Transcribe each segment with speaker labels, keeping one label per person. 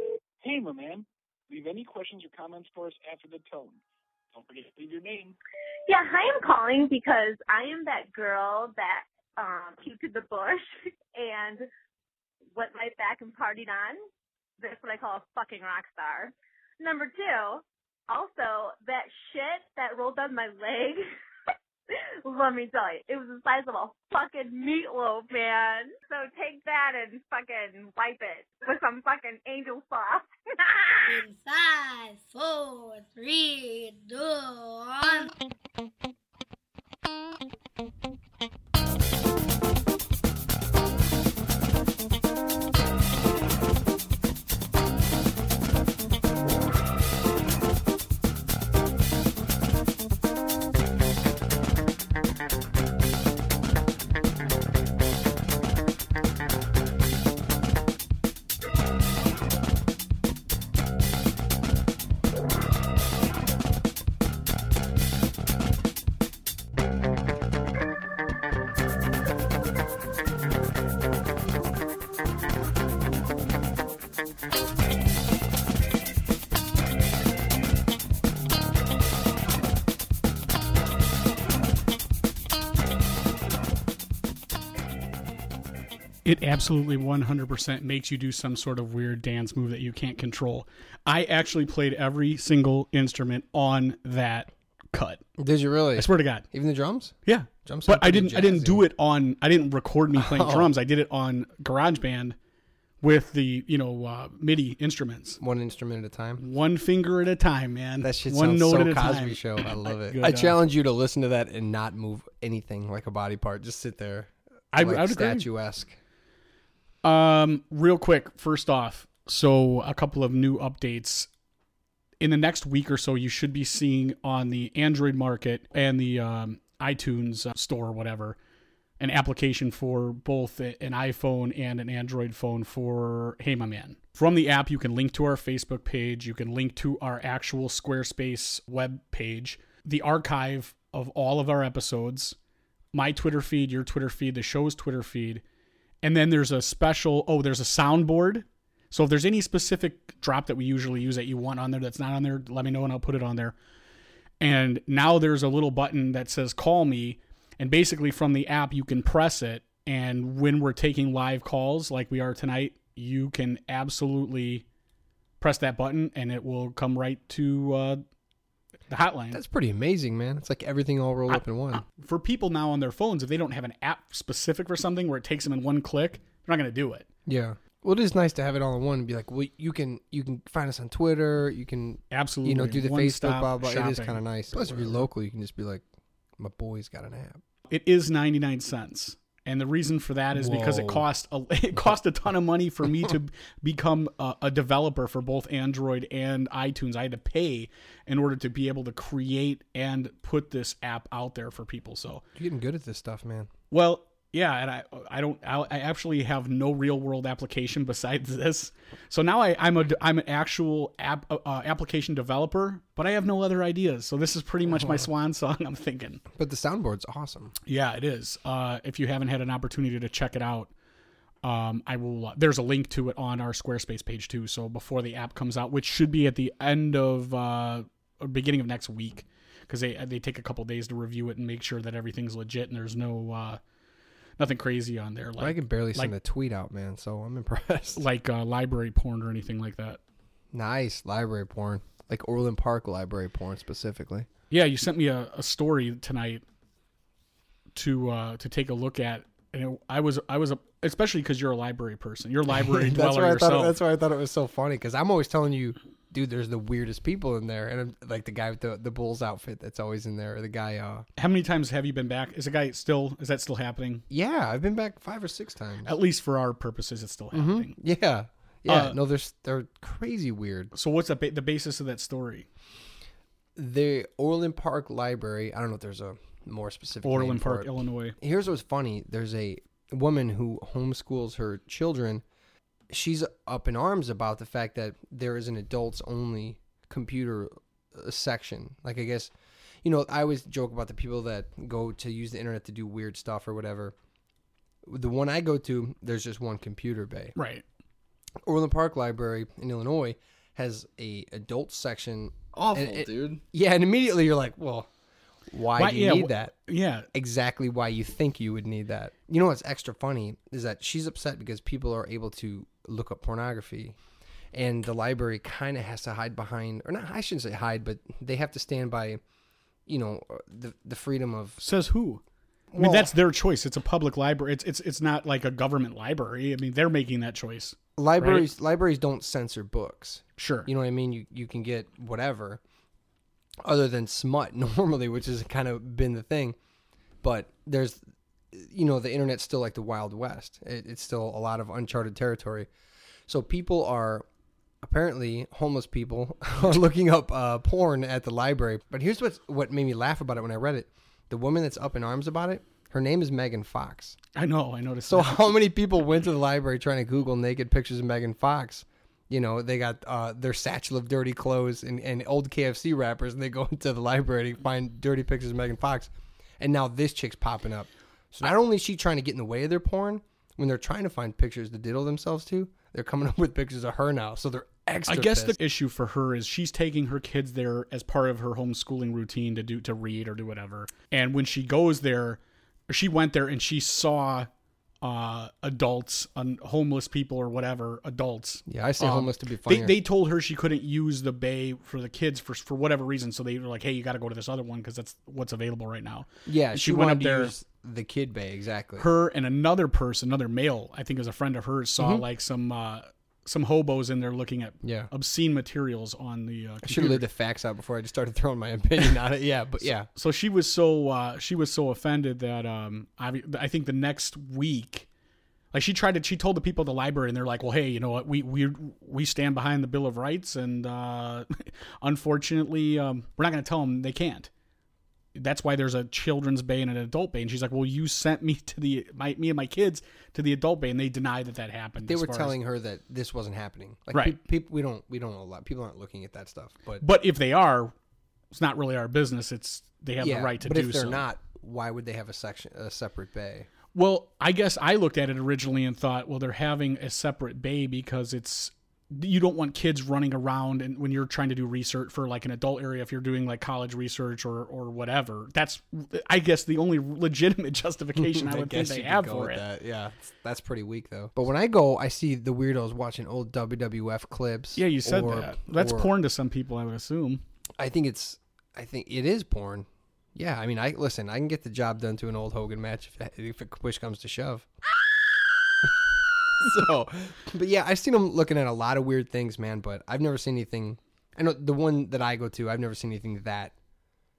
Speaker 1: disclaimer, man. Leave any questions or comments for us after the tone. Don't forget to leave your name.
Speaker 2: Yeah, hi, I'm calling because I am that girl that um puked in the bush and went right back and partied on. That's what I call a fucking rock star. Number two, also that shit that rolled down my leg. Let me tell you, it was the size of a fucking meatloaf, man. So take that and fucking wipe it with some fucking angel sauce.
Speaker 3: In five, four, three, two, one.
Speaker 4: It absolutely 100% makes you do some sort of weird dance move that you can't control. I actually played every single instrument on that cut.
Speaker 5: Did you really?
Speaker 4: I swear to God.
Speaker 5: Even the drums?
Speaker 4: Yeah.
Speaker 5: Drums sound
Speaker 4: But I
Speaker 5: pretty
Speaker 4: didn't. I didn't
Speaker 5: jazzy.
Speaker 4: do it on. I didn't record me playing
Speaker 5: Oh.
Speaker 4: drums. I did it on GarageBand with the you know uh, MIDI instruments,
Speaker 5: One instrument at a time.
Speaker 4: one finger at a time, man.
Speaker 5: That shit
Speaker 4: Mm, one
Speaker 5: sounds
Speaker 4: note
Speaker 5: so
Speaker 4: at a
Speaker 5: Cosby
Speaker 4: time.
Speaker 5: Show. I love it.
Speaker 4: Good,
Speaker 5: I
Speaker 4: uh,
Speaker 5: challenge you to listen to that and not move anything like a body part. Just sit there.
Speaker 4: I,
Speaker 5: like
Speaker 4: I would agree.
Speaker 5: statuesque.
Speaker 4: Um, real quick, first off, so a couple of new updates. In the next week or so, you should be seeing on the Android market and the um, iTunes uh, store, or whatever, an application for both a- an iPhone and an Android phone for Hey My Man. From the app, you can link to our Facebook page, you can link to our actual Squarespace web page, the archive of all of our episodes, my Twitter feed, your Twitter feed, the show's Twitter feed. And then there's a special, oh, there's a soundboard. So if there's any specific drop that we usually use that you want on there that's not on there, let me know and I'll put it on there. And now there's a little button that says call me. And basically from the app, you can press it. And when we're taking live calls like we are tonight, you can absolutely press that button and it will come right to uh, the hotline
Speaker 5: That's pretty amazing, man. It's like everything all rolled up in one.
Speaker 4: for people now on their phones, if they don't have an app specific for something where it takes them in one click, they're not going to do it.
Speaker 5: Yeah. Well, it is nice to have it all in one and be like, well, you can you can find us on Twitter. You can
Speaker 4: Absolutely.
Speaker 5: you know do the
Speaker 4: One
Speaker 5: Facebook,
Speaker 4: stop
Speaker 5: blah blah. It is
Speaker 4: shopping.
Speaker 5: kind of nice. Plus, if you're local, you can just be like, my boy's got an app.
Speaker 4: It is 99 cents. And the reason for that is because it
Speaker 5: Whoa.
Speaker 4: cost a, it cost a ton of money for me to become a, a developer for both Android and iTunes. I had to pay in order to be able to create and put this app out there for people. So
Speaker 5: You're getting good at this stuff, man.
Speaker 4: Well, yeah, and I I don't I I actually have no real world application besides this. So now I I'm a I'm an actual app uh, uh, application developer, but I have no other ideas. So this is pretty much my swan song. I'm thinking.
Speaker 5: But the soundboard's awesome.
Speaker 4: Yeah, it is. Uh, if you haven't had an opportunity to check it out, um, I will. there's a link to it on our Squarespace page too. So before the app comes out, which should be at the end of uh, or beginning of next week, because they they take a couple days to review it and make sure that everything's legit and there's no uh, nothing crazy on there
Speaker 5: I
Speaker 4: like
Speaker 5: can barely send
Speaker 4: like-
Speaker 5: a tweet out, man. So I'm impressed.
Speaker 4: like uh, library porn or anything like that.
Speaker 5: nice library porn, like Orland Park library porn specifically.
Speaker 4: Yeah, you sent me a, a story tonight to uh, to take a look at, and it, I was I was a, especially because you're a library person, you're a library dweller
Speaker 5: that's why I
Speaker 4: yourself.
Speaker 5: thought that's why I thought it was so funny because I'm always telling you, dude, there's the weirdest people in there, and I'm, like the guy with the the Bulls outfit that's always in there, or the guy. uh
Speaker 4: How many times have you been back? Is the guy still? Is that still happening?
Speaker 5: Yeah, I've been back five or six times.
Speaker 4: At least for our purposes, it's
Speaker 5: Mm-hmm.
Speaker 4: still happening.
Speaker 5: Yeah, yeah.
Speaker 4: Uh,
Speaker 5: no, they're s- they're crazy weird.
Speaker 4: So what's the ba- the basis of that story?
Speaker 5: The Orland Park Library. I don't know if there's a more specific. name
Speaker 4: Orland
Speaker 5: for
Speaker 4: Park,
Speaker 5: it.
Speaker 4: Illinois.
Speaker 5: here's what's funny there's a woman who homeschools her children she's up in arms about the fact that there is an adults only computer uh, section like i guess you know i always joke about the people that go to use the internet to do weird stuff or whatever the one i go to there's just one computer bay
Speaker 4: Right.
Speaker 5: orland park library in illinois has a adult section.
Speaker 6: Awful,
Speaker 5: And it-
Speaker 6: dude.
Speaker 5: Yeah, and immediately you're like, well, why,
Speaker 4: Why-
Speaker 5: do you
Speaker 4: yeah,
Speaker 5: need
Speaker 4: wh-
Speaker 5: that?
Speaker 4: Yeah.
Speaker 5: Exactly why you think you would need that. You know what's extra funny is that she's upset because people are able to look up pornography, and the library kind of has to hide behind, or not, I shouldn't say hide, but they have to stand by, you know, the the freedom of.
Speaker 4: Says who? I mean,
Speaker 5: Well-
Speaker 4: that's their choice. It's a public library. It's it's it's not like a government library. I mean, they're making that choice.
Speaker 5: libraries libraries don't censor books
Speaker 4: Sure.
Speaker 5: you know what i mean you you can get whatever other than smut normally which has kind of been the thing but there's you know the internet's still like the wild west it, it's still a lot of uncharted territory so people are apparently homeless people are looking up uh, porn at the library but here's what's what made me laugh about it when i read it the woman that's up in arms about it her name is megan fox
Speaker 4: I know. I noticed.
Speaker 5: so
Speaker 4: that.
Speaker 5: how many people went to the library trying to Google naked pictures of Megan Fox? You know, they got uh, their satchel of dirty clothes and, and old KFC wrappers, and they go into the library to find dirty pictures of Megan Fox. And now this chick's popping up. So not only is she trying to get in the way of their porn, when they're trying to find pictures to diddle themselves to, they're coming up with pictures of her now. So they're extra.
Speaker 4: I guess
Speaker 5: pissed.
Speaker 4: the issue for her is she's taking her kids there as part of her homeschooling routine to do to read or do whatever. And when she goes there, she went there and she saw uh adults um, homeless people or whatever adults
Speaker 5: yeah, I say
Speaker 4: um,
Speaker 5: homeless to be
Speaker 4: they,
Speaker 5: funnier.
Speaker 4: they told her she couldn't use the bay for the kids for for whatever reason so they were like hey you got to go to this other one because that's what's available right now
Speaker 5: yeah,
Speaker 4: she
Speaker 5: she,
Speaker 4: went
Speaker 5: wanted
Speaker 4: up
Speaker 5: to
Speaker 4: there-
Speaker 5: use the kid bay exactly.
Speaker 4: her and another person, another male, I think it was a friend of hers, saw
Speaker 5: Mm-hmm.
Speaker 4: like some uh, some hobos in there looking at
Speaker 5: Yeah.
Speaker 4: obscene materials on the. Uh,
Speaker 5: I should have laid the facts out before I just started throwing my opinion on it. Yeah, but yeah.
Speaker 4: so she was so uh, she was so offended that um, I, I think the next week, like she tried to, she told the people at the library, and they're like, "Well, hey, you know what? We we we stand behind the Bill of Rights, and uh, unfortunately, um, we're not going to tell them they can't." That's why there's a children's bay and an adult bay, and she's like, "Well, you sent me to the my me and my kids to the adult bay, and they denied that that happened."
Speaker 5: they
Speaker 4: as
Speaker 5: were
Speaker 4: far as-
Speaker 5: telling her that this wasn't happening. Like
Speaker 4: Right.
Speaker 5: pe- people, we don't we don't know a lot. People aren't looking at that stuff. But,
Speaker 4: but if they are, it's not really our business. It's they have
Speaker 5: yeah,
Speaker 4: the right to
Speaker 5: but
Speaker 4: do
Speaker 5: if they're
Speaker 4: so.
Speaker 5: not, why would they have a section a separate bay?
Speaker 4: Well, I guess I looked at it originally and thought, well, they're having a separate bay because it's you don't want kids running around and when you're trying to do research for like an adult area if you're doing like college research or or whatever. That's I guess the only legitimate justification I would think
Speaker 5: guess
Speaker 4: they
Speaker 5: you could
Speaker 4: have
Speaker 5: go
Speaker 4: for
Speaker 5: with
Speaker 4: it.
Speaker 5: That. Yeah, it's- that's pretty weak though. But when I go, I see the weirdos watching old WWF clips.
Speaker 4: Yeah, you said
Speaker 5: or-
Speaker 4: that. That's
Speaker 5: or-
Speaker 4: porn to some people, I would assume.
Speaker 5: I think it's I think it is porn. Yeah, I mean, I listen. I can get the job done to an old Hogan match if, if it push comes to shove. so, but yeah, I've seen them looking at a lot of weird things, man. But I've never seen anything. I know the one that I go to, I've never seen anything that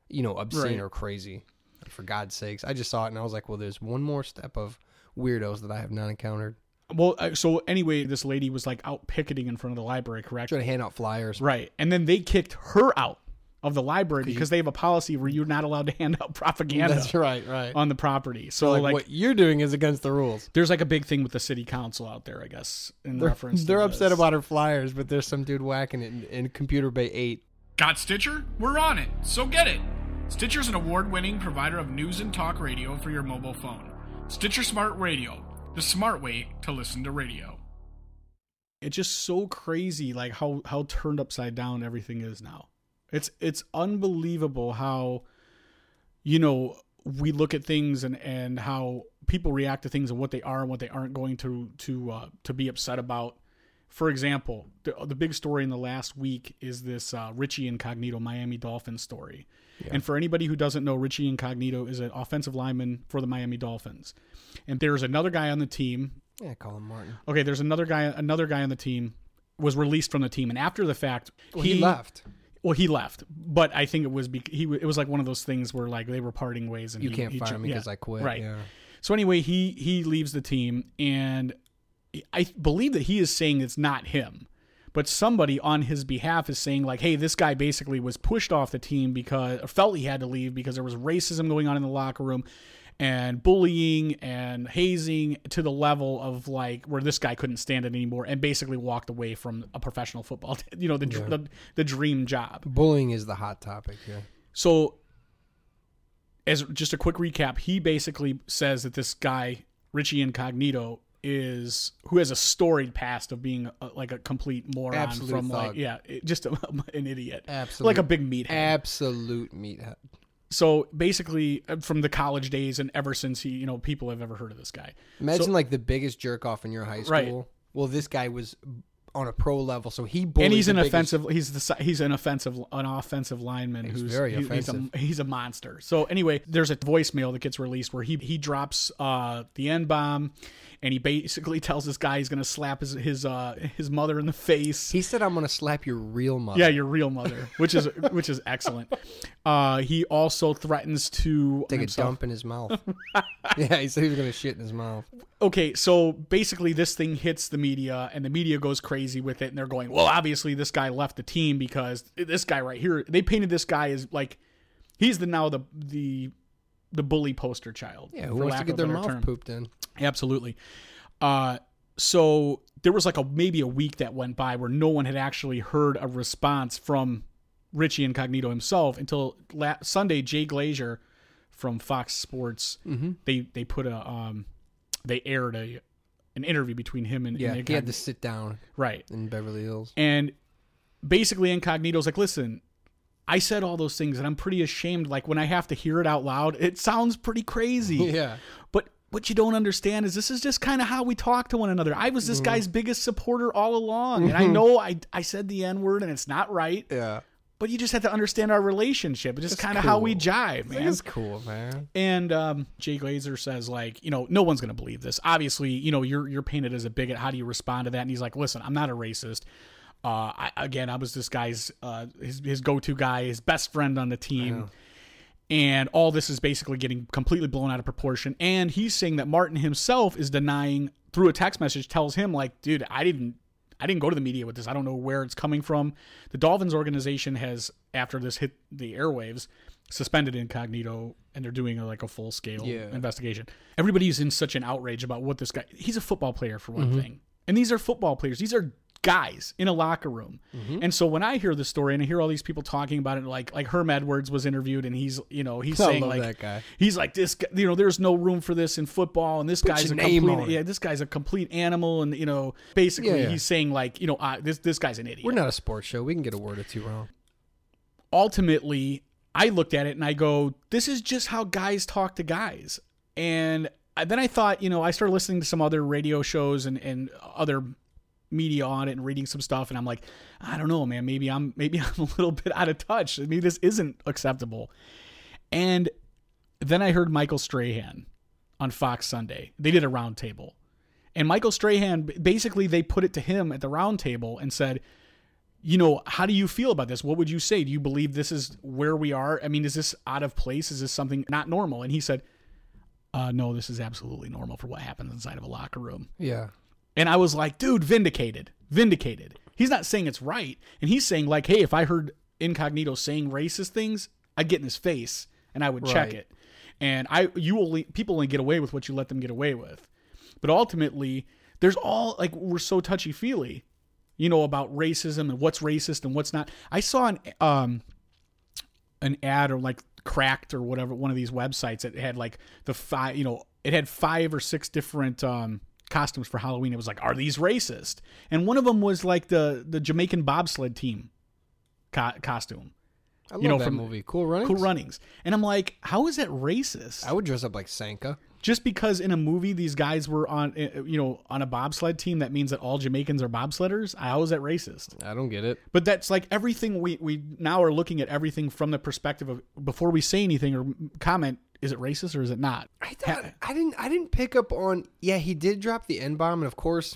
Speaker 5: you know obscene
Speaker 4: Right.
Speaker 5: or crazy. For God's sakes, I just saw it and I was like, well, there's one more step of weirdos that I have not encountered.
Speaker 4: Well, uh, so anyway, this lady was like out picketing in front of the library, correct?
Speaker 5: Trying to hand out flyers.
Speaker 4: Right. And then they kicked her out of the library because they have a policy where you're not allowed to hand out propaganda
Speaker 5: That's right, right.
Speaker 4: on the property. So,
Speaker 5: so like,
Speaker 4: Uh, like,
Speaker 5: what you're doing is against the rules.
Speaker 4: there's like a big thing with the city council out there, I guess, in
Speaker 5: They're,
Speaker 4: reference. to
Speaker 5: they're upset
Speaker 4: this.
Speaker 5: about her flyers, but there's some dude whacking it in, in Computer Bay 8.
Speaker 7: Got Stitcher? We're on it, so get it! Stitcher's an award winning provider of news and talk radio for your mobile phone. Stitcher Smart Radio, the smart way to listen to radio.
Speaker 4: It's just so crazy, like how how turned upside down everything is now. It's it's unbelievable how, you know, we look at things and and how people react to things and what they are and what they aren't going to to uh, to be upset about. For example, the, the big story in the last week is this uh, Richie Incognito Miami Dolphins story. And for anybody who doesn't know, Richie Incognito is an offensive lineman for the Miami Dolphins. And there's another guy on the team
Speaker 5: Yeah, call him Martin.
Speaker 4: okay there's another guy another guy on the team was released from the team and after the fact
Speaker 5: Well, he, left.
Speaker 4: well he left but i think it was bec he w- it was like one of those things where like they were parting ways and
Speaker 5: You
Speaker 4: he-
Speaker 5: can't
Speaker 4: he
Speaker 5: fire
Speaker 4: cho-
Speaker 5: me because
Speaker 4: yeah,
Speaker 5: I quit.
Speaker 4: right
Speaker 5: Yeah.
Speaker 4: so anyway he he leaves the team and i believe that he is saying it's not him but somebody on his behalf is saying like hey this guy basically was pushed off the team because or felt he had to leave because there was racism going on in the locker room and bullying and hazing to the level of like where this guy couldn't stand it anymore and basically walked away from a professional football you know the, dr the, the dream job
Speaker 5: Bullying is the hot topic here.
Speaker 4: so, as just a quick recap, he basically says that this guy Richie Incognito is who has a storied past of being a, like a complete moron
Speaker 5: Absolute
Speaker 4: from like
Speaker 5: thug.
Speaker 4: yeah, it- just a, an idiot,
Speaker 5: Absolute.
Speaker 4: like a big meathead.
Speaker 5: absolute meathead.
Speaker 4: so basically, uh, from the college days and ever since he, you know, people have ever heard of this guy.
Speaker 5: Imagine like the biggest jerk off in your high school.
Speaker 4: Right.
Speaker 5: Well, this guy was on a pro level, so he bullied
Speaker 4: and he's
Speaker 5: the
Speaker 4: an
Speaker 5: biggest-
Speaker 4: offensive. He's the si- he's an offensive an offensive lineman
Speaker 5: He's
Speaker 4: who's
Speaker 5: very
Speaker 4: he-
Speaker 5: offensive.
Speaker 4: He's a, he's a monster. So anyway, there's a voicemail that gets released where he he drops uh, the n bomb, and he basically tells this guy he's gonna slap his his uh, his mother in the face.
Speaker 5: He said, "I'm gonna slap your real mother."
Speaker 4: yeah, your real mother, which is which is excellent. Uh, he also threatens to
Speaker 5: take a
Speaker 4: himself-
Speaker 5: dump in his mouth. yeah, he said he was gonna shit in his mouth.
Speaker 4: okay, so basically this thing hits the media and the media goes crazy with it and they're going, "Well, obviously this guy left the team because this guy right here, they painted this guy as like he's the now the the the bully poster child."
Speaker 5: Yeah, who
Speaker 4: for
Speaker 5: wants
Speaker 4: lack
Speaker 5: to
Speaker 4: of
Speaker 5: get
Speaker 4: a
Speaker 5: their
Speaker 4: better
Speaker 5: mouth
Speaker 4: term.
Speaker 5: pooped in?
Speaker 4: Absolutely. Uh, so there was like a maybe a week that went by where no one had actually heard a response from Richie Incognito himself until la- Sunday. Jay Glazer from Fox Sports
Speaker 5: Mm-hmm.
Speaker 4: they they put a um they aired a an interview between him and
Speaker 5: Yeah,
Speaker 4: and
Speaker 5: he had to
Speaker 4: Incogn-
Speaker 5: sit down
Speaker 4: right
Speaker 5: in Beverly Hills.
Speaker 4: and basically Incognito's like, listen, I said all those things and I'm pretty ashamed. Like when I have to hear it out loud, it sounds pretty crazy.
Speaker 5: Yeah.
Speaker 4: But what you don't understand is this is just kind of how we talk to one another. I was this guy's biggest supporter all along. And I know I, I said the N word and it's not right,
Speaker 5: Yeah,
Speaker 4: but you just have to understand our relationship. It's just
Speaker 5: That's
Speaker 4: kind of how we
Speaker 5: cool.
Speaker 4: jive, man.
Speaker 5: that's cool, man.
Speaker 4: And um, Jay Glazer says, like, you know, no one's gonna believe this. Obviously, you know, you're you're painted as a bigot. How do you respond to that? And he's like, listen, I'm not a racist. Uh, I, again, I was this guy's uh, his his go to guy, his best friend on the team. And all this is basically getting completely blown out of proportion. And he's saying that Martin himself is denying through a text message, tells him like, dude, I didn't I didn't go to the media with this. I don't know where it's coming from. The Dolphins organization has, after this hit the airwaves, suspended Incognito, and they're doing like a full scale
Speaker 5: Yeah.
Speaker 4: investigation. Everybody's in such an outrage about what this guy. He's a football player for one thing, and these are football players. These are guys in a locker room. And so when I hear the story and I hear all these people talking about it, like like Herm Edwards was interviewed, and he's you know he's
Speaker 5: I
Speaker 4: saying
Speaker 5: love
Speaker 4: like
Speaker 5: that guy.
Speaker 4: he's like this guy, you know there's no room for this in football and this guy's
Speaker 5: your
Speaker 4: a
Speaker 5: name on
Speaker 4: complete
Speaker 5: it.
Speaker 4: yeah this guy's a complete animal and you know basically
Speaker 5: Yeah.
Speaker 4: he's saying like you know I, this this guy's an idiot
Speaker 5: We're not a sports show. We can get a word or two wrong.
Speaker 4: ultimately i looked at it and i go this is just how guys talk to guys and I, then i thought you know i started listening to some other radio shows and and other media on it and reading some stuff and i'm like i don't know man maybe i'm maybe i'm a little bit out of touch maybe this isn't acceptable and then i heard michael strahan on fox sunday they did a roundtable and michael strahan basically they put it to him at the roundtable and said you know, how do you feel about this? What would you say? Do you believe this is where we are? I mean, is this out of place? Is this something not normal? And he said, uh, no, this is absolutely normal for what happens inside of a locker room.
Speaker 5: Yeah,
Speaker 4: And I was like, dude, vindicated, vindicated. He's not saying it's right. And he's saying, like, hey, if I heard Incognito saying racist things, I'd get in his face and I would check
Speaker 5: Right.
Speaker 4: it. And I, you only, people only get away with what you let them get away with. But ultimately, there's all, like, we're so touchy feely, you know, about racism and what's racist and what's not. I saw an, um, an ad or like cracked or whatever one of these websites that had like the five you know it had five or six different um costumes for halloween it was like are these racist and one of them was like the the jamaican bobsled team co- costume
Speaker 5: I love
Speaker 4: You know,
Speaker 5: that
Speaker 4: from-
Speaker 5: movie. Cool running.
Speaker 4: cool runnings and i'm like how is that racist
Speaker 5: I would dress up like Sanka.
Speaker 4: just because in a movie these guys were on uh, you know on a bobsled team that means that all jamaicans are bobsledders how is that racist
Speaker 5: I don't get it.
Speaker 4: but that's like everything we we now are looking at everything from the perspective of before we say anything or comment is it racist or is it not
Speaker 5: I thought I didn't. I didn't pick up on. Yeah, he did drop the n bomb, and of course,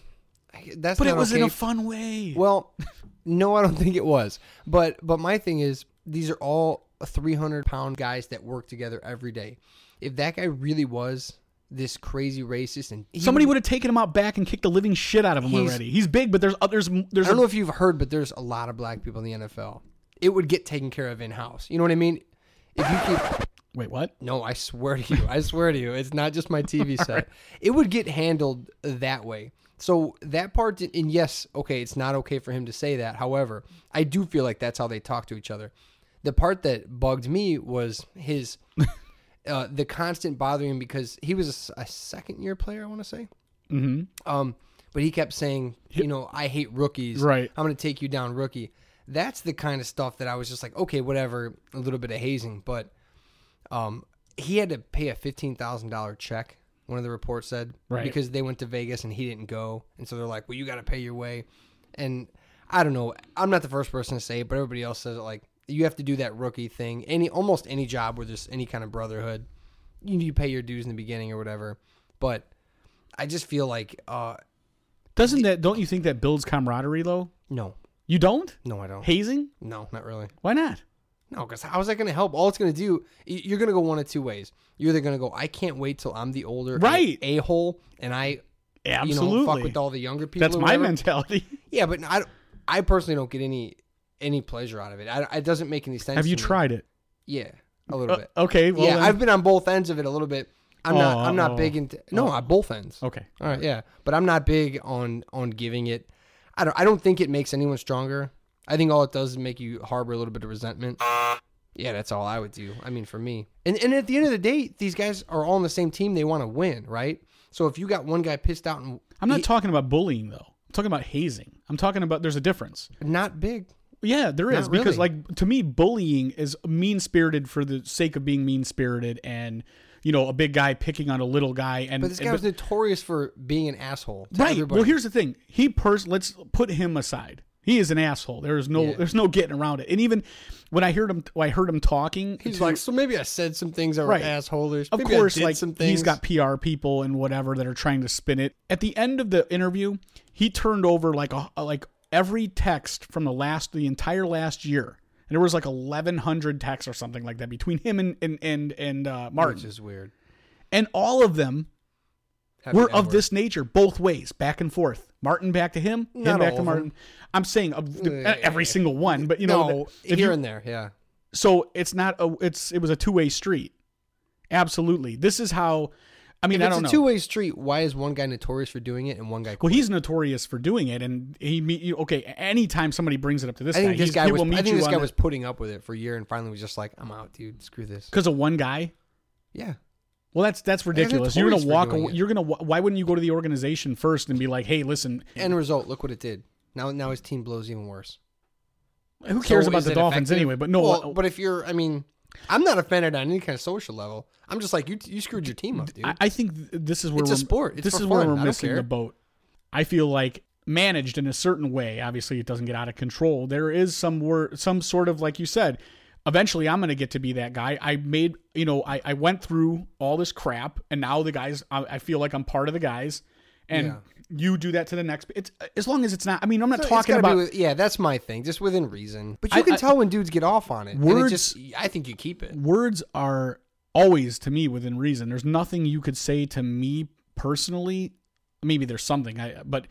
Speaker 5: I- that's.
Speaker 4: but
Speaker 5: not
Speaker 4: it was in
Speaker 5: okay.
Speaker 4: a fun way
Speaker 5: Well, no, I don't think it was. But but my thing is, these are all 300 pound guys that work together every day. If that guy really was this crazy racist, and he-
Speaker 4: somebody would have taken him out back and kicked the living shit out of him
Speaker 5: He's-
Speaker 4: already he's big but there's others there's
Speaker 5: I don't know
Speaker 4: a,
Speaker 5: if you've heard, but there's a lot of black people in the NFL. It would get taken care of in house. You know what I mean? If you keep
Speaker 4: wait what
Speaker 5: No, I swear to you. I swear to you. It's not just my TV set. It would get handled that way. So that part, did- and yes, okay, it's not okay for him to say that. However, I do feel like that's how they talk to each other. The part that bugged me was his, uh, the constant bothering him because he was a s- a, second year player, I want to say.
Speaker 4: hmm
Speaker 5: Um, but he kept saying, you know, I hate rookies.
Speaker 4: Right.
Speaker 5: I'm going to take you down, rookie. That's the kind of stuff that I was just like, okay, whatever, a little bit of hazing. But um, he had to pay a $15,000 check, one of the reports said,
Speaker 4: Right.
Speaker 5: because they went to Vegas and he didn't go. And so they're like, well, you got to pay your way. And I don't know. I'm not the first person to say it, but everybody else says it like, you have to do that rookie thing. Any almost any job where there's any kind of brotherhood, you, you pay your dues in the beginning or whatever. But I just feel like uh
Speaker 4: Doesn't that? Don't you think that builds camaraderie, though?
Speaker 5: no,
Speaker 4: You don't
Speaker 5: no, I don't.
Speaker 4: hazing?
Speaker 5: No, not really.
Speaker 4: Why not?
Speaker 5: No, because how is that going to help? All it's going to do, y- you're going to go one of two ways. You're either going to go, I can't wait till I'm the older
Speaker 4: Right.
Speaker 5: a hole, and I
Speaker 4: Absolutely.
Speaker 5: you know fuck with all the younger people.
Speaker 4: That's
Speaker 5: or
Speaker 4: my
Speaker 5: whatever.
Speaker 4: mentality.
Speaker 5: Yeah, but I, don't- I personally don't get any any pleasure out of it. I, it doesn't make any sense.
Speaker 4: Have you
Speaker 5: to me.
Speaker 4: tried it?
Speaker 5: Yeah, a little bit.
Speaker 4: Uh, okay. Well,
Speaker 5: yeah,
Speaker 4: then-
Speaker 5: I've been on both ends of it a little bit. I'm not.
Speaker 4: Oh,
Speaker 5: I'm not
Speaker 4: oh,
Speaker 5: big into. No,
Speaker 4: oh.
Speaker 5: on both ends.
Speaker 4: okay.
Speaker 5: All right, yeah, but I'm not big on on giving it. I don't. I don't think it makes anyone stronger. I think all it does is make you harbor a little bit of resentment. Yeah, that's all I would do. I mean, for me, and and at the end of the day, these guys are all on the same team. They want to win, right? So if you got one guy pissed out and
Speaker 4: I'm not
Speaker 5: he-
Speaker 4: talking about bullying though. I'm talking about hazing. I'm talking about there's a difference.
Speaker 5: not big.
Speaker 4: Yeah, there
Speaker 5: Not
Speaker 4: is because
Speaker 5: really.
Speaker 4: like to me bullying is mean spirited for the sake of being mean spirited and you know a big guy picking on a little guy and
Speaker 5: But this guy
Speaker 4: and-
Speaker 5: was notorious for being an asshole. To
Speaker 4: right.
Speaker 5: Everybody.
Speaker 4: Well, here's the thing. He pers let's put him aside. He is an asshole. There is no
Speaker 5: Yeah.
Speaker 4: there's no getting around it. And even when I heard him I heard him talking
Speaker 5: he's
Speaker 4: to-
Speaker 5: like, so maybe I said some things that were
Speaker 4: Right.
Speaker 5: assholers.
Speaker 4: of
Speaker 5: Maybe I
Speaker 4: course,
Speaker 5: did
Speaker 4: like
Speaker 5: some things.
Speaker 4: he's got PR people and whatever that are trying to spin it. At the end of the interview, he turned over like a like every text from the last the entire last year, and there was like eleven hundred texts or something like that between him and and and, and uh,
Speaker 5: which
Speaker 4: Martin,
Speaker 5: is weird.
Speaker 4: and all of them
Speaker 5: Have
Speaker 4: were
Speaker 5: the
Speaker 4: of
Speaker 5: N-word.
Speaker 4: this nature, both ways, back and forth. Martin back to him, him
Speaker 5: Not
Speaker 4: back
Speaker 5: all
Speaker 4: to
Speaker 5: of
Speaker 4: Martin. I'm saying of the, uh, every single one, but you know,
Speaker 5: no,
Speaker 4: if
Speaker 5: here
Speaker 4: you-
Speaker 5: and there, yeah.
Speaker 4: so it's not a it's it was a two way street. Absolutely, this is how. I mean,
Speaker 5: if
Speaker 4: I don't
Speaker 5: it's
Speaker 4: know.
Speaker 5: a two-way street. Why is one guy notorious for doing it and one guy?
Speaker 4: Well, he's notorious for doing it, and he meet you. Okay, anytime somebody brings it up to this
Speaker 5: I
Speaker 4: guy,
Speaker 5: think this
Speaker 4: he's-
Speaker 5: guy
Speaker 4: he
Speaker 5: was.
Speaker 4: will meet
Speaker 5: I think
Speaker 4: you
Speaker 5: this
Speaker 4: on
Speaker 5: guy was putting up with it for a year and finally was just like, "I'm out, dude. Screw this."
Speaker 4: because of one guy.
Speaker 5: Yeah,
Speaker 4: Well, that's that's ridiculous. You're gonna
Speaker 5: notorious for
Speaker 4: walk.
Speaker 5: doing
Speaker 4: Away,
Speaker 5: it.
Speaker 4: you're gonna. wa- Why wouldn't you go to the organization first and be like, "Hey, listen,
Speaker 5: end result. Look what it did. Now, now his team blows even worse.
Speaker 4: who cares
Speaker 5: So
Speaker 4: about
Speaker 5: is
Speaker 4: the
Speaker 5: it
Speaker 4: Dolphins
Speaker 5: effective?
Speaker 4: anyway?" But no, uh,
Speaker 5: Well,
Speaker 4: what-
Speaker 5: but if you're, I mean, I'm not offended on any kind of social level. I'm just like, you, you screwed your team up, dude.
Speaker 4: I, I think th- this is where
Speaker 5: It's a
Speaker 4: we're,
Speaker 5: sport. It's
Speaker 4: this
Speaker 5: for
Speaker 4: is where
Speaker 5: fun. I
Speaker 4: we're
Speaker 5: don't
Speaker 4: missing the
Speaker 5: care.
Speaker 4: boat. I feel like managed in a certain way. Obviously, it doesn't get out of control. There is some wor- some sort of like you said. Eventually, I'm going to get to be that guy. I made you know I, I went through all this crap, and now the guys I, I feel like I'm part of the guys, and
Speaker 5: Yeah.
Speaker 4: you do that to the next. It's as long as it's not. I mean, I'm not
Speaker 5: So it's
Speaker 4: talking
Speaker 5: gotta be
Speaker 4: about
Speaker 5: with- yeah, that's my thing, just within reason. But you
Speaker 4: I-
Speaker 5: can
Speaker 4: I-
Speaker 5: tell when dudes get off on it. and it
Speaker 4: Words-
Speaker 5: just- I think you keep it.
Speaker 4: words are always to me within reason. There's nothing you could say to me personally. Maybe there's something, I, but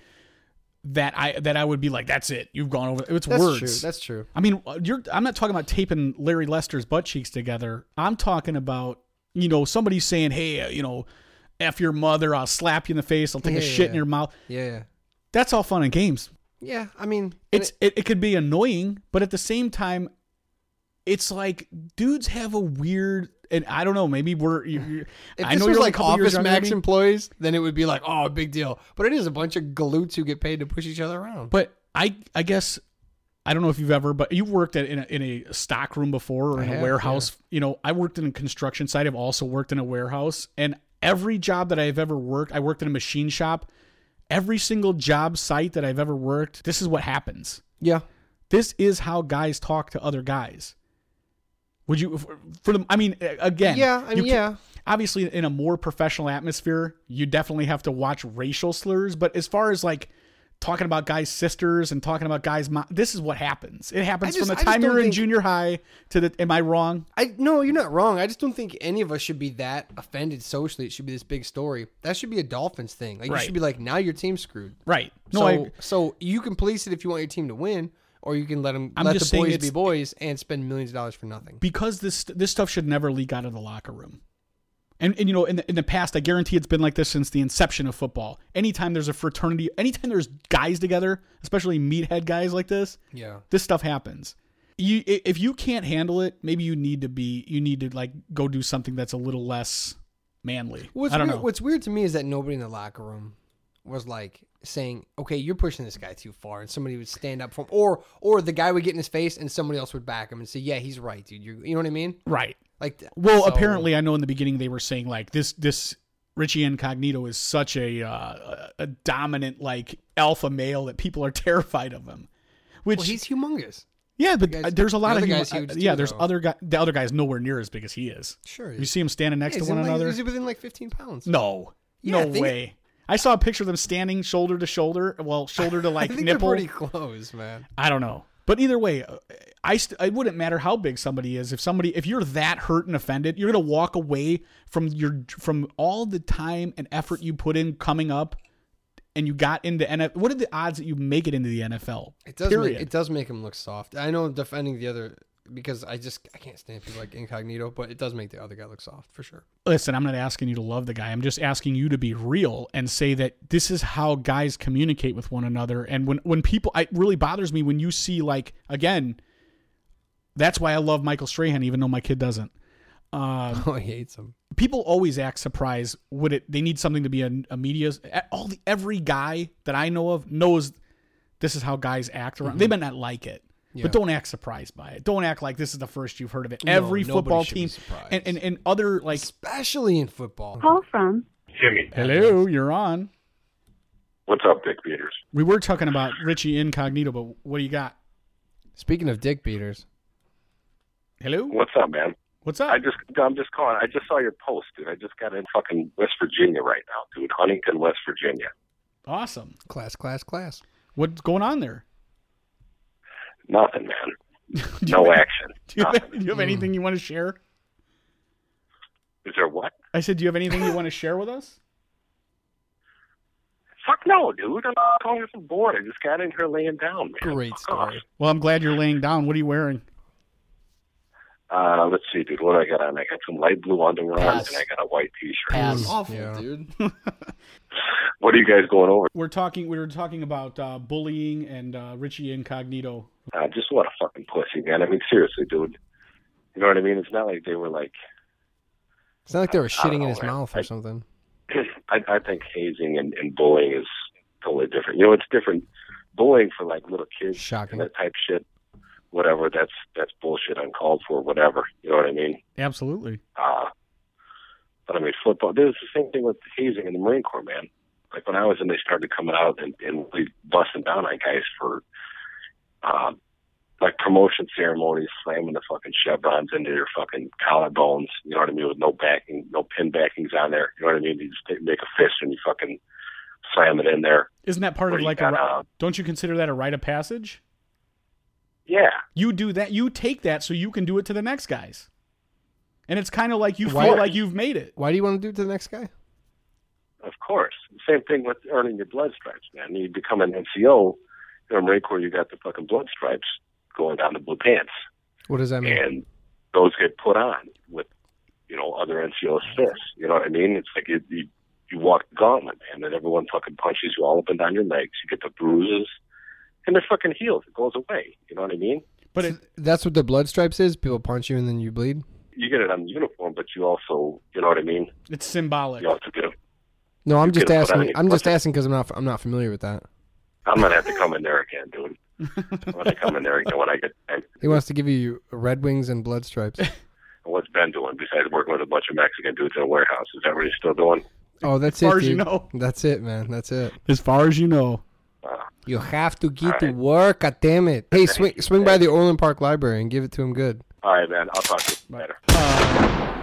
Speaker 4: that I that I would be like, that's it. You've gone over. It's
Speaker 5: That's
Speaker 4: words.
Speaker 5: true. That's true.
Speaker 4: I mean, you're. I'm not talking about taping Larry Lester's butt cheeks together. I'm talking about you know somebody saying, hey, uh, you know, f your mother. I'll slap you in the face. I'll take a
Speaker 5: Yeah,
Speaker 4: shit in
Speaker 5: yeah.
Speaker 4: your mouth.
Speaker 5: Yeah, yeah.
Speaker 4: That's all fun and games.
Speaker 5: Yeah, I mean, and
Speaker 4: It's it, it could be annoying, but at the same time, it's like dudes have a weird and I don't know. Maybe we're. you you
Speaker 5: If
Speaker 4: I
Speaker 5: this
Speaker 4: know
Speaker 5: was
Speaker 4: you're
Speaker 5: like Office Max
Speaker 4: action,
Speaker 5: employees, then it would be like, oh, big deal. But it is a bunch of galoots who get paid to push each other around.
Speaker 4: but I I guess I don't know if you've ever, but you've worked at, in a, in a stock room before or
Speaker 5: I
Speaker 4: in a
Speaker 5: have,
Speaker 4: warehouse. You know, I worked in a construction site. I've also worked in a warehouse, and every job that I've ever worked, I worked in a machine shop. Every single job site that I've ever worked, this is what happens.
Speaker 5: yeah,
Speaker 4: this is how guys talk to other guys. Would you for, for them? I mean, uh, again,
Speaker 5: yeah, I
Speaker 4: you
Speaker 5: mean,
Speaker 4: ca-
Speaker 5: yeah.
Speaker 4: Obviously, in a more professional atmosphere, you definitely have to watch racial slurs. But as far as like talking about guys' sisters and talking about guys, mo- this is what happens. It happens
Speaker 5: I just-
Speaker 4: from
Speaker 5: I
Speaker 4: the
Speaker 5: just
Speaker 4: time
Speaker 5: don't
Speaker 4: you're in
Speaker 5: think-
Speaker 4: junior high to the. Am I wrong?
Speaker 5: I no, you're not wrong. I just don't think any of us should be that offended socially. It should be this big story. That should be a Dolphins thing. Like
Speaker 4: Right.
Speaker 5: you should be like, now your team's screwed.
Speaker 4: Right. No,
Speaker 5: so,
Speaker 4: I,
Speaker 5: so you can police it if you want your team to win, or you can let them
Speaker 4: I'm
Speaker 5: let
Speaker 4: just
Speaker 5: the
Speaker 4: saying
Speaker 5: boys
Speaker 4: it's-
Speaker 5: be boys and spend millions of dollars for nothing.
Speaker 4: because this this stuff should never leak out of the locker room. And, and you know, in the, in the past, I guarantee it's been like this since the inception of football. Anytime there's a fraternity, anytime there's guys together, especially meathead guys like this,
Speaker 5: Yeah,
Speaker 4: this stuff happens. You i- if you can't handle it, maybe you need to be you need to like go do something that's a little less manly.
Speaker 5: What's
Speaker 4: I don't
Speaker 5: weird,
Speaker 4: know.
Speaker 5: What's weird to me is that nobody in the locker room was like saying, "Okay, you're pushing this guy too far," and somebody would stand up for him, or or the guy would get in his face, and somebody else would back him and say, "Yeah, he's right, dude. You you know what I mean?"
Speaker 4: Right.
Speaker 5: Like, th-
Speaker 4: Well,
Speaker 5: so-
Speaker 4: apparently, I know in the beginning they were saying like this this Richie Incognito is such a uh, a dominant like alpha male that people are terrified of him. Which
Speaker 5: well, he's humongous.
Speaker 4: yeah, but
Speaker 5: the
Speaker 4: uh,
Speaker 5: guy's-
Speaker 4: there's a lot
Speaker 5: the
Speaker 4: of
Speaker 5: other
Speaker 4: hum-
Speaker 5: guy's huge
Speaker 4: uh, yeah.
Speaker 5: too,
Speaker 4: There's
Speaker 5: though.
Speaker 4: other guy. The other guy's nowhere near as big as he is.
Speaker 5: Sure,
Speaker 4: You see him standing next to one another.
Speaker 5: He's within like 15 pounds.
Speaker 4: No,
Speaker 5: Yeah, I
Speaker 4: no
Speaker 5: think-
Speaker 4: way. I saw a picture of them standing shoulder to shoulder. Well, shoulder to like
Speaker 5: I think
Speaker 4: nipple.
Speaker 5: they're pretty close, man.
Speaker 4: I don't know. But either way, uh, I st- it wouldn't matter how big somebody is. If somebody, if you're that hurt and offended, you're gonna walk away from your from all the time and effort you put in coming up, and you got into NFL. What are the odds that you make it into the NFL?
Speaker 5: It does. Make,
Speaker 4: Period.
Speaker 5: it does make him look soft. I know I'm defending the other because I just I can't stand people like Incognito, but it does make the other guy look soft for sure.
Speaker 4: Listen, I'm not asking you to love the guy. I'm just asking you to be real and say that this is how guys communicate with one another. And when when people, it really bothers me when you see like again. That's why I love Michael Strahan, even though my kid doesn't. Um,
Speaker 5: Oh, he hates him.
Speaker 4: people always act surprised would it they need something to be a, a media all the every guy that i know of knows this is how guys act around they might not like it
Speaker 5: Mm-hmm. Yeah.
Speaker 4: but don't act surprised by it don't act like this is the first you've heard of it
Speaker 5: No,
Speaker 4: every
Speaker 5: nobody
Speaker 4: football
Speaker 5: should be
Speaker 4: team
Speaker 5: surprised.
Speaker 4: and, and and other like
Speaker 5: Especially in football.
Speaker 2: Call from
Speaker 4: hello you're on
Speaker 6: What's up, Dick Peters?
Speaker 4: we were talking about richie incognito but what do you got
Speaker 5: Speaking of dick beaters,
Speaker 4: hello
Speaker 6: What's up, man?
Speaker 4: what's up
Speaker 6: I just, I'm just calling. I just saw your post, dude. I just got in fucking West Virginia right now, dude. Huntington, West Virginia.
Speaker 4: awesome
Speaker 5: class, class, class.
Speaker 4: what's going on there
Speaker 6: Nothing, man.
Speaker 4: do you,
Speaker 6: No
Speaker 4: have,
Speaker 6: action.
Speaker 4: do you have,
Speaker 6: Nothing.
Speaker 4: do you have anything you want to share
Speaker 6: Is there what?
Speaker 4: i said do you have anything you want to share with us
Speaker 6: Fuck no, dude. I'm calling some bored. I just got in here laying down, man.
Speaker 5: Great
Speaker 6: Fuck off.
Speaker 5: story.
Speaker 4: well i'm glad you're laying down what are you wearing
Speaker 6: Uh, let's see, dude. What do I got on? I got some light blue underwear on,
Speaker 8: Pass.
Speaker 6: and I got a white T-shirt.
Speaker 8: Pass.
Speaker 5: Mm,
Speaker 8: Awful,
Speaker 5: yeah.
Speaker 8: dude.
Speaker 6: What are you guys going over?
Speaker 4: we're talking we were talking about uh, bullying and uh, Richie Incognito.
Speaker 6: Uh, just what a fucking pussy, man. I mean, seriously, dude. You know what I mean? It's not like they were like.
Speaker 5: It's not like they were
Speaker 6: I don't
Speaker 5: shitting in
Speaker 6: know,
Speaker 5: his
Speaker 6: man.
Speaker 5: mouth
Speaker 6: I-
Speaker 5: or something.
Speaker 6: I, I think hazing and, and bullying is totally different. You know, it's different. Bullying for like little kids
Speaker 5: Shocking.
Speaker 6: and that type shit, whatever. That's that's bullshit, uncalled for, whatever. You know what I mean?
Speaker 4: Absolutely.
Speaker 6: Uh, but I mean, football. There's the same thing with hazing in the Marine Corps, man. Like when I was in, they started coming out and, and really busting down on guys for, uh, like promotion ceremonies, slamming the fucking chevrons into their fucking collarbones. You know what I mean? With no backing, no pin backings on there. You know what I mean? You just take- make a fist and you fucking slam it in there.
Speaker 4: Isn't that part
Speaker 6: Where
Speaker 4: of
Speaker 6: you
Speaker 4: like
Speaker 6: got,
Speaker 4: a
Speaker 6: uh,
Speaker 4: don't you consider that a rite of passage?
Speaker 6: Yeah,
Speaker 4: You do that you take that so you can do it to the next guys. And it's kind of like you
Speaker 5: Why-
Speaker 4: feel like you've made it.
Speaker 5: Why do you want to do it to the next guy?
Speaker 6: of course. Same thing with earning your blood stripes, man. You become an NCO. In the Marine Corps, you got the fucking blood stripes going down the blue pants.
Speaker 5: What does that mean?
Speaker 6: and those get put on with you know other NCO assists. You know what I mean? It's like you you, you walk the gauntlet, man, and everyone fucking punches you all up and down your legs. You get the bruises, and they're fucking healed. It goes away. You know what I mean?
Speaker 4: But it,
Speaker 5: That's what the blood stripes is. People punch you and then you bleed.
Speaker 6: You get it on the uniform, but you also, you know what I mean?
Speaker 4: it's symbolic.
Speaker 6: You also get. A,
Speaker 5: No, I'm just
Speaker 6: could have put on
Speaker 5: asking.
Speaker 6: any
Speaker 5: I'm just
Speaker 6: question.
Speaker 5: asking because I'm not. I'm not familiar with that.
Speaker 6: I'm gonna have to come in there again, dude. I'm gonna come in there again when I get. And
Speaker 5: He wants to give you Red Wings and blood stripes.
Speaker 6: what's Ben doing besides working with a bunch of Mexican dudes in a warehouse? Is that what he's still doing?
Speaker 5: Oh, that's
Speaker 4: As
Speaker 5: it.
Speaker 4: far as you
Speaker 5: dude.
Speaker 4: know.
Speaker 5: That's it, man. That's it.
Speaker 4: As far as you know.
Speaker 5: You have to get to
Speaker 6: Alright.
Speaker 5: work. God damn it! Hey, swing swing by the Orland Park Library and give it to him good.
Speaker 6: All right, man. I'll talk to you later.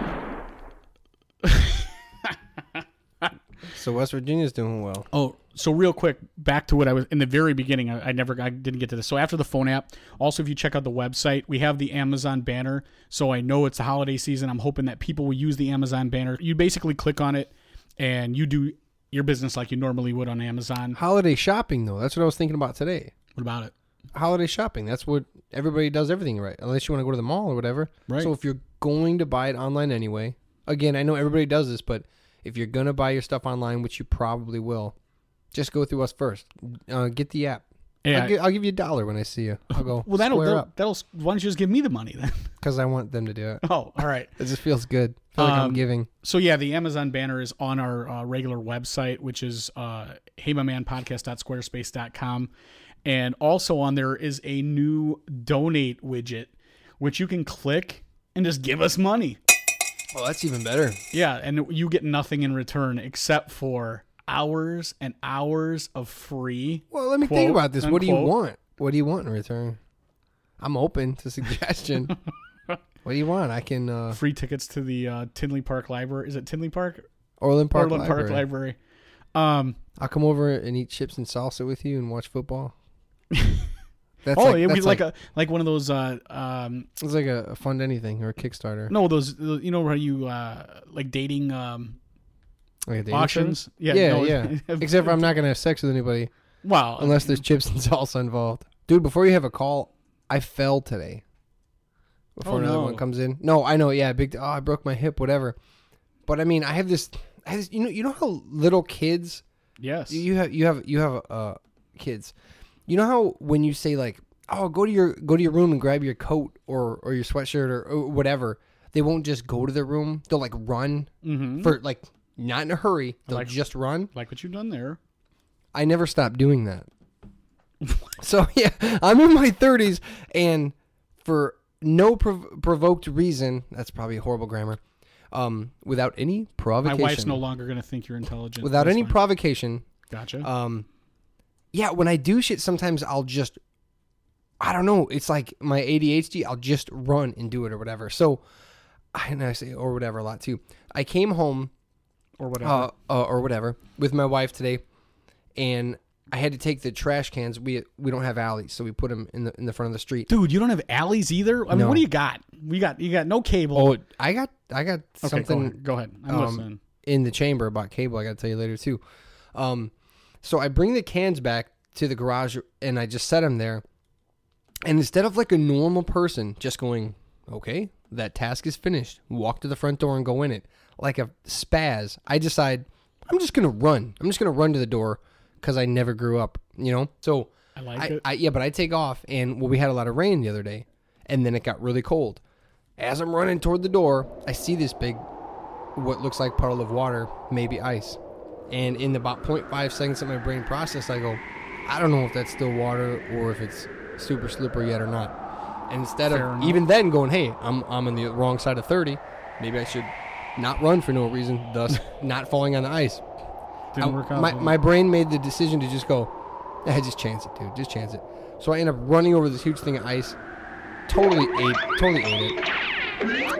Speaker 5: So West Virginia's doing well.
Speaker 4: Oh, so real quick, back to what I was in the very beginning. I, I never, I didn't get to this. So after the phone app, also if you check out the website, we have the Amazon banner. So I know it's the holiday season. I'm hoping that people will use the Amazon banner. You basically click on it, and you do your business like you normally would on Amazon.
Speaker 5: Holiday shopping though. That's what I was thinking about today.
Speaker 4: What about it?
Speaker 5: Holiday shopping. That's what everybody does. Everything right, unless you want to go to the mall or whatever.
Speaker 4: Right.
Speaker 5: So if you're going to buy it online anyway, again, I know everybody does this, but if you're gonna buy your stuff online, which you probably will, just go through us first. Uh, get the app.
Speaker 4: Yeah.
Speaker 5: I'll, gi- I'll give you a dollar when I see you. I'll go.
Speaker 4: well, that'll
Speaker 5: square
Speaker 4: that'll,
Speaker 5: up.
Speaker 4: that'll- Why don't you just give me the money then?
Speaker 5: because I want them to do it.
Speaker 4: Oh, all right.
Speaker 5: It just feels good. I feel like I'm
Speaker 4: Um,
Speaker 5: giving.
Speaker 4: So yeah, the Amazon banner is on our uh, regular website, which is uh, heymymanpodcast.squarespace.com, and also on there is a new donate widget, which you can click and just give us money.
Speaker 5: Oh, that's even better.
Speaker 4: Yeah, and you get nothing in return except for hours and hours of free.
Speaker 5: Well, let me
Speaker 4: Quote,
Speaker 5: think about this. What do you
Speaker 4: unquote.
Speaker 5: want? What do you want in return? I'm open to suggestion. what do you want? I can uh
Speaker 4: Free tickets to the uh, Tinley Park Library. Is it Tinley Park?
Speaker 5: Orland Park
Speaker 4: Portland
Speaker 5: Library.
Speaker 4: Park Library. Um,
Speaker 5: I'll come over and eat chips and salsa with you and watch football. That's
Speaker 4: oh,
Speaker 5: like,
Speaker 4: it'd be
Speaker 5: that's
Speaker 4: like, a like one of those uh, um,
Speaker 5: it's like a, a fund anything or a Kickstarter.
Speaker 4: No, those the- you know where you uh like dating um
Speaker 5: Like a dating
Speaker 4: auctions.
Speaker 5: service? Yeah, yeah.
Speaker 4: no,
Speaker 5: Except for I'm not gonna have sex with anybody
Speaker 4: well,
Speaker 5: unless there's chips and salsa involved. Dude, before you have a call, I fell today. Before
Speaker 4: Oh,
Speaker 5: another
Speaker 4: no.
Speaker 5: one comes in. No, I know, yeah, big oh I broke my hip, whatever. But I mean I have this I have this, you know you know how little kids
Speaker 4: yes.
Speaker 5: you have you have you have uh kids you know how when you say like oh go to your go to your room and grab your coat or or your sweatshirt or, or whatever they won't just go to their room they'll like run
Speaker 4: mm-hmm.
Speaker 5: for like not in a hurry they'll
Speaker 4: Like-
Speaker 5: just run
Speaker 4: Like what you've done there.
Speaker 5: i never stopped doing that so yeah i'm in my 30s and for no prov- provoked reason that's probably horrible grammar um without any
Speaker 4: My
Speaker 5: provocation
Speaker 4: wife's no longer going to think you're intelligent.
Speaker 5: without
Speaker 4: That's
Speaker 5: any
Speaker 4: fine.
Speaker 5: provocation
Speaker 4: Gotcha.
Speaker 5: um yeah when i do shit sometimes i'll just i don't know it's like my adhd i'll just run and do it or whatever so i and i say or whatever a lot too i came home
Speaker 4: or whatever.
Speaker 5: uh, uh, or whatever with my wife today and i had to take the trash cans we we don't have alleys so we put them in the in the front of the street
Speaker 4: Dude, you don't have alleys either? I mean,
Speaker 5: No.
Speaker 4: what do you got? We got you got no cable.
Speaker 5: oh i got i got
Speaker 4: okay, go
Speaker 5: something
Speaker 4: ahead. Go ahead. I'm
Speaker 5: um,
Speaker 4: listening.
Speaker 5: in the chamber about cable. I got to tell you later too. Um, so I bring the cans back to the garage and I just set them there. And instead of like a normal person just going, okay, that task is finished, walk to the front door and go in it, like a spaz, I decide I'm just gonna run. I'm just gonna run to the door because I never grew up, you know. So
Speaker 4: I like
Speaker 5: I,
Speaker 4: it.
Speaker 5: I yeah, but I take off and well, we had a lot of rain the other day, and then it got really cold. As I'm running toward the door, I see this big, what looks like puddle of water, maybe ice, and in about 0.5 seconds of my brain process, I go, I don't know if that's still water or if it's super slippery yet or not. And instead
Speaker 4: Fair
Speaker 5: of
Speaker 4: enough.
Speaker 5: even then going, hey, I'm I'm on the wrong side of 30, maybe I should not run for no reason, thus not falling on the ice.
Speaker 4: Didn't
Speaker 5: I-
Speaker 4: work out.
Speaker 5: My,
Speaker 4: well.
Speaker 5: my brain made the decision to just go, I just chance it, dude. Just chance it. So I end up running over this huge thing of ice. Totally ate, totally ate it.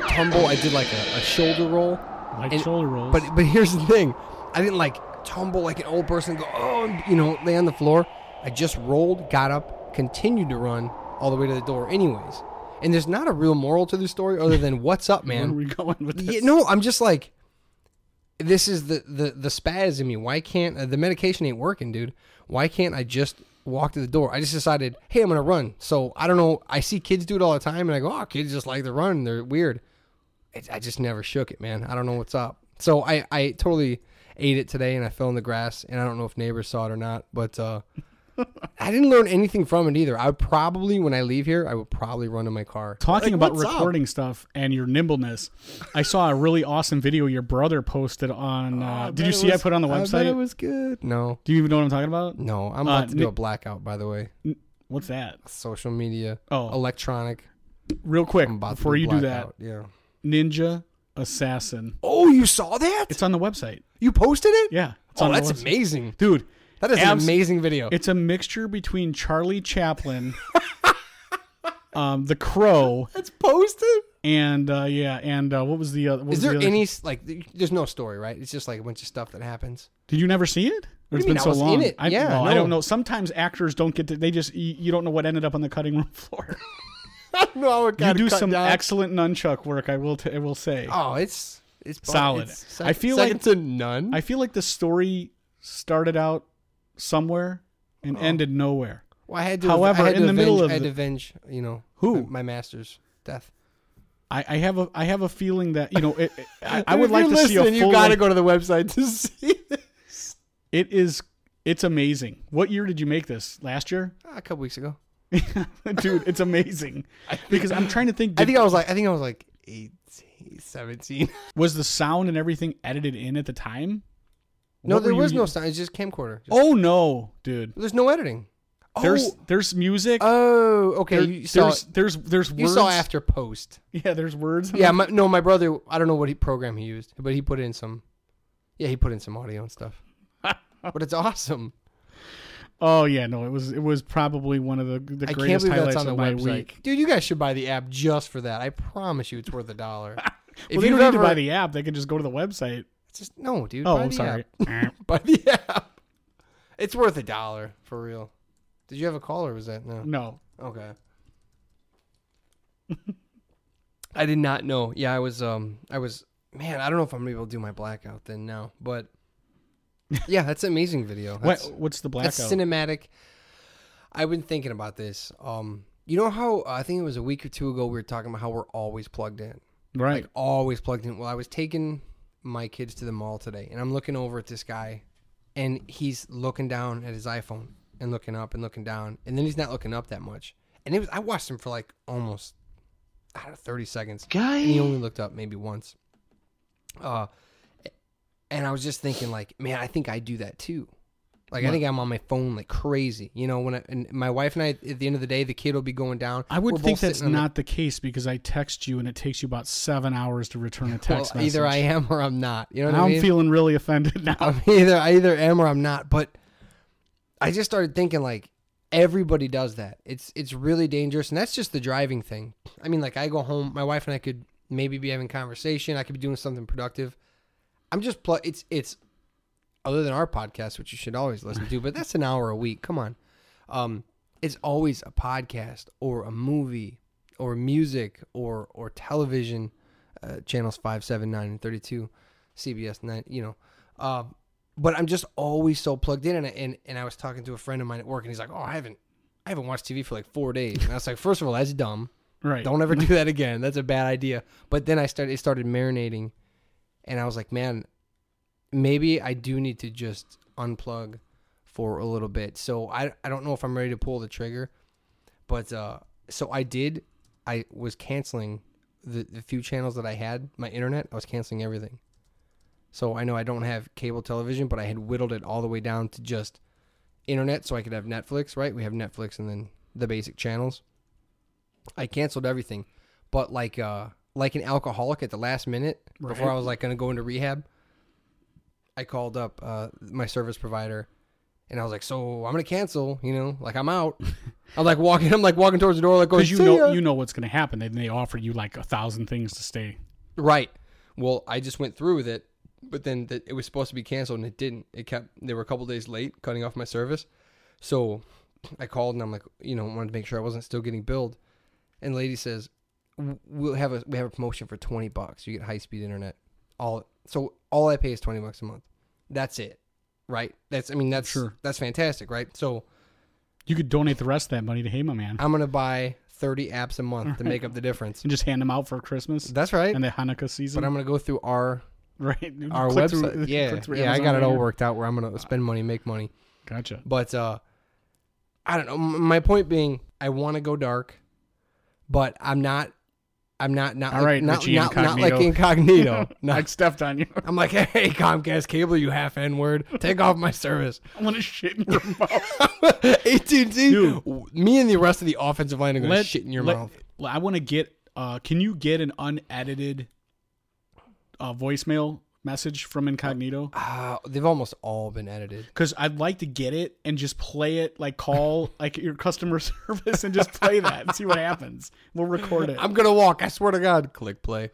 Speaker 5: Tumble. I did like a, a shoulder roll.
Speaker 4: like
Speaker 5: and-
Speaker 4: shoulder rolls.
Speaker 5: But but here's the thing, I didn't like tumble like an old person. Go oh, and, you know, lay on the floor. I just rolled, got up, continued to run all the way to the door. Anyways, and there's not a real moral to this story other than what's up,
Speaker 4: where
Speaker 5: man.
Speaker 4: are we going with this?
Speaker 5: Yeah, no, I'm just like, this is the the the spaz in me. Why can't uh, the medication ain't working, dude? Why can't I just walk to the door? I just decided, hey, I'm gonna run. So I don't know. I see kids do it all the time, and I go, oh, kids just like to run. They're weird. It, I just never shook it, man. I don't know what's up. So I I totally ate it today, and I fell in the grass, and I don't know if neighbors saw it or not, but. uh I didn't learn anything from it either. I would probably, when I leave here, I would probably run to my car.
Speaker 4: talking
Speaker 5: Like,
Speaker 4: about
Speaker 5: what's up?
Speaker 4: recording stuff and your nimbleness, I saw a really awesome video your brother posted on.
Speaker 5: Oh,
Speaker 4: Uh,
Speaker 5: I
Speaker 4: did
Speaker 5: bet
Speaker 4: you
Speaker 5: it
Speaker 4: see I
Speaker 5: was-
Speaker 4: put it on the
Speaker 5: I bet
Speaker 4: website?
Speaker 5: it was good. No,
Speaker 4: do you even know what I'm talking about?
Speaker 5: no, I'm
Speaker 4: Uh,
Speaker 5: about to do
Speaker 4: Nick-
Speaker 5: a blackout. By the way,
Speaker 4: What's that?
Speaker 5: social media,
Speaker 4: Oh.
Speaker 5: electronic.
Speaker 4: Real quick
Speaker 5: I'm about
Speaker 4: before
Speaker 5: to
Speaker 4: you do that,
Speaker 5: blackout. yeah.
Speaker 4: Ninja Assassin.
Speaker 5: Oh, you saw that?
Speaker 4: It's on the website.
Speaker 5: you posted it?
Speaker 4: Yeah. It's
Speaker 5: Oh,
Speaker 4: on the
Speaker 5: that's
Speaker 4: website.
Speaker 5: amazing,
Speaker 4: Dude,
Speaker 5: That is
Speaker 4: Abs-
Speaker 5: an amazing video.
Speaker 4: it's a mixture between Charlie Chaplin, um, The Crow,
Speaker 5: It's posted.
Speaker 4: and uh, yeah, and uh, what was the other? What
Speaker 5: Is
Speaker 4: was the
Speaker 5: there
Speaker 4: other-
Speaker 5: any like? th- There's no story, right? It's just like a bunch of stuff that happens.
Speaker 4: Did you never see it? Or
Speaker 5: What
Speaker 4: It's
Speaker 5: do you mean?
Speaker 4: been
Speaker 5: I
Speaker 4: so
Speaker 5: was in
Speaker 4: long.
Speaker 5: it.
Speaker 4: I,
Speaker 5: Yeah,
Speaker 4: well, I
Speaker 5: no.
Speaker 4: don't know. Sometimes actors don't get to. They just you, you don't know what ended up on the cutting room floor.
Speaker 5: no, I
Speaker 4: you
Speaker 5: gotta
Speaker 4: do
Speaker 5: cut
Speaker 4: some
Speaker 5: down.
Speaker 4: excellent nunchuck work. I will. T- I will say.
Speaker 5: Oh, it's it's bu-
Speaker 4: Solid.
Speaker 5: It's
Speaker 4: I feel like-
Speaker 5: second to none.
Speaker 4: I feel like the story started out somewhere and
Speaker 5: Oh.
Speaker 4: ended nowhere.
Speaker 5: well, I had to.
Speaker 4: However,
Speaker 5: I had to
Speaker 4: in the middle of
Speaker 5: avenge- I had to
Speaker 4: the-
Speaker 5: avenge. You know
Speaker 4: Who?
Speaker 5: My, my master's death.
Speaker 4: I, I have a I have a feeling that you know it, it- I, I would like to see a full.
Speaker 5: You gotta
Speaker 4: length-
Speaker 5: go to the website to see. This.
Speaker 4: It is it's amazing. What year did you make this? Last year?
Speaker 5: A couple weeks ago.
Speaker 4: Dude, it's amazing. Because I'm trying to think,
Speaker 5: I
Speaker 4: did-
Speaker 5: think I was like, I think I was like 18, 17.
Speaker 4: was the sound and everything edited in at the time?
Speaker 5: No,
Speaker 4: What
Speaker 5: there
Speaker 4: were you
Speaker 5: was no
Speaker 4: u-
Speaker 5: sound. It's just camcorder. Just-
Speaker 4: Oh no, dude.
Speaker 5: there's no editing. Oh,
Speaker 4: There's there's music.
Speaker 5: oh, okay.
Speaker 4: there-
Speaker 5: you saw,
Speaker 4: there's, there's there's
Speaker 5: you
Speaker 4: words.
Speaker 5: saw after post.
Speaker 4: Yeah, there's words.
Speaker 5: Yeah, my, no, my brother. I don't know what he program he used, but he put in some. Yeah, he put in some audio and stuff. but it's awesome.
Speaker 4: Oh yeah, no, it was it was probably one of the the
Speaker 5: I can't
Speaker 4: greatest
Speaker 5: believe
Speaker 4: highlights
Speaker 5: that's on the
Speaker 4: of my
Speaker 5: website,
Speaker 4: week.
Speaker 5: dude. You guys should buy the app just for that. I promise you, it's worth a dollar. if
Speaker 4: Well, they
Speaker 5: you've
Speaker 4: don't need to
Speaker 5: ever-
Speaker 4: buy the app. They can just go to the website.
Speaker 5: just no, dude.
Speaker 4: Oh,
Speaker 5: buy
Speaker 4: I'm
Speaker 5: the
Speaker 4: sorry.
Speaker 5: app. buy the app. It's worth a dollar for real. Did you have a call or was that no?
Speaker 4: no,
Speaker 5: Okay. I did not know. Yeah, I was um I was man, I don't know if I'm gonna be able to do my blackout then now, but yeah, that's an amazing video.
Speaker 4: what,
Speaker 5: That's,
Speaker 4: what's the blackout?
Speaker 5: that's cinematic. I've been thinking about this. Um you know how I think it was a week or two ago we were talking about how we're always plugged in.
Speaker 4: right.
Speaker 5: Like always plugged in. Well, I was taking my kids to the mall today, and I'm looking over at this guy, and he's looking down at his iPhone and looking up and looking down, and then he's not looking up that much. And it was I watched him for like almost I don't know, 30 seconds. Guy, and he only looked up maybe once. Uh, and I was just thinking like, man, I think I do that too. Like I think I'm on my phone like crazy, you know. When I, and my wife and I, at the end of the day, the kid will be going down.
Speaker 4: I would
Speaker 5: We're both
Speaker 4: think that's
Speaker 5: sitting on the-
Speaker 4: not the case because I text you and it takes you about seven hours to return a
Speaker 5: well,
Speaker 4: text message.
Speaker 5: either I am or I'm not. You know what
Speaker 4: now
Speaker 5: I
Speaker 4: I'm
Speaker 5: mean?
Speaker 4: feeling really offended now.
Speaker 5: I'm either I either am or I'm not. But I just started thinking like everybody does that. It's it's really dangerous, and that's just the driving thing. I mean, like I go home, my wife and I could maybe be having conversation. I could be doing something productive. I'm just pl- it's it's other than our podcast, which you should always listen to, but that's an hour a week. Come on, um, it's always a podcast or a movie or music or or television uh, channels five, seven, nine, and thirty-two, CBS nine. You know, um, but I'm just always so plugged in. And, I- and and I was talking to a friend of mine at work, and he's like, "Oh, I haven't, I haven't watched TV for like four days." And I was like, first of all, that's dumb.
Speaker 4: right.
Speaker 5: Don't ever do that again. That's a bad idea." But then I started it started marinating, and I was like, "Man, maybe I do need to just unplug for a little bit." So I I don't know if I'm ready to pull the trigger, but uh, so I did. I was canceling the, the few channels that I had my internet. I was canceling everything. So I know I don't have cable television, but I had whittled it all the way down to just internet so I could have Netflix, right? We have Netflix and then the basic channels. I canceled everything. But like uh like an alcoholic at the last minute before
Speaker 4: Right.
Speaker 5: I was like going to go into rehab, I called up uh my service provider and I was like, "So, I'm going to cancel, you know, like I'm out." I'm like walking I'm like walking towards the door like going,
Speaker 4: Because you
Speaker 5: "See
Speaker 4: know
Speaker 5: ya."
Speaker 4: you know what's going to happen. Then they offer you like a thousand things to stay.
Speaker 5: Right. Well, I just went through with it, but then the, it was supposed to be canceled and it didn't. It kept. They were a couple days late, cutting off my service. So I called and I'm like, you know, wanted to make sure I wasn't still getting billed. And the lady says, "W- "We'll have a we have a promotion for twenty bucks. You get high speed internet. All so all I pay is twenty bucks a month. That's it, right? That's I mean that's
Speaker 4: Sure.
Speaker 5: that's fantastic, right? So
Speaker 4: You could donate the rest of that money to Hema Man
Speaker 5: I'm gonna buy thirty apps a month to make up the difference.
Speaker 4: and just hand them out for Christmas
Speaker 5: That's right.
Speaker 4: and the Hanukkah season.
Speaker 5: But I'm gonna go through our
Speaker 4: right.
Speaker 5: our
Speaker 4: Click
Speaker 5: website.
Speaker 4: through-
Speaker 5: yeah,
Speaker 4: click through
Speaker 5: yeah, I
Speaker 4: Amazon
Speaker 5: got it all
Speaker 4: later.
Speaker 5: worked out where I'm gonna spend money, make money.
Speaker 4: Gotcha.
Speaker 5: But uh, I don't know. M- My point being, I want to go dark, but I'm not. I'm not not
Speaker 4: All
Speaker 5: like,
Speaker 4: right,
Speaker 5: not,
Speaker 4: Richie
Speaker 5: not, not like incognito.
Speaker 4: I
Speaker 5: No.
Speaker 4: stepped on you.
Speaker 5: I'm like, hey, Comcast cable, you half n word, take off my service.
Speaker 4: I want to shit in your mouth.
Speaker 5: AT&T,
Speaker 4: Dude.
Speaker 5: me and the rest of the offensive line are gonna shit in your
Speaker 4: let-
Speaker 5: mouth.
Speaker 4: let- I want to get. Uh, can you get an unedited uh, voicemail message from Incognito?
Speaker 5: Ah, they've almost all been edited.
Speaker 4: Because I'd like to get it and just play it, like call like your customer service and just play that and see what happens. We'll record it.
Speaker 5: I'm gonna walk. I swear to God. Click play.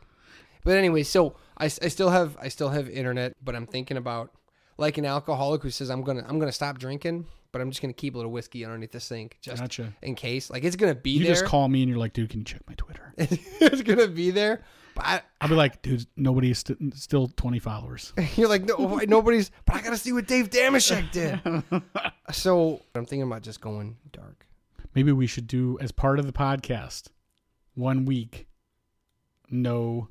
Speaker 5: But anyway, so I, I still have I still have internet, but I'm thinking about like an alcoholic who says I'm gonna I'm gonna stop drinking, but I'm just gonna keep a little whiskey underneath the sink just
Speaker 4: Gotcha.
Speaker 5: in case. Like it's gonna be
Speaker 4: you
Speaker 5: there.
Speaker 4: just call me and you're like, dude, can you check my Twitter?
Speaker 5: it's gonna be there. But I,
Speaker 4: I'll be like, dude, nobody is st- still 20 followers.
Speaker 5: You're like, no, why- nobody's. But I gotta see what Dave Damashek did. so I'm thinking about just going dark.
Speaker 4: Maybe we should do as part of the podcast one week. No,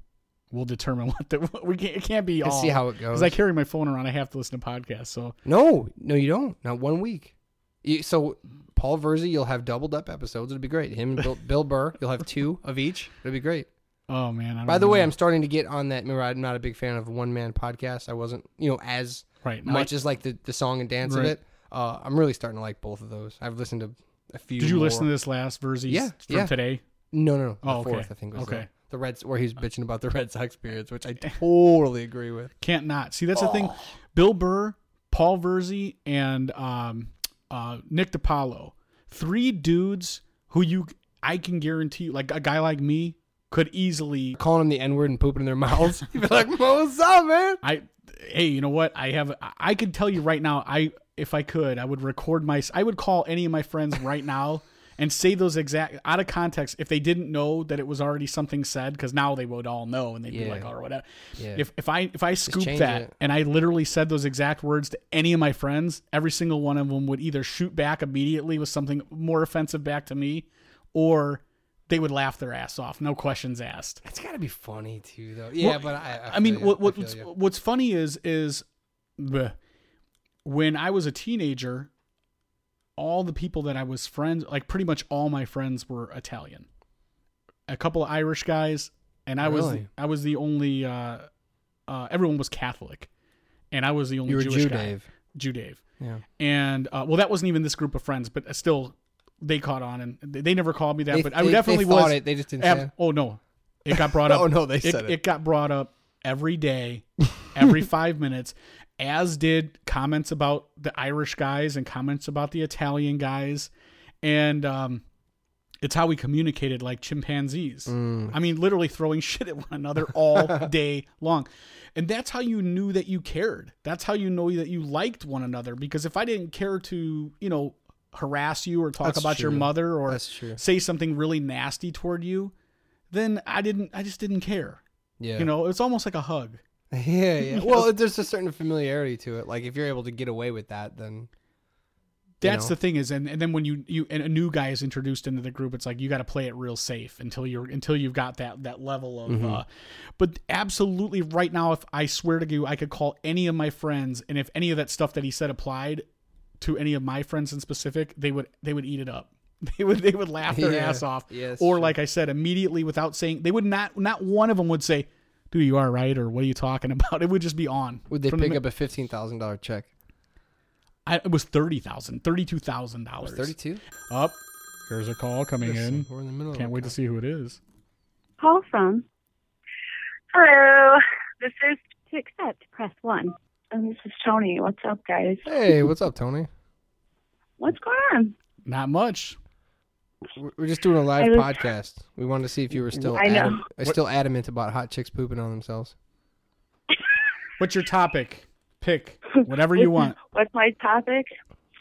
Speaker 4: we'll determine what the we can't. It can't be
Speaker 5: Let's
Speaker 4: all.
Speaker 5: see how it
Speaker 4: Because
Speaker 5: goes.
Speaker 4: I carry my phone around, I have to listen to podcasts. So
Speaker 5: no, no, you don't. Not one week. You- So Paul Verzi, you'll have doubled up episodes. It'd be great. Him and Bill, Bill Burr, you'll have two of each. It'd be great.
Speaker 4: Oh man. I don't
Speaker 5: By the way,
Speaker 4: know.
Speaker 5: I'm starting to get on that. Remember, I'm not a big fan of one man podcasts. I wasn't, you know, as
Speaker 4: right. now I-
Speaker 5: much as like the, the song and dance
Speaker 4: Right.
Speaker 5: of it. Uh, I'm really starting to like both of those. I've listened to a few.
Speaker 4: did you
Speaker 5: more.
Speaker 4: listen to this last Verzies
Speaker 5: Yeah,
Speaker 4: from
Speaker 5: yeah.
Speaker 4: today?
Speaker 5: No, no, no. The
Speaker 4: Oh, okay.
Speaker 5: fourth, I think was the-
Speaker 4: Okay. Uh.
Speaker 5: the Reds where he was bitching about the Red Sox periods, which I totally agree with.
Speaker 4: Can't not. See, that's the thing.
Speaker 5: Oh.
Speaker 4: Bill Burr, Paul Verzi, and um, uh, Nick DiPaolo. Three dudes who you, I can guarantee, like a guy like me could easily.
Speaker 5: Calling them the N word and pooping in their mouths. You'd be like, "What's up, man?"
Speaker 4: I, hey, you know what? I have. I- I could tell you right now. I, if I could, I would record my. I would call any of my friends right now and say those exact out of context if they didn't know that it was already something said because now they would all know and they'd be
Speaker 5: Yeah.
Speaker 4: like, oh, or whatever.
Speaker 5: Yeah.
Speaker 4: If if I if I scoop
Speaker 5: change
Speaker 4: that
Speaker 5: it.
Speaker 4: and I literally said those exact words to any of my friends, every single one of them would either shoot back immediately with something more offensive back to me, or they would laugh their ass off, no questions asked.
Speaker 5: it's got to be funny too, though. Yeah,
Speaker 4: Well,
Speaker 5: but I. I,
Speaker 4: I mean,
Speaker 5: feel ya.
Speaker 4: what
Speaker 5: I
Speaker 4: what
Speaker 5: feel
Speaker 4: what's,
Speaker 5: ya.
Speaker 4: what's funny is is bleh. when I was a teenager, all the people that I was friends, like pretty much all my friends were Italian, a couple of Irish guys, and I was
Speaker 5: Really?
Speaker 4: I was the only. Uh, uh, everyone was Catholic, and I was the only
Speaker 5: you were
Speaker 4: Jewish
Speaker 5: Jew,
Speaker 4: guy.
Speaker 5: Dave.
Speaker 4: Jew Dave.
Speaker 5: Yeah.
Speaker 4: And uh, well, that wasn't even this group of friends, but uh, still, they caught on, and they, they never called me that.
Speaker 5: They-
Speaker 4: but
Speaker 5: they-
Speaker 4: I
Speaker 5: they
Speaker 4: definitely
Speaker 5: thought
Speaker 4: was.
Speaker 5: it, they just didn't
Speaker 4: Ab-
Speaker 5: say it.
Speaker 4: oh no, it got brought up.
Speaker 5: Oh, no, they
Speaker 4: it,
Speaker 5: said it.
Speaker 4: got brought up every day, every five minutes, as did comments about the Irish guys and comments about the Italian guys, and um, it's how we communicated like chimpanzees.
Speaker 5: Mm.
Speaker 4: I mean, literally throwing shit at one another all day long, and that's how you knew that you cared. That's how you know that you liked one another. Because if I didn't care to, you know. Harass you or talk
Speaker 5: That's
Speaker 4: about your
Speaker 5: true.
Speaker 4: mother or
Speaker 5: That's true.
Speaker 4: say something really nasty toward you, then I didn't. I just didn't care.
Speaker 5: Yeah.
Speaker 4: You know, it's almost like a hug.
Speaker 5: Yeah, yeah. Well, there's a certain familiarity to it. Like if you're able to get away with that, then
Speaker 4: That's
Speaker 5: know?
Speaker 4: the thing is, and, and then when you you and a new guy is introduced into the group, it's like you got to play it real safe until you're until you've got that that level of.
Speaker 5: Mm-hmm.
Speaker 4: Uh, but absolutely, right now, if I swear to you, I could call any of my friends, and if any of that stuff that he said applied to any of my friends in specific, they would they would eat it up. They would they would laugh their
Speaker 5: Yeah.
Speaker 4: ass off,
Speaker 5: Yeah, that's
Speaker 4: or
Speaker 5: true.
Speaker 4: like I said, immediately without saying, they would not not one of them would say, "Dude, you are right," or "What are you talking about?" It would just be on.
Speaker 5: would they
Speaker 4: From the
Speaker 5: pick
Speaker 4: mi-
Speaker 5: up a fifteen thousand dollar check?
Speaker 4: I, it was thirty thousand, thirty two thousand dollars.
Speaker 5: Thirty-two.
Speaker 4: Up. Here's a call coming in.
Speaker 5: We're in the middle.
Speaker 4: Can't
Speaker 5: of
Speaker 4: wait to see who it is.
Speaker 8: call from?
Speaker 2: Hello, this is
Speaker 8: To accept, press 1.
Speaker 2: and this is Tony. What's up, guys?
Speaker 5: Hey, what's up, Tony?
Speaker 8: What's going on?
Speaker 4: Not much.
Speaker 5: We're we're just doing a live
Speaker 8: I was-
Speaker 5: podcast. We wanted to see if you were still
Speaker 8: I know.
Speaker 5: adam- uh, still adamant about hot chicks pooping on themselves.
Speaker 4: What's your topic? Pick whatever you want.
Speaker 8: What's my topic?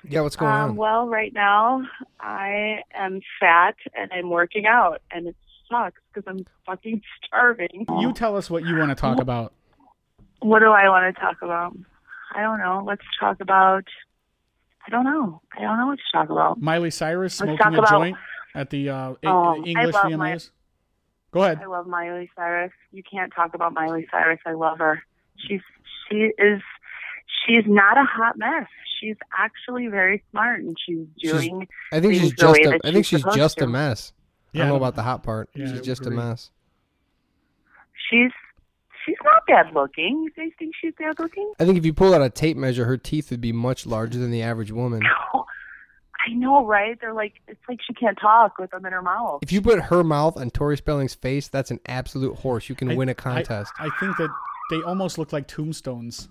Speaker 5: Yeah, what's going
Speaker 8: Um,
Speaker 5: on?
Speaker 8: well, right now, I am fat and I'm working out, and it sucks because I'm fucking starving.
Speaker 4: You tell us what you want to talk about.
Speaker 8: What do I want to talk about? I don't know. Let's talk about. I don't know. I don't know what to talk about.
Speaker 4: Miley Cyrus
Speaker 8: Let's
Speaker 4: smoking
Speaker 8: talk
Speaker 4: a
Speaker 8: about-
Speaker 4: joint at the uh, E-
Speaker 8: Um, I
Speaker 4: English
Speaker 8: love my-
Speaker 4: VMAs. Go ahead.
Speaker 8: I love Miley Cyrus. You can't talk about Miley Cyrus. I love her. She's she is she's not a hot mess. She's actually very smart and she's
Speaker 5: She's-
Speaker 8: doing
Speaker 5: I think
Speaker 8: things
Speaker 5: she's
Speaker 8: the
Speaker 5: just.
Speaker 8: way
Speaker 5: A,
Speaker 8: that
Speaker 5: I think
Speaker 8: she's
Speaker 5: she's just a
Speaker 8: supposed to.
Speaker 5: mess. I
Speaker 4: Yeah,
Speaker 5: don't know
Speaker 4: I-
Speaker 5: about the hot part.
Speaker 4: yeah, I
Speaker 5: she's just
Speaker 4: agree.
Speaker 5: a mess.
Speaker 8: she's she's not bad looking. You guys think she's bad looking?
Speaker 5: I think if you pull out a tape measure, her teeth would be much larger than the average woman.
Speaker 8: No. I know, right? They're like it's like she can't talk with them in her mouth.
Speaker 5: If you put her mouth on Tori Spelling's face, that's an absolute horse. You can
Speaker 4: I-
Speaker 5: win a
Speaker 4: I-
Speaker 5: contest.
Speaker 4: I, think that they almost look like tombstones.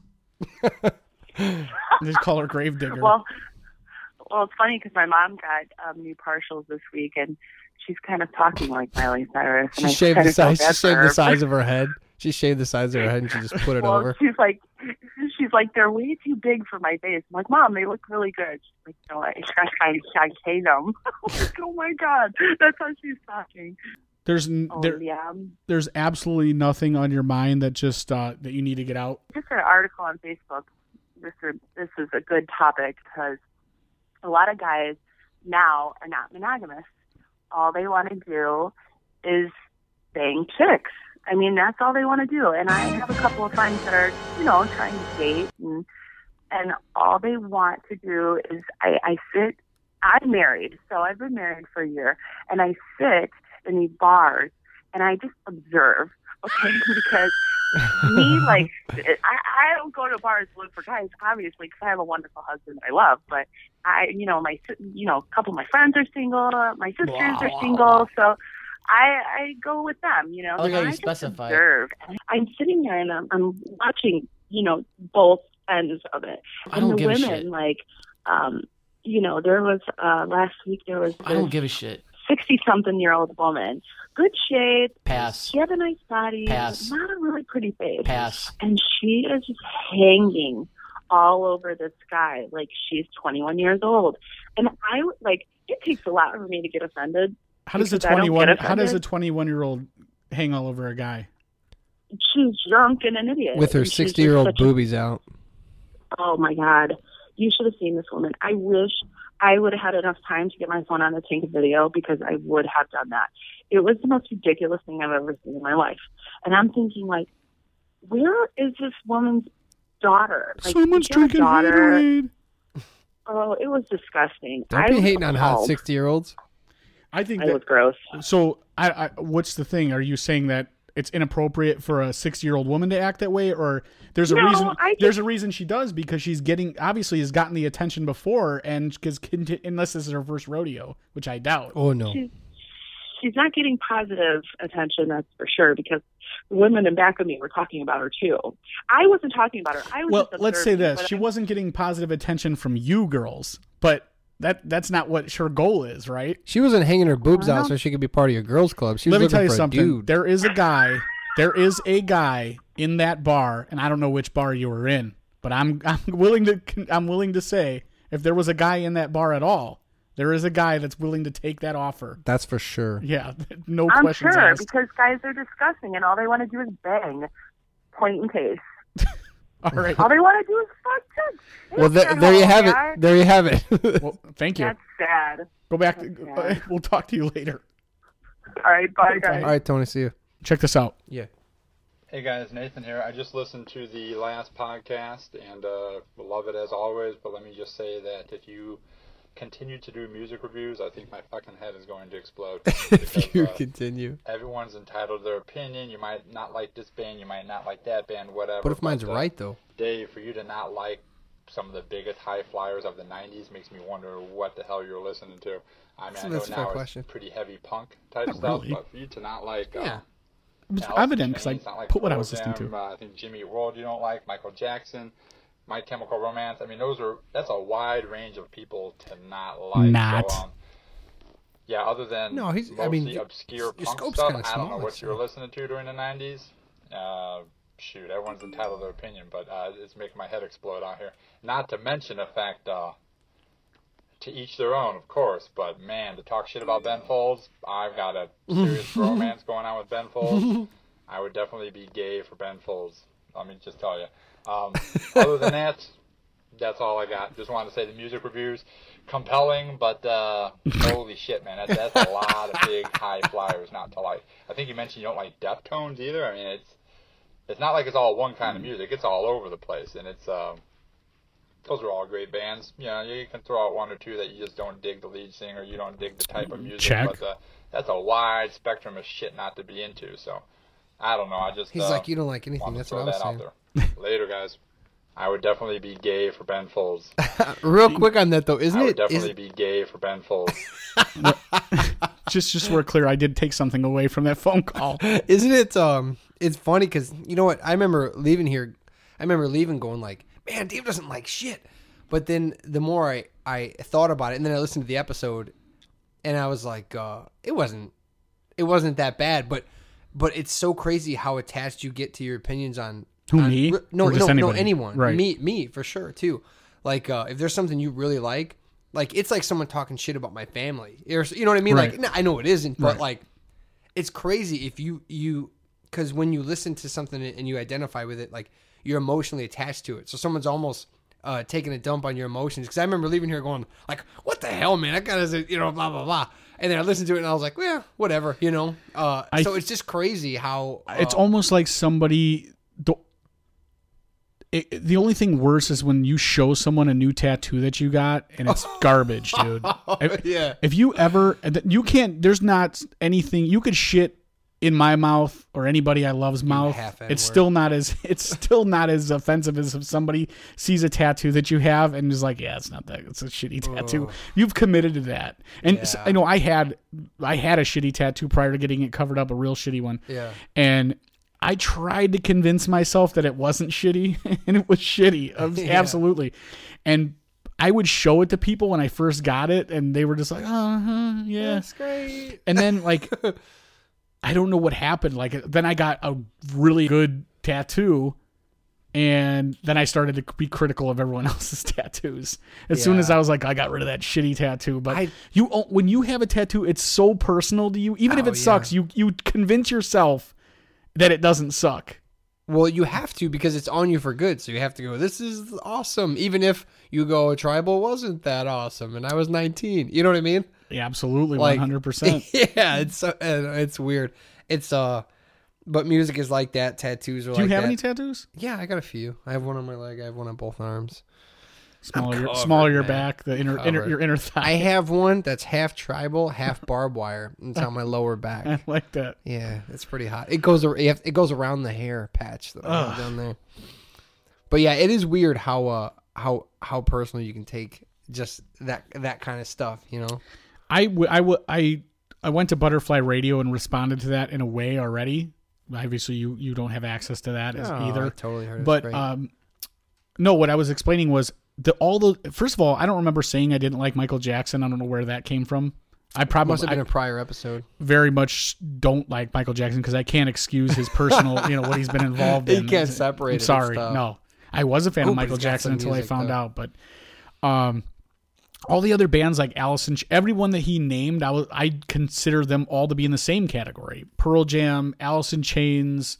Speaker 4: they call her gravedigger.
Speaker 8: Well, well, it's funny because my mom got um, new partials this week, and she's kind of talking like Miley Cyrus. and
Speaker 5: she
Speaker 8: I
Speaker 5: shaved
Speaker 8: kinda
Speaker 5: the size. She
Speaker 8: feel bad for
Speaker 5: shaved
Speaker 8: her,
Speaker 5: the
Speaker 8: but-
Speaker 5: size of her head. She shaved the size of her head and she just put it
Speaker 8: well,
Speaker 5: over.
Speaker 8: She's like, she's like, they're way too big for my face. I'm like, mom, they look really good. She's like, no, I, I, I hate them. I'm like, oh my god, that's how she's talking.
Speaker 4: there's n-
Speaker 8: Oh
Speaker 4: there,
Speaker 8: yeah,
Speaker 4: there's absolutely nothing on your mind that just uh, that you need to get out.
Speaker 8: just an article on Facebook. This is this is a good topic because a lot of guys now are not monogamous. All they want to do is bang chicks. I mean, that's all they want to do. And I have a couple of friends that are, you know, trying to date and and all they want to do is I, I sit. I'm married, so I've been married for a year, and I sit in these bars and I just observe, okay, because me like I, I don't go to bars to look for guys, obviously, because I have a wonderful husband that I love. But I, you know, my si- you know, a couple of my friends are single, my sisters are single, so I I go with them. You know,
Speaker 9: I like how
Speaker 8: And
Speaker 9: you
Speaker 8: just
Speaker 9: specify.
Speaker 8: observe. And I'm sitting there and I'm, I'm watching, you know, both ends of it,
Speaker 9: I
Speaker 8: and
Speaker 9: don't
Speaker 8: the
Speaker 9: give a
Speaker 8: women
Speaker 9: shit.
Speaker 8: like, um, you know, there was uh last week there was
Speaker 9: I don't give a shit.
Speaker 8: sixty something year old woman, good shape,
Speaker 9: Pass.
Speaker 8: she had a nice body,
Speaker 9: Pass.
Speaker 8: not a really pretty face.
Speaker 9: Pass.
Speaker 8: And she is just hanging all over this guy. Like she's 21 years old. And I like, it takes a lot for me to get offended.
Speaker 4: How does a
Speaker 8: Because I don't get
Speaker 4: 21 how does a
Speaker 8: offended.
Speaker 4: 21 year old hang all over a guy?
Speaker 8: She's drunk and an idiot.
Speaker 5: with her
Speaker 8: And she's just
Speaker 5: 60 year old
Speaker 8: such a-
Speaker 5: boobies out.
Speaker 8: oh my God. You should have seen this woman. I wish I would have had enough time to get my phone on the tank video because I would have done that. It was the most ridiculous thing I've ever seen in my life. And I'm thinking, like, where is this woman's daughter? Like,
Speaker 4: Someone's
Speaker 8: is there a
Speaker 4: drinking
Speaker 8: daughter.
Speaker 4: Gatorade.
Speaker 8: Oh, it was disgusting.
Speaker 5: Don't
Speaker 8: I
Speaker 5: be
Speaker 8: was
Speaker 5: hating on hot
Speaker 8: appalled.
Speaker 5: 60 year olds.
Speaker 4: I think
Speaker 8: I
Speaker 4: that
Speaker 8: was gross.
Speaker 4: So, I, I what's the thing? Are you saying that it's inappropriate for a sixty-year-old woman to act that way, or there's a
Speaker 8: No,
Speaker 4: reason?
Speaker 8: I
Speaker 4: There's a reason she does because she's getting obviously has gotten the attention before, and because unless this is her first rodeo, which I doubt.
Speaker 5: Oh, no.
Speaker 8: She's not getting positive attention, that's for sure, because the women in back of me were talking about her too. I wasn't talking about her. I was
Speaker 4: Well,
Speaker 8: just
Speaker 4: let's say
Speaker 8: observing,
Speaker 4: this:
Speaker 8: but
Speaker 4: she
Speaker 8: I-
Speaker 4: wasn't getting positive attention from you girls, but that that's not what her goal is, right?
Speaker 5: She wasn't hanging her boobs out so she could be part of your girls' club. She was
Speaker 4: Let me
Speaker 5: looking
Speaker 4: tell you
Speaker 5: for a
Speaker 4: something.
Speaker 5: dude.
Speaker 4: There is a guy. There is a guy in that bar, and I don't know which bar you were in, but I'm I'm willing to I'm willing to say if there was a guy in that bar at all, there is a guy that's willing to take that offer.
Speaker 5: That's for sure.
Speaker 4: Yeah, no
Speaker 8: I'm
Speaker 4: questions
Speaker 8: sure
Speaker 4: asked.
Speaker 8: because guys are disgusting and all they want to do is bang, point and case.
Speaker 4: All right.
Speaker 8: All they want to do is fuck too. They
Speaker 5: Well,
Speaker 8: don't
Speaker 5: th-
Speaker 8: care
Speaker 5: there you
Speaker 8: how old
Speaker 5: have
Speaker 8: they
Speaker 5: it.
Speaker 8: are.
Speaker 5: There you have it.
Speaker 4: Well, thank you.
Speaker 8: That's sad.
Speaker 4: Go back. To,
Speaker 8: that's sad.
Speaker 4: we'll talk to you later.
Speaker 8: All right, bye guys.
Speaker 5: All right, Tony, see you.
Speaker 4: Check this out.
Speaker 5: Yeah.
Speaker 10: Hey guys, Nathan here. I just listened to the last podcast and uh, love it as always. But let me just say that if you continue to do music reviews, I think my fucking head is going to explode.
Speaker 5: if you
Speaker 10: Because, uh,
Speaker 5: continue.
Speaker 10: everyone's entitled to their opinion. You might not like this band, you might not like that band, whatever.
Speaker 5: What if mine's
Speaker 10: but, uh,
Speaker 5: right, though?
Speaker 10: Dave, for you to not like some of the biggest high flyers of the 90s makes me wonder what the hell you're listening to. I mean,
Speaker 5: That's-
Speaker 10: I know
Speaker 5: that's a fair
Speaker 10: now it's
Speaker 5: question.
Speaker 10: pretty heavy punk type
Speaker 4: Not
Speaker 10: stuff,
Speaker 4: really.
Speaker 10: but for you to not like. Uh,
Speaker 5: Yeah.
Speaker 4: It was
Speaker 10: Alice
Speaker 4: evident because I
Speaker 10: Chains, not like
Speaker 4: put what I
Speaker 10: Pearl
Speaker 4: was listening
Speaker 10: Jam,
Speaker 4: to.
Speaker 10: Uh, I think Jimmy Eat World you don't like, Michael Jackson, My Chemical Romance. I mean, those are that's a wide range of people to not like.
Speaker 4: Not.
Speaker 10: So, um, yeah, other than
Speaker 5: No, he's- I
Speaker 10: mostly
Speaker 5: mean, y-
Speaker 10: obscure
Speaker 5: your
Speaker 10: punk
Speaker 5: scope's
Speaker 10: stuff,
Speaker 5: kinda
Speaker 10: I don't know
Speaker 5: small,
Speaker 10: what you were
Speaker 5: so.
Speaker 10: listening to during the '90s. Uh, shoot, everyone's entitled to their opinion, but uh, it's making my head explode out here. Not to mention the fact, uh, to each their own, of course. But man, to talk shit about Ben Folds, I've got a serious romance going on with Ben Folds. I would definitely be gay for Ben Folds. Let me just tell you. Um, other than that, that's all I got. Just wanted to say the music reviews compelling, but uh, holy shit, man, that, that's a lot of big high flyers not to like. I think you mentioned you don't like Deftones either. I mean, it's it's not like it's all one kind of music. It's all over the place, and it's um, those are all great bands. You know, you can throw out one or two that you just don't dig the lead singer, you don't dig the type of music.
Speaker 4: Check.
Speaker 10: But uh, that's a wide spectrum of shit not to be into. So I don't know. I just
Speaker 5: He's
Speaker 10: uh,
Speaker 5: like, you don't like anything.
Speaker 10: wanted
Speaker 5: That's
Speaker 10: to
Speaker 5: what
Speaker 10: throw
Speaker 5: I was
Speaker 10: that
Speaker 5: saying.
Speaker 10: out there. Later, guys. I would definitely be gay for Ben Folds.
Speaker 5: Real quick on that, though. Isn't
Speaker 10: I would
Speaker 5: it?
Speaker 10: definitely
Speaker 5: Is,
Speaker 10: be gay for Ben Folds.
Speaker 4: Just just so we're clear, I did take something away from that phone call.
Speaker 5: isn't it? Um, It's funny because, you know what? I remember leaving here. I remember leaving going like, man, Dave doesn't like shit. But then the more I, I thought about it and then I listened to the episode and I was like, uh, it wasn't it wasn't that bad, but but it's so crazy how attached you get to your opinions on
Speaker 4: Who,
Speaker 5: on-
Speaker 4: me?
Speaker 5: re- No,
Speaker 4: Or just
Speaker 5: no, no,
Speaker 4: anybody?
Speaker 5: anyone.
Speaker 4: Right.
Speaker 5: Me, me for sure too. Like uh, if there's something you really like, like it's like someone talking shit about my family, or s- you know what I mean.
Speaker 4: Right.
Speaker 5: Like no, I know it isn't, but
Speaker 4: Right.
Speaker 5: like it's crazy if you you because when you listen to something and you identify with it, like you're emotionally attached to it. So someone's almost uh, taking a dump on your emotions. Because I remember leaving here going like, "What the hell, man? That guy doesn't, you know, blah blah blah." And then I listened to it and I was like, "Well, whatever," you know. Uh,
Speaker 4: I
Speaker 5: so
Speaker 4: th-
Speaker 5: it's just crazy how uh,
Speaker 4: it's almost like somebody the It, it- the only thing worse is when you show someone a new tattoo that you got and it's garbage, dude. If,
Speaker 5: yeah.
Speaker 4: if you ever, you can't. There's not anything you could shit in my mouth or anybody I love's mouth.
Speaker 5: half N-word.
Speaker 4: It's still not as it's still not as offensive as if somebody sees a tattoo that you have and is like, yeah, it's not that. It's a shitty tattoo. You've committed to that, and s-
Speaker 5: Yeah.
Speaker 4: I know I had I had a shitty tattoo prior to getting it covered up, a real shitty one
Speaker 5: Yeah.
Speaker 4: and I tried to convince myself that it wasn't shitty, and it was shitty, ab-
Speaker 5: Yeah.
Speaker 4: absolutely. And I would show it to people when I first got it, and they were just like, "Uh huh, yeah."
Speaker 5: That's great.
Speaker 4: And then like, I don't know what happened. Like, then I got a really good tattoo, and then I started to be critical of everyone else's tattoos. As soon as
Speaker 5: Yeah.
Speaker 4: I was like, I got rid of that shitty tattoo, but
Speaker 5: I-
Speaker 4: you o- when you have a tattoo, it's so personal to you. Even if
Speaker 5: Oh,
Speaker 4: it sucks, you you convince yourself that it doesn't suck.
Speaker 5: Well, you have to because it's on you for good. So you have to go, this is awesome. Even if you go, tribal wasn't that awesome and I was 19. You know what I mean?
Speaker 4: Yeah, absolutely,
Speaker 5: Like-
Speaker 4: one hundred percent.
Speaker 5: yeah. It's so, uh, it's weird. It's, uh, but music is like that. Tattoos are
Speaker 4: Do you
Speaker 5: like
Speaker 4: have
Speaker 5: that.
Speaker 4: any tattoos?
Speaker 5: yeah, I got a few. I have one on my leg. I have one on both arms.
Speaker 4: Smaller, your,
Speaker 5: covered,
Speaker 4: smaller your
Speaker 5: man.
Speaker 4: back, the inner, inner
Speaker 5: Covered.
Speaker 4: your inner thigh.
Speaker 5: I have one that's half tribal, half barbed wire. It's on my lower
Speaker 4: I
Speaker 5: back.
Speaker 4: like that.
Speaker 5: Yeah, it's pretty hot. It goes ar- you have- it goes around the hair patch that I have
Speaker 4: Ugh.
Speaker 5: down there. But yeah, it is weird how uh how how personal you can take just that that kind of stuff. You know?
Speaker 4: I w- I w- I I went to Butterfly Radio and responded to that in a way already. Obviously, you you don't have access to that as
Speaker 5: Oh, I
Speaker 4: either.
Speaker 5: totally heard.
Speaker 4: But
Speaker 5: it's great.
Speaker 4: um, no, what I was explaining was the all the first of all, I don't remember saying I didn't like Michael Jackson. I don't know where that came from. I probably
Speaker 5: must have been
Speaker 4: I
Speaker 5: a prior episode.
Speaker 4: very much don't like Michael Jackson because I can't excuse his personal, you know, what he's been involved
Speaker 5: You
Speaker 4: in.
Speaker 5: can't
Speaker 4: It's-
Speaker 5: separate
Speaker 4: I'm
Speaker 5: it, it's
Speaker 4: sorry,
Speaker 5: tough.
Speaker 4: no, I was a fan
Speaker 5: Ooh,
Speaker 4: of
Speaker 5: but
Speaker 4: Michael
Speaker 5: he's got
Speaker 4: Jackson
Speaker 5: some
Speaker 4: until I
Speaker 5: music,
Speaker 4: found
Speaker 5: though.
Speaker 4: out, but um, all the other bands like Allison, everyone that he named, I was I consider them all to be in the same category: Pearl Jam, Alice in Chains.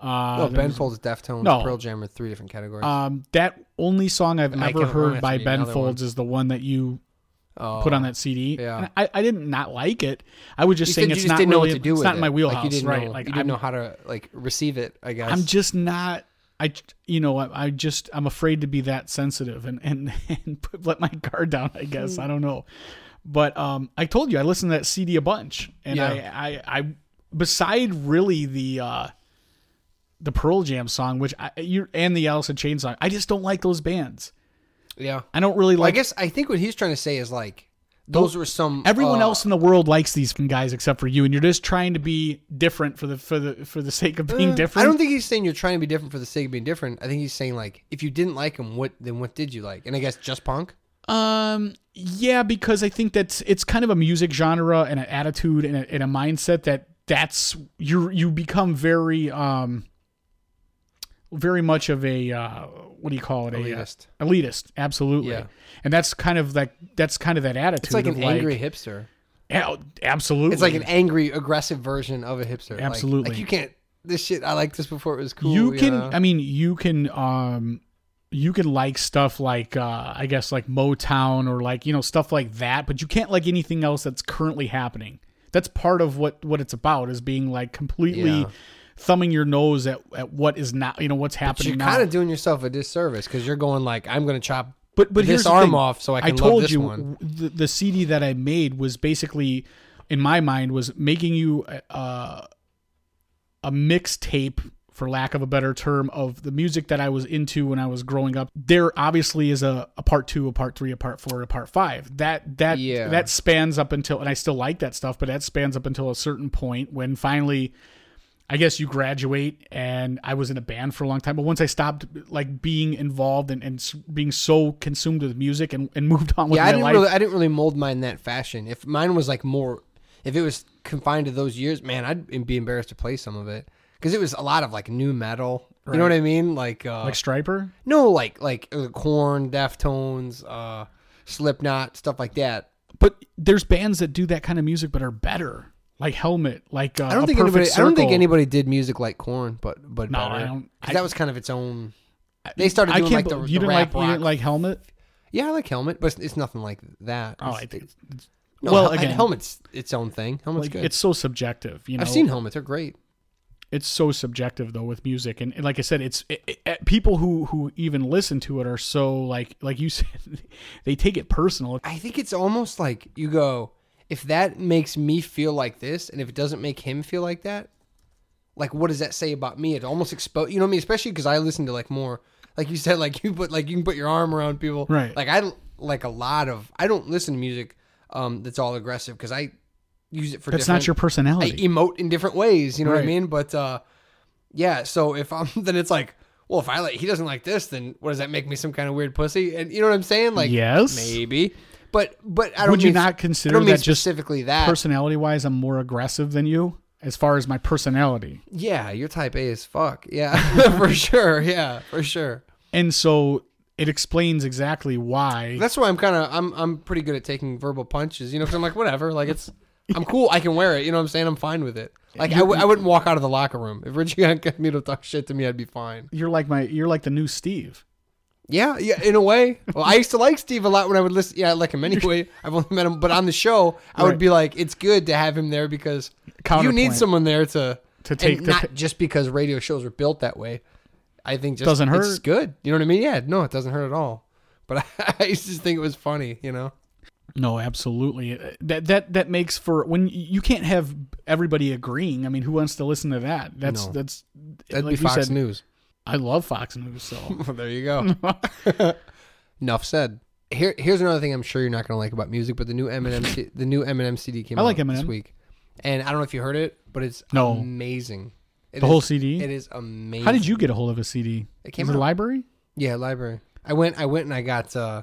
Speaker 4: Uh,
Speaker 5: No, Oh, Ben Folds, Deftones,
Speaker 4: No.
Speaker 5: Pearl Jam are three different categories.
Speaker 4: um, that only song I've
Speaker 5: I
Speaker 4: ever
Speaker 5: can't remember.
Speaker 4: heard by
Speaker 5: That's
Speaker 4: Ben
Speaker 5: another
Speaker 4: Folds is the one that you
Speaker 5: Oh.
Speaker 4: put on that CD.
Speaker 5: yeah.
Speaker 4: And I, I didn't not like it. I was just
Speaker 5: You said
Speaker 4: saying
Speaker 5: you
Speaker 4: it's
Speaker 5: just
Speaker 4: not
Speaker 5: didn't know
Speaker 4: really,
Speaker 5: what to do
Speaker 4: it's
Speaker 5: with
Speaker 4: not
Speaker 5: it.
Speaker 4: my wheelhouse,
Speaker 5: Like you didn't
Speaker 4: right?
Speaker 5: know,
Speaker 4: like
Speaker 5: you didn't
Speaker 4: I'm-
Speaker 5: know how to like receive it. I guess
Speaker 4: I'm just not. I you know I, I just I'm afraid to be that sensitive and and and put, let my guard down. I guess I don't know, but um I told you I listened to that CD a bunch and
Speaker 5: Yeah.
Speaker 4: I I I beside really the uh the Pearl Jam song which I you and the Alice in Chains song I just don't like those bands.
Speaker 5: yeah.
Speaker 4: I don't really
Speaker 5: Well, I
Speaker 4: like.
Speaker 5: guess I think what he's trying to say is like those were some
Speaker 4: Everyone
Speaker 5: uh,
Speaker 4: else in the world likes these guys except for you, and you're just trying to be different for the for the for the sake of being different.
Speaker 5: Uh, I don't think he's saying you're trying to be different for the sake of being different. I think he's saying like if you didn't like him, what then what did you like? And I guess just punk.
Speaker 4: Um, yeah, because I think that's it's kind of a music genre and an attitude and a, and a mindset that that's you you become very um very much of a uh, what do you call it
Speaker 5: Elitist.
Speaker 4: a, uh, elitist absolutely
Speaker 5: Yeah.
Speaker 4: and that's kind of like that's kind of that attitude
Speaker 5: It's like
Speaker 4: of
Speaker 5: an angry hipster.
Speaker 4: Yeah, absolutely
Speaker 5: It's like an angry, aggressive version of a hipster. Like-
Speaker 4: Absolutely.
Speaker 5: Like, you can't. This shit. I liked this before it was cool.
Speaker 4: you can
Speaker 5: know?
Speaker 4: i mean you can um you can like stuff like uh i guess like motown or like you know stuff like that but you can't like anything else that's currently happening that's part of what what it's about is being like completely
Speaker 5: Yeah.
Speaker 4: thumbing your nose at at what is not you know what's
Speaker 5: But
Speaker 4: happening
Speaker 5: you're
Speaker 4: now
Speaker 5: kind of doing yourself a disservice because you're going like I'm going to chop.
Speaker 4: but but
Speaker 5: this
Speaker 4: here's the
Speaker 5: arm
Speaker 4: thing.
Speaker 5: off so I can love
Speaker 4: told
Speaker 5: this
Speaker 4: you
Speaker 5: one.
Speaker 4: The, the CD that I made was basically, in my mind, was making you uh, a mixtape, for lack of a better term, of the music that I was into when I was growing up. There obviously is a, a part two, a part three, a part four, a part five. That that
Speaker 5: Yeah.
Speaker 4: that spans up until, and I still like that stuff, but that spans up until a certain point when finally. I guess you graduate, and I was in a band for a long time. But once I stopped like being involved and, and s- being so consumed with music and, and moved on with
Speaker 5: Yeah,
Speaker 4: my
Speaker 5: I didn't
Speaker 4: life,
Speaker 5: really. I didn't really mold mine in that fashion. If mine was like more, if it was confined to those years, man, I'd be embarrassed to play some of it because it was a lot of like new metal. You know what I mean? Like uh,
Speaker 4: like Striper.
Speaker 5: No, like like uh, Corn, Deftones, uh, Slipknot, stuff like that.
Speaker 4: But there's bands that do that kind of music but are better, like Helmet, like uh,
Speaker 5: I don't
Speaker 4: A
Speaker 5: think
Speaker 4: Perfect
Speaker 5: anybody. I don't think
Speaker 4: Circle.
Speaker 5: anybody did music like Corn, but but
Speaker 4: No,
Speaker 5: better.
Speaker 4: I don't-
Speaker 5: 'Cause
Speaker 4: I-
Speaker 5: that was kind of its own. They started
Speaker 4: I
Speaker 5: doing
Speaker 4: can't.
Speaker 5: like the,
Speaker 4: believe-
Speaker 5: the
Speaker 4: you didn't
Speaker 5: rap
Speaker 4: like you didn't
Speaker 5: rock.
Speaker 4: like Helmet.
Speaker 5: Yeah, I like Helmet, but it's, it's nothing like that.
Speaker 4: Oh,
Speaker 5: It's-
Speaker 4: I think-
Speaker 5: it's- no,
Speaker 4: well,
Speaker 5: Hel-
Speaker 4: again-
Speaker 5: Helmet's its own thing. Helmet's
Speaker 4: Like
Speaker 5: good.
Speaker 4: it's so subjective. You know,
Speaker 5: I've seen Helmets; they're great.
Speaker 4: It's so subjective though with music, and, and like I said, it's it, it- it- people who who even listen to it are so like like you said, they take it personal.
Speaker 5: I think it's almost like you go, if that makes me feel like this, and if it doesn't make him feel like that, like what does that say about me? It almost expose, you know what I mean? Especially because I listen to like more, like you said, like you put like you can put your arm around people,
Speaker 4: Right.
Speaker 5: Like I l- like a lot of I don't listen to music um that's all aggressive because I use it for
Speaker 4: That's
Speaker 5: different-
Speaker 4: not your
Speaker 5: I
Speaker 4: personality.
Speaker 5: emote in different ways, you know what I
Speaker 4: Right.
Speaker 5: mean? But uh yeah, so if I'm then it's like, well, if I like he doesn't like this, then what does that make me some kind of weird pussy? And you know what I'm saying? Like
Speaker 4: Yes.
Speaker 5: maybe. But but I don't
Speaker 4: Would you
Speaker 5: mean-
Speaker 4: not
Speaker 5: I
Speaker 4: consider
Speaker 5: don't mean
Speaker 4: that just
Speaker 5: specifically that
Speaker 4: personality wise, I'm more aggressive than you as far as my personality.
Speaker 5: Yeah, you're type A as fuck. Yeah. for sure. Yeah, for sure.
Speaker 4: And so it explains exactly why.
Speaker 5: That's why I'm kind of I'm I'm pretty good at taking verbal punches, you know, cuz I'm like whatever, like it's I'm cool. I can wear it. You know what I'm saying? I'm fine with it. Like I, w- I wouldn't walk out of the locker room if Richie Incognito talked shit to me. I'd be fine.
Speaker 4: you're like my you're like the new Steve.
Speaker 5: Yeah, yeah, in a way. Well, I used to like Steve a lot when I would listen. Yeah, I like him anyway. I've only met him, but on the show, I would
Speaker 4: Right.
Speaker 5: be like, it's good to have him there because you need
Speaker 4: Counterpoint.
Speaker 5: someone there to
Speaker 4: To take
Speaker 5: and
Speaker 4: the
Speaker 5: not
Speaker 4: pi-
Speaker 5: just because radio shows are built that way. I think just
Speaker 4: Doesn't
Speaker 5: It's
Speaker 4: hurt.
Speaker 5: good. You know what I mean? Yeah, no, it doesn't hurt at all. But I, used to think it was funny. You know?
Speaker 4: No, absolutely. Uh, That that that makes for when y- you can't have everybody agreeing. I mean, who wants to listen to that? That's
Speaker 5: No.
Speaker 4: that's
Speaker 5: That'd
Speaker 4: like
Speaker 5: be
Speaker 4: you
Speaker 5: Fox
Speaker 4: said,
Speaker 5: News.
Speaker 4: I love Fox News. So
Speaker 5: Well, there you go. Enough said. Here, here's another thing I'm sure you're not going to like about music, but the new Eminem, C- the new Eminem CD came
Speaker 4: I
Speaker 5: out
Speaker 4: like
Speaker 5: this
Speaker 4: Eminem.
Speaker 5: week, and I don't know if you heard it, but it's
Speaker 4: No.
Speaker 5: amazing. It
Speaker 4: The whole
Speaker 5: is-
Speaker 4: CD?
Speaker 5: It is amazing.
Speaker 4: how did you get a hold of a CD?
Speaker 5: It came
Speaker 4: Is it
Speaker 5: out.
Speaker 4: library.
Speaker 5: Yeah, library. I went. I went and I got uh,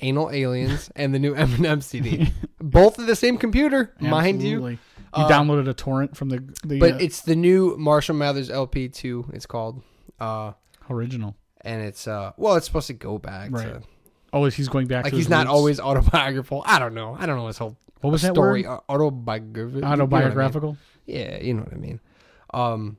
Speaker 5: Anal Aliens and the new Eminem CD, both of the same computer, mind
Speaker 4: Absolutely.
Speaker 5: you. uh,
Speaker 4: you downloaded a torrent from the the
Speaker 5: But
Speaker 4: uh,
Speaker 5: it's the new Marshall Mathers LP two. It's called, uh,
Speaker 4: original.
Speaker 5: and it's uh, well, it's supposed to go back.
Speaker 4: Right.
Speaker 5: To,
Speaker 4: Oh, he's going back.
Speaker 5: like
Speaker 4: to
Speaker 5: he's
Speaker 4: his
Speaker 5: not
Speaker 4: roots.
Speaker 5: always autobiographical. I don't know. I don't know his whole
Speaker 4: What was that
Speaker 5: story. Uh,
Speaker 4: word?
Speaker 5: Autobiographical.
Speaker 4: autobiographical.
Speaker 5: Yeah, you know what I mean. Um,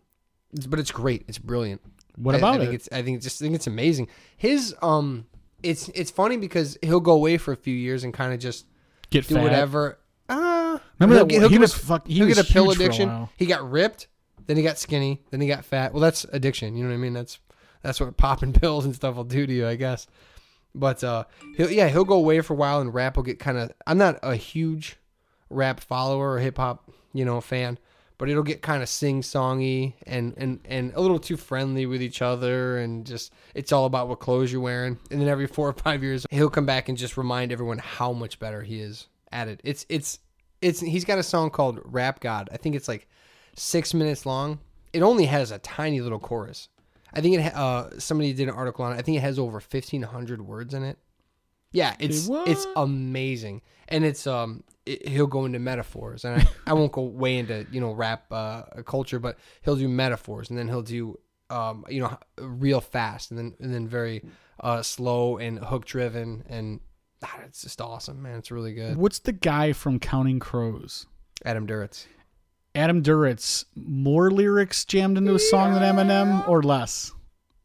Speaker 5: it's- but it's great. It's brilliant.
Speaker 4: What
Speaker 5: I- I,
Speaker 4: about
Speaker 5: think
Speaker 4: it?
Speaker 5: It's, I think just think it's amazing. His um, it's it's funny because he'll go away for a few years and kind of just
Speaker 4: Get
Speaker 5: do
Speaker 4: fat.
Speaker 5: whatever. Uh,
Speaker 4: Remember
Speaker 5: he'll
Speaker 4: that-
Speaker 5: get- he'll
Speaker 4: he
Speaker 5: get
Speaker 4: was
Speaker 5: a-
Speaker 4: fuck- he
Speaker 5: he'll
Speaker 4: was
Speaker 5: get a pill
Speaker 4: huge for a
Speaker 5: addiction.
Speaker 4: while.
Speaker 5: he got ripped, then he got skinny, then he got fat. Well, that's addiction. You know what I mean? That's that's what popping pills and stuff will do to you, I guess. But uh, he'll yeah he'll go away for a while and rap will get kind of. I'm not a huge rap follower or hip hop you know fan, but it'll get kind of sing songy and and and a little too friendly with each other and just it's all about what clothes you're wearing. And then every four or five years he'll come back and just remind everyone how much better he is at it. It's it's it's he's got a song called Rap God. I think it's like six minutes long. It only has a tiny little chorus. I think it ha- uh, somebody did an article on it. I think it has over fifteen hundred words in it. Yeah, it's
Speaker 4: what?
Speaker 5: it's amazing, and it's um it, he'll go into metaphors, and I, I won't go way into you know rap uh, culture, but he'll do metaphors, and then he'll do um you know real fast, and then and then very uh slow and hook driven, and ah, it's just awesome, man. It's really good.
Speaker 4: What's the guy from Counting Crows?
Speaker 5: Adam Duritz.
Speaker 4: Adam Duritz, more lyrics jammed into a song than Eminem or less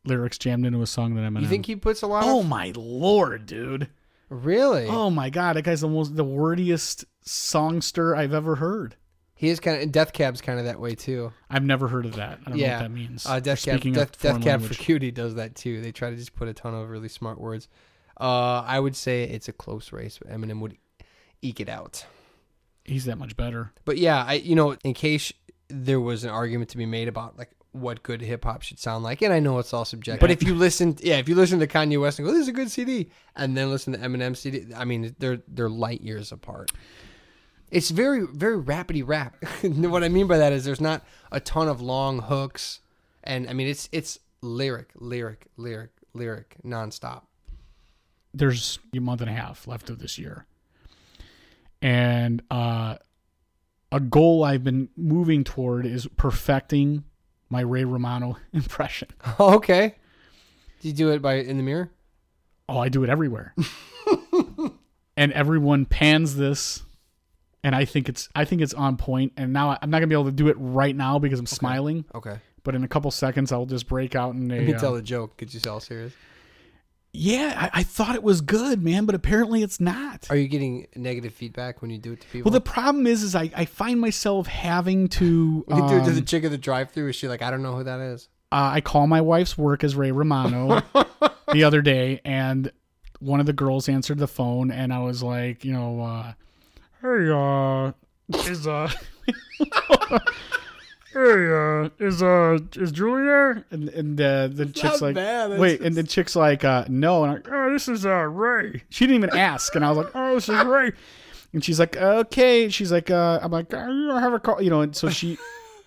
Speaker 4: lyrics jammed into a song than Eminem?
Speaker 5: You think he puts a lot?
Speaker 4: oh
Speaker 5: of...
Speaker 4: my lord, dude.
Speaker 5: really?
Speaker 4: Oh my god, that guy's the most the wordiest songster I've ever heard.
Speaker 5: He is kind of and Death Cab's kind of that way too.
Speaker 4: I've never heard of that. I don't know
Speaker 5: yeah,
Speaker 4: what that means.
Speaker 5: Uh, Death
Speaker 4: We're
Speaker 5: Cab,
Speaker 4: speaking a
Speaker 5: Death, Death
Speaker 4: foreign
Speaker 5: Cab for
Speaker 4: language.
Speaker 5: Cutie does that too. They try to just put a ton of really smart words. Uh, I would say it's a close race. But Eminem would eke it out.
Speaker 4: He's that much better.
Speaker 5: But yeah, I you know, in case there was an argument to be made about like what good hip hop should sound like, and I know it's all subjective. But if you listen, yeah, if you listen to Kanye West and go, "This is a good CD," and then listen to Eminem CD, I mean, they're they're light years apart. It's very very rapidy rap. what I mean by that is there's not a ton of long hooks, and I mean it's it's lyric lyric lyric lyric nonstop.
Speaker 4: There's a month and a half left of this year. And uh a goal I've been moving toward is perfecting my Ray Romano impression.
Speaker 5: okay, do you do it by in the mirror?
Speaker 4: Oh, I do it everywhere. and everyone pans this and I think it's I think it's on point and now I- I'm not going to be able to do it right now because I'm smiling,
Speaker 5: Okay,
Speaker 4: but in a couple seconds I'll just break out in a
Speaker 5: you can
Speaker 4: uh,
Speaker 5: tell the joke. Get yourself serious.
Speaker 4: Yeah, I, I thought it was good, man, but apparently it's not.
Speaker 5: Are you getting negative feedback when you do it to people?
Speaker 4: Well, the problem is, is I, I find myself having to.
Speaker 5: when you do it to
Speaker 4: um,
Speaker 5: the chick at the drive-through, is she like, I don't know who that is?
Speaker 4: uh, I call my wife's work as Ray Romano the other day, and one of the girls answered the phone, and I was like, you know, uh, hey, uh, is uh, hey, uh, is uh, is Julie there? And and uh, the chick's like,
Speaker 5: bad, that's
Speaker 4: wait, and the chick's like, uh, no, and I'm like, oh, this is uh, Ray. She didn't even ask, and I was like, oh, this is Ray. And she's like, okay. She's like, uh, I'm like, I have a call, you know. And so she,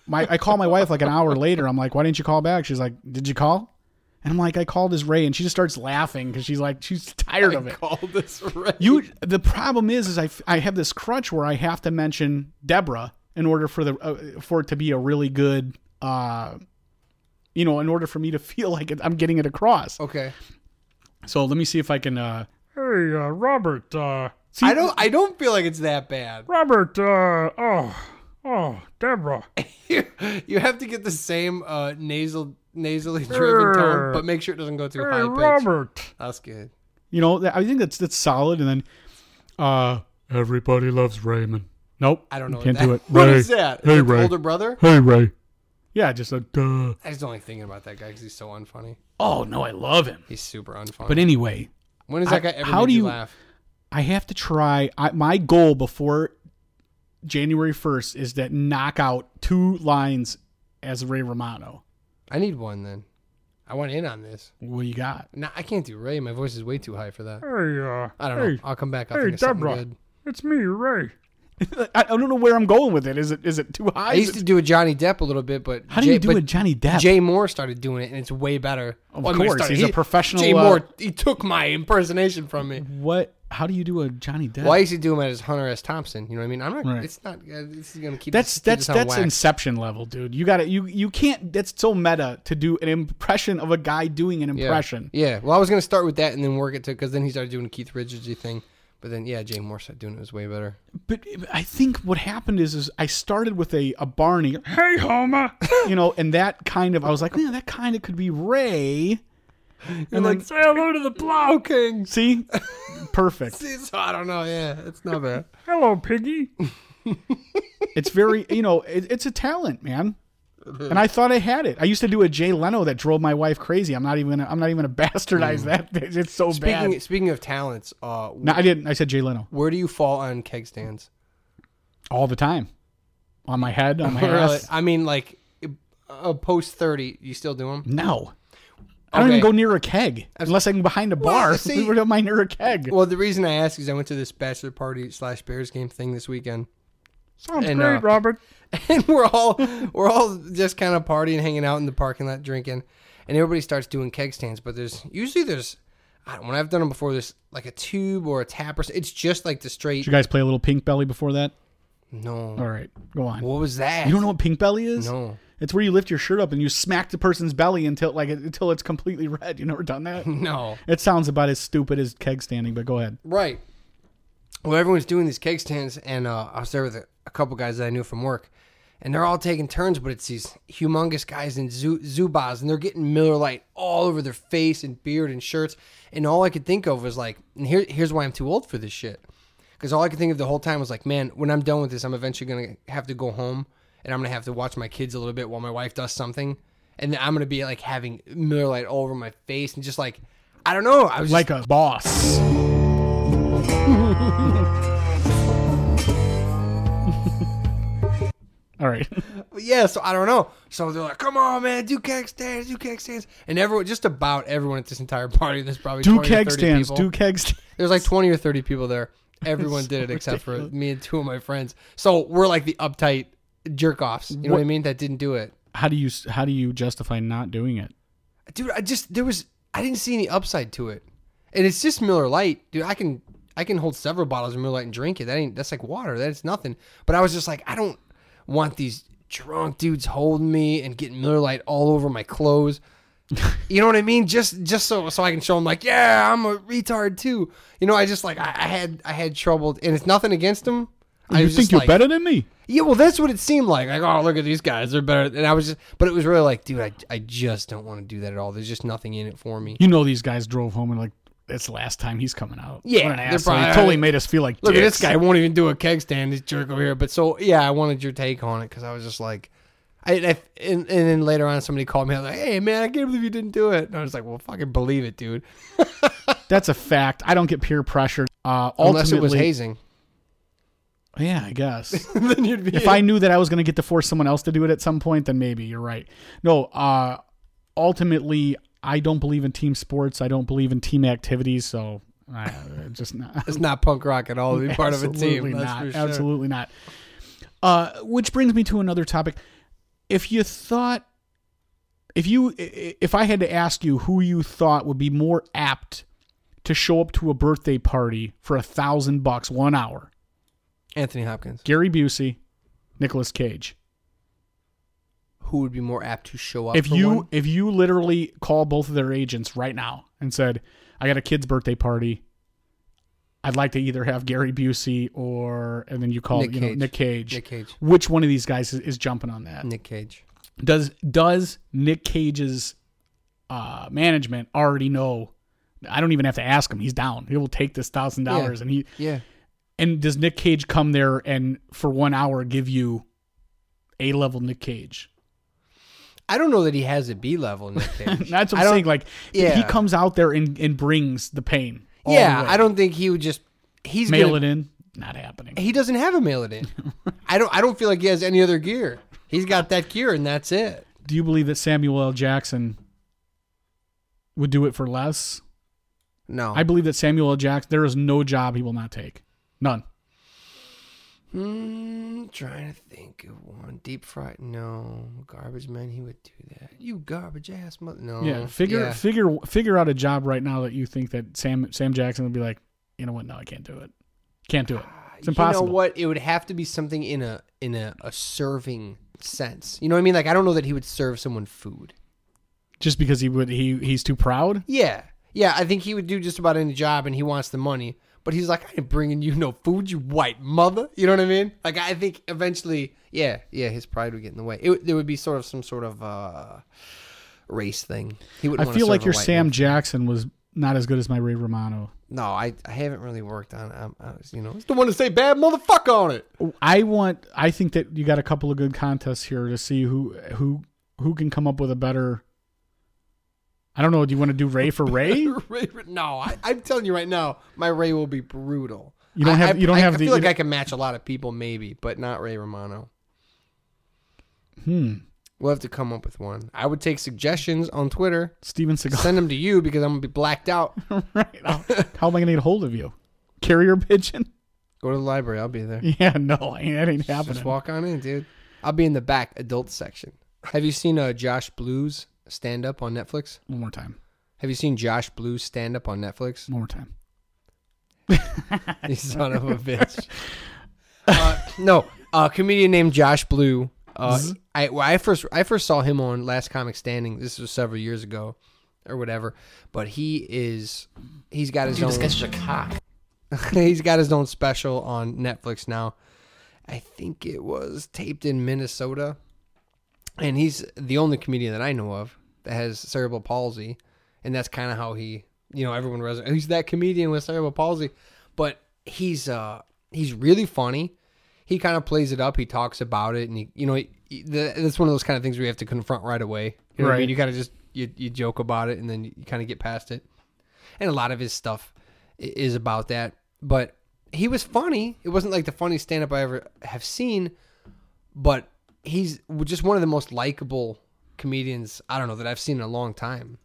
Speaker 4: my, I call my wife like an hour later. I'm like, why didn't you call back? She's like, did you call? And I'm like, I called as Ray, and she just starts laughing because she's like, she's tired of it.
Speaker 5: Call this right.
Speaker 4: You, the problem is, is I, f- I have this crutch where I have to mention Deborah in order for the uh, for it to be a really good, uh, you know, in order for me to feel like it, I'm getting it across.
Speaker 5: Okay.
Speaker 4: So let me see if I can. Uh, hey, uh, Robert. Uh, see,
Speaker 5: I don't. I don't feel like it's that bad.
Speaker 4: Robert. Uh, oh, oh, Deborah.
Speaker 5: You, you have to get the same uh, nasal, nasally driven tone, but make sure it doesn't go too high pitch. That's good.
Speaker 4: You know, that- I think that's that's solid. And then, uh, everybody loves Raymond. Nope,
Speaker 5: I don't know.
Speaker 4: Can't
Speaker 5: what
Speaker 4: do
Speaker 5: that-
Speaker 4: it.
Speaker 5: What
Speaker 4: Ray.
Speaker 5: is that? Is
Speaker 4: Hey,
Speaker 5: that the
Speaker 4: Ray.
Speaker 5: older brother?
Speaker 4: Hey Ray. Yeah, just a duh.
Speaker 5: I was only thinking about that guy because he's so unfunny.
Speaker 4: Oh no, I love him.
Speaker 5: He's super unfunny.
Speaker 4: But anyway,
Speaker 5: when does that
Speaker 4: I-
Speaker 5: guy ever
Speaker 4: how
Speaker 5: make
Speaker 4: do
Speaker 5: you,
Speaker 4: you-
Speaker 5: laugh?
Speaker 4: I have to try. I, my goal before January first is that knock out two lines as Ray Romano.
Speaker 5: I need one then. I want in on this.
Speaker 4: What do you got?
Speaker 5: No, I can't do Ray. My voice is way too high for that.
Speaker 4: Hey, uh,
Speaker 5: I don't know. I'll come back. I'll think of something good.
Speaker 4: it's me, Ray. I, I don't know where I'm going with it. Is it is it too high?
Speaker 5: I used to do a Johnny Depp a little bit, but
Speaker 4: How do
Speaker 5: Jay,
Speaker 4: you do
Speaker 5: but
Speaker 4: a Johnny Depp?
Speaker 5: Jay Moore started doing it, and it's way better.
Speaker 4: Of
Speaker 5: I mean,
Speaker 4: course,
Speaker 5: started-
Speaker 4: he's a professional,
Speaker 5: Jay
Speaker 4: uh,
Speaker 5: Moore, he took my impersonation from me.
Speaker 4: what? How do you do a Johnny Depp?
Speaker 5: Well, I used to do him as Hunter S. Thompson. You know what I mean? I'm not.
Speaker 4: Right.
Speaker 5: It's not. Uh, this is gonna keep.
Speaker 4: That's
Speaker 5: keep
Speaker 4: that's
Speaker 5: us on
Speaker 4: that's
Speaker 5: whack.
Speaker 4: inception level, dude. You got to you you can't. That's so meta to do an impression of a guy doing an
Speaker 5: Yeah.
Speaker 4: impression.
Speaker 5: Yeah. Well, I was gonna start with that and then work it to because then he started doing a Keith Richardsy thing, but then yeah, Jay Moore started doing it, it was way better.
Speaker 4: But eh, I think what happened is is I started with a a Barney, hey Homer, you know, and that kind of I was like, man, that kind of could be Ray.
Speaker 5: And like say hello to the Plow Kings.
Speaker 4: See, perfect.
Speaker 5: So I don't know. Yeah, it's not bad.
Speaker 4: Hello, Piggy. it's very, you know, it, it's a talent, man. And I thought I had it. I used to do a Jay Leno that drove my wife crazy. I'm not even. Gonna, I'm not even gonna bastardize that. It's so
Speaker 5: Mm. speaking
Speaker 4: bad.
Speaker 5: speaking of talents, uh, wh-
Speaker 4: No, I didn't. I said Jay Leno
Speaker 5: where do you fall on keg stands?
Speaker 4: all the time, on my head, on Oh my
Speaker 5: Really?
Speaker 4: ass.
Speaker 5: I mean, like uh, post thirty, you still do them?
Speaker 4: No, I don't
Speaker 5: Okay.
Speaker 4: even go near a keg unless I'm behind a bar.
Speaker 5: Well, see-
Speaker 4: we were my near a keg.
Speaker 5: Well, the reason I ask is I went to this bachelor party slash Bears game thing this weekend.
Speaker 4: Sounds
Speaker 5: and,
Speaker 4: great,
Speaker 5: uh,
Speaker 4: Robert.
Speaker 5: and we're all we're all just kind of partying, hanging out in the parking lot, drinking, and everybody starts doing keg stands. But there's usually there's I don't, when I've done them before, there's like a tube or a tap or s- it's just like the straight.
Speaker 4: Did you guys play a little Pink Belly before that?
Speaker 5: No,
Speaker 4: All right, go on.
Speaker 5: what was that?
Speaker 4: You don't know what Pink Belly is?
Speaker 5: No,
Speaker 4: It's where you lift your shirt up and you smack the person's belly until like until it's completely red. You never done that?
Speaker 5: no,
Speaker 4: it sounds about as stupid as keg standing, but go ahead.
Speaker 5: right. Well, everyone's doing these keg stands, and uh, I was there with a, a couple guys that I knew from work, and they're all taking turns. But it's these humongous guys in zoo, Zubas, and they're getting Miller Lite all over their face and beard and shirts. And all I could think of was like, and here, here's why I'm too old for this shit. Because all I could think of the whole time was like, man, when I'm done with this, I'm eventually gonna have to go home, and I'm gonna have to watch my kids a little bit while my wife does something, and then I'm gonna be like having Miller Lite all over my face and just like, I don't know, I was
Speaker 4: Like a boss. All right.
Speaker 5: But yeah, so I don't know. So they're like, "Come on, man, do keg stands, do keg stands," and everyone, just about everyone at this entire party, there's probably
Speaker 4: Do
Speaker 5: 20 or
Speaker 4: keg
Speaker 5: 30
Speaker 4: stands.
Speaker 5: people.
Speaker 4: Do keg stands.
Speaker 5: There's like twenty or thirty people there. Everyone did it except for me and two of my friends. So we're like the uptight jerk offs. You know what I
Speaker 4: What-
Speaker 5: mean? That didn't do it,
Speaker 4: How do you how do you justify not doing it?
Speaker 5: dude. I just there was I didn't see any upside to it, and it's just Miller Lite, dude. I can I can hold several bottles of Miller Lite and drink it. That ain't that's like water. That's nothing. But I was just like, I don't want these drunk dudes holding me and getting Miller Lite all over my clothes. You know what I mean? Just just so so I can show them like, yeah, I'm a retard too. You know, I just like I, I had I had trouble, and it's nothing against them. I
Speaker 4: you
Speaker 5: was
Speaker 4: think
Speaker 5: just
Speaker 4: you're
Speaker 5: like-
Speaker 4: better than me?
Speaker 5: Yeah, well, that's what it seemed like. Like, oh, look at these guys; they're better. And I was just, but it was really like, dude, I, I just don't want to do that at all. There's just nothing in it for me.
Speaker 4: You know these guys drove home and like it's the last time he's coming out.
Speaker 5: Yeah,
Speaker 4: what an
Speaker 5: they're
Speaker 4: asshole.
Speaker 5: probably-
Speaker 4: he totally made us feel like
Speaker 5: Look at
Speaker 4: dicks.
Speaker 5: this guy; won't even do a keg stand. This jerk over here. But so, yeah, I wanted your take on it because I was just like, I, I and, and then later on, somebody called me. I was like, hey, man, I can't believe you didn't do it. And I was like, well, fucking believe it, dude.
Speaker 4: That's a fact. I don't get peer pressure. Uh,
Speaker 5: Unless it was
Speaker 4: ultimately-
Speaker 5: hazing,
Speaker 4: Yeah, I guess.
Speaker 5: then you'd be.
Speaker 4: if I knew that I was going to get to force someone else to do it at some point, then maybe you're right. No, uh, ultimately, I don't believe in team sports. I don't believe in team activities. So I, uh, just not.
Speaker 5: it's not punk rock at all to be part of a
Speaker 4: Absolutely
Speaker 5: team. That's
Speaker 4: not.
Speaker 5: for sure.
Speaker 4: Absolutely not. Uh, which brings me to another topic. If you thought, if you, i- if I had to ask you who you thought would be more apt to show up to a birthday party for a thousand bucks one hour,
Speaker 5: Anthony Hopkins.
Speaker 4: Gary Busey, Nicolas Cage.
Speaker 5: Who would be more apt to show up?
Speaker 4: if
Speaker 5: for
Speaker 4: you
Speaker 5: one?
Speaker 4: if you literally call both of their agents right now and said, "I got a kid's birthday party. I'd like to either have Gary Busey or," and then you call
Speaker 5: Nick
Speaker 4: you know
Speaker 5: Cage.
Speaker 4: Nick Cage.
Speaker 5: Nick Cage.
Speaker 4: Which one of these guys is, is jumping on that?
Speaker 5: Nick Cage.
Speaker 4: Does does Nick Cage's uh, management already know? I don't even have to ask him. He's down. He will take this thousand dollars, and he
Speaker 5: Yeah.
Speaker 4: and does Nick Cage come there and for one hour give you a level Nick Cage?
Speaker 5: I don't know that he has a B level Nick Cage.
Speaker 4: That's what
Speaker 5: I
Speaker 4: I'm
Speaker 5: don't-
Speaker 4: saying. Like
Speaker 5: yeah.
Speaker 4: he comes out there and, and brings the pain. all
Speaker 5: yeah,
Speaker 4: the way.
Speaker 5: I don't think he would just he's
Speaker 4: mail
Speaker 5: gonna,
Speaker 4: it in. Not happening.
Speaker 5: He doesn't have a mail it in. I don't I don't feel like he has any other gear. He's got that gear and that's it.
Speaker 4: Do you believe that Samuel L. Jackson would do it for less?
Speaker 5: No.
Speaker 4: I believe that Samuel L. Jackson. There is no job he will not take. None.
Speaker 5: Hmm, trying to think of one. Deep fried no. Garbage man, he would do that. You garbage ass mother no.
Speaker 4: yeah. Figure
Speaker 5: Oh, Yeah.
Speaker 4: figure figure out a job right now that you think that Sam Sam Jackson would be like, you know what? No, I can't do it. Can't do it. It's impossible.
Speaker 5: Uh, Ah, You know what? It would have to be something in a in a, a serving sense. You know what I mean? Like I don't know that he would serve someone food.
Speaker 4: Just because he would he he's too proud.
Speaker 5: Yeah. Yeah, I think he would do just about any job and he wants the money. But he's like, I ain't bringing you no food, you white mother. You know what I mean? Like, I think eventually, yeah, yeah, his pride would get in the way. It, would- there would be sort of some sort of uh, race thing. He would.
Speaker 4: I feel like your Sam Jackson was not as good as my Ray Romano.
Speaker 5: No, I, I haven't really worked on. it. I'm, I was, you know, it's the one to say bad motherfucker on it.
Speaker 4: I want. I think that you got a couple of good contests here to see who who who can come up with a better. I don't know. Do you want to do Ray for Ray? You
Speaker 5: Ray- no, I, I'm telling you right now, my Ray will be brutal.
Speaker 4: don't
Speaker 5: I-
Speaker 4: have.
Speaker 5: I,
Speaker 4: you don't
Speaker 5: I,
Speaker 4: have
Speaker 5: I
Speaker 4: the.
Speaker 5: feel like
Speaker 4: you
Speaker 5: I can match a lot of people, maybe, but not Ray Romano.
Speaker 4: don't- hmm.
Speaker 5: We'll have to come up with one. I would take suggestions on Twitter.
Speaker 4: Steven Seagal.
Speaker 5: Send them to you because I'm gonna be blacked out.
Speaker 4: right. How, how am I going to get hold of you? Carrier pigeon?
Speaker 5: Go to the library. I'll be there.
Speaker 4: Yeah. No. I ain't- That ain't happening.
Speaker 5: Just walk on in, dude. I'll be in the back adult section. Have you seen uh, Josh Blues stand up on Netflix?
Speaker 4: One more time.
Speaker 5: Have you seen Josh Blues stand up on Netflix?
Speaker 4: One more time.
Speaker 5: You son of a bitch. Uh, no, a comedian named Josh Blue. Uh, I well, I first I first saw him on Last Comic Standing. This was several years ago, or whatever. But he is he's got his own. he's got his own special on Netflix now. I think it was taped in Minnesota. And he's the only comedian that I know of that has cerebral palsy. And that's kind of how he, you know, everyone res He's that comedian with cerebral palsy. But he's, uh, he's really funny. He kind of plays it up. He talks about it. And, he, you know, he, he- the, that's one of those kind of things where you have to confront right away. You know what I
Speaker 4: Right.
Speaker 5: mean? You kind of just, you, you joke about it and then you kind of get past it and a lot of his stuff i- is about that. But he was funny. It wasn't like the funniest stand up I ever have seen, but he's just one of the most likable comedians I don't know that I've seen in a long time.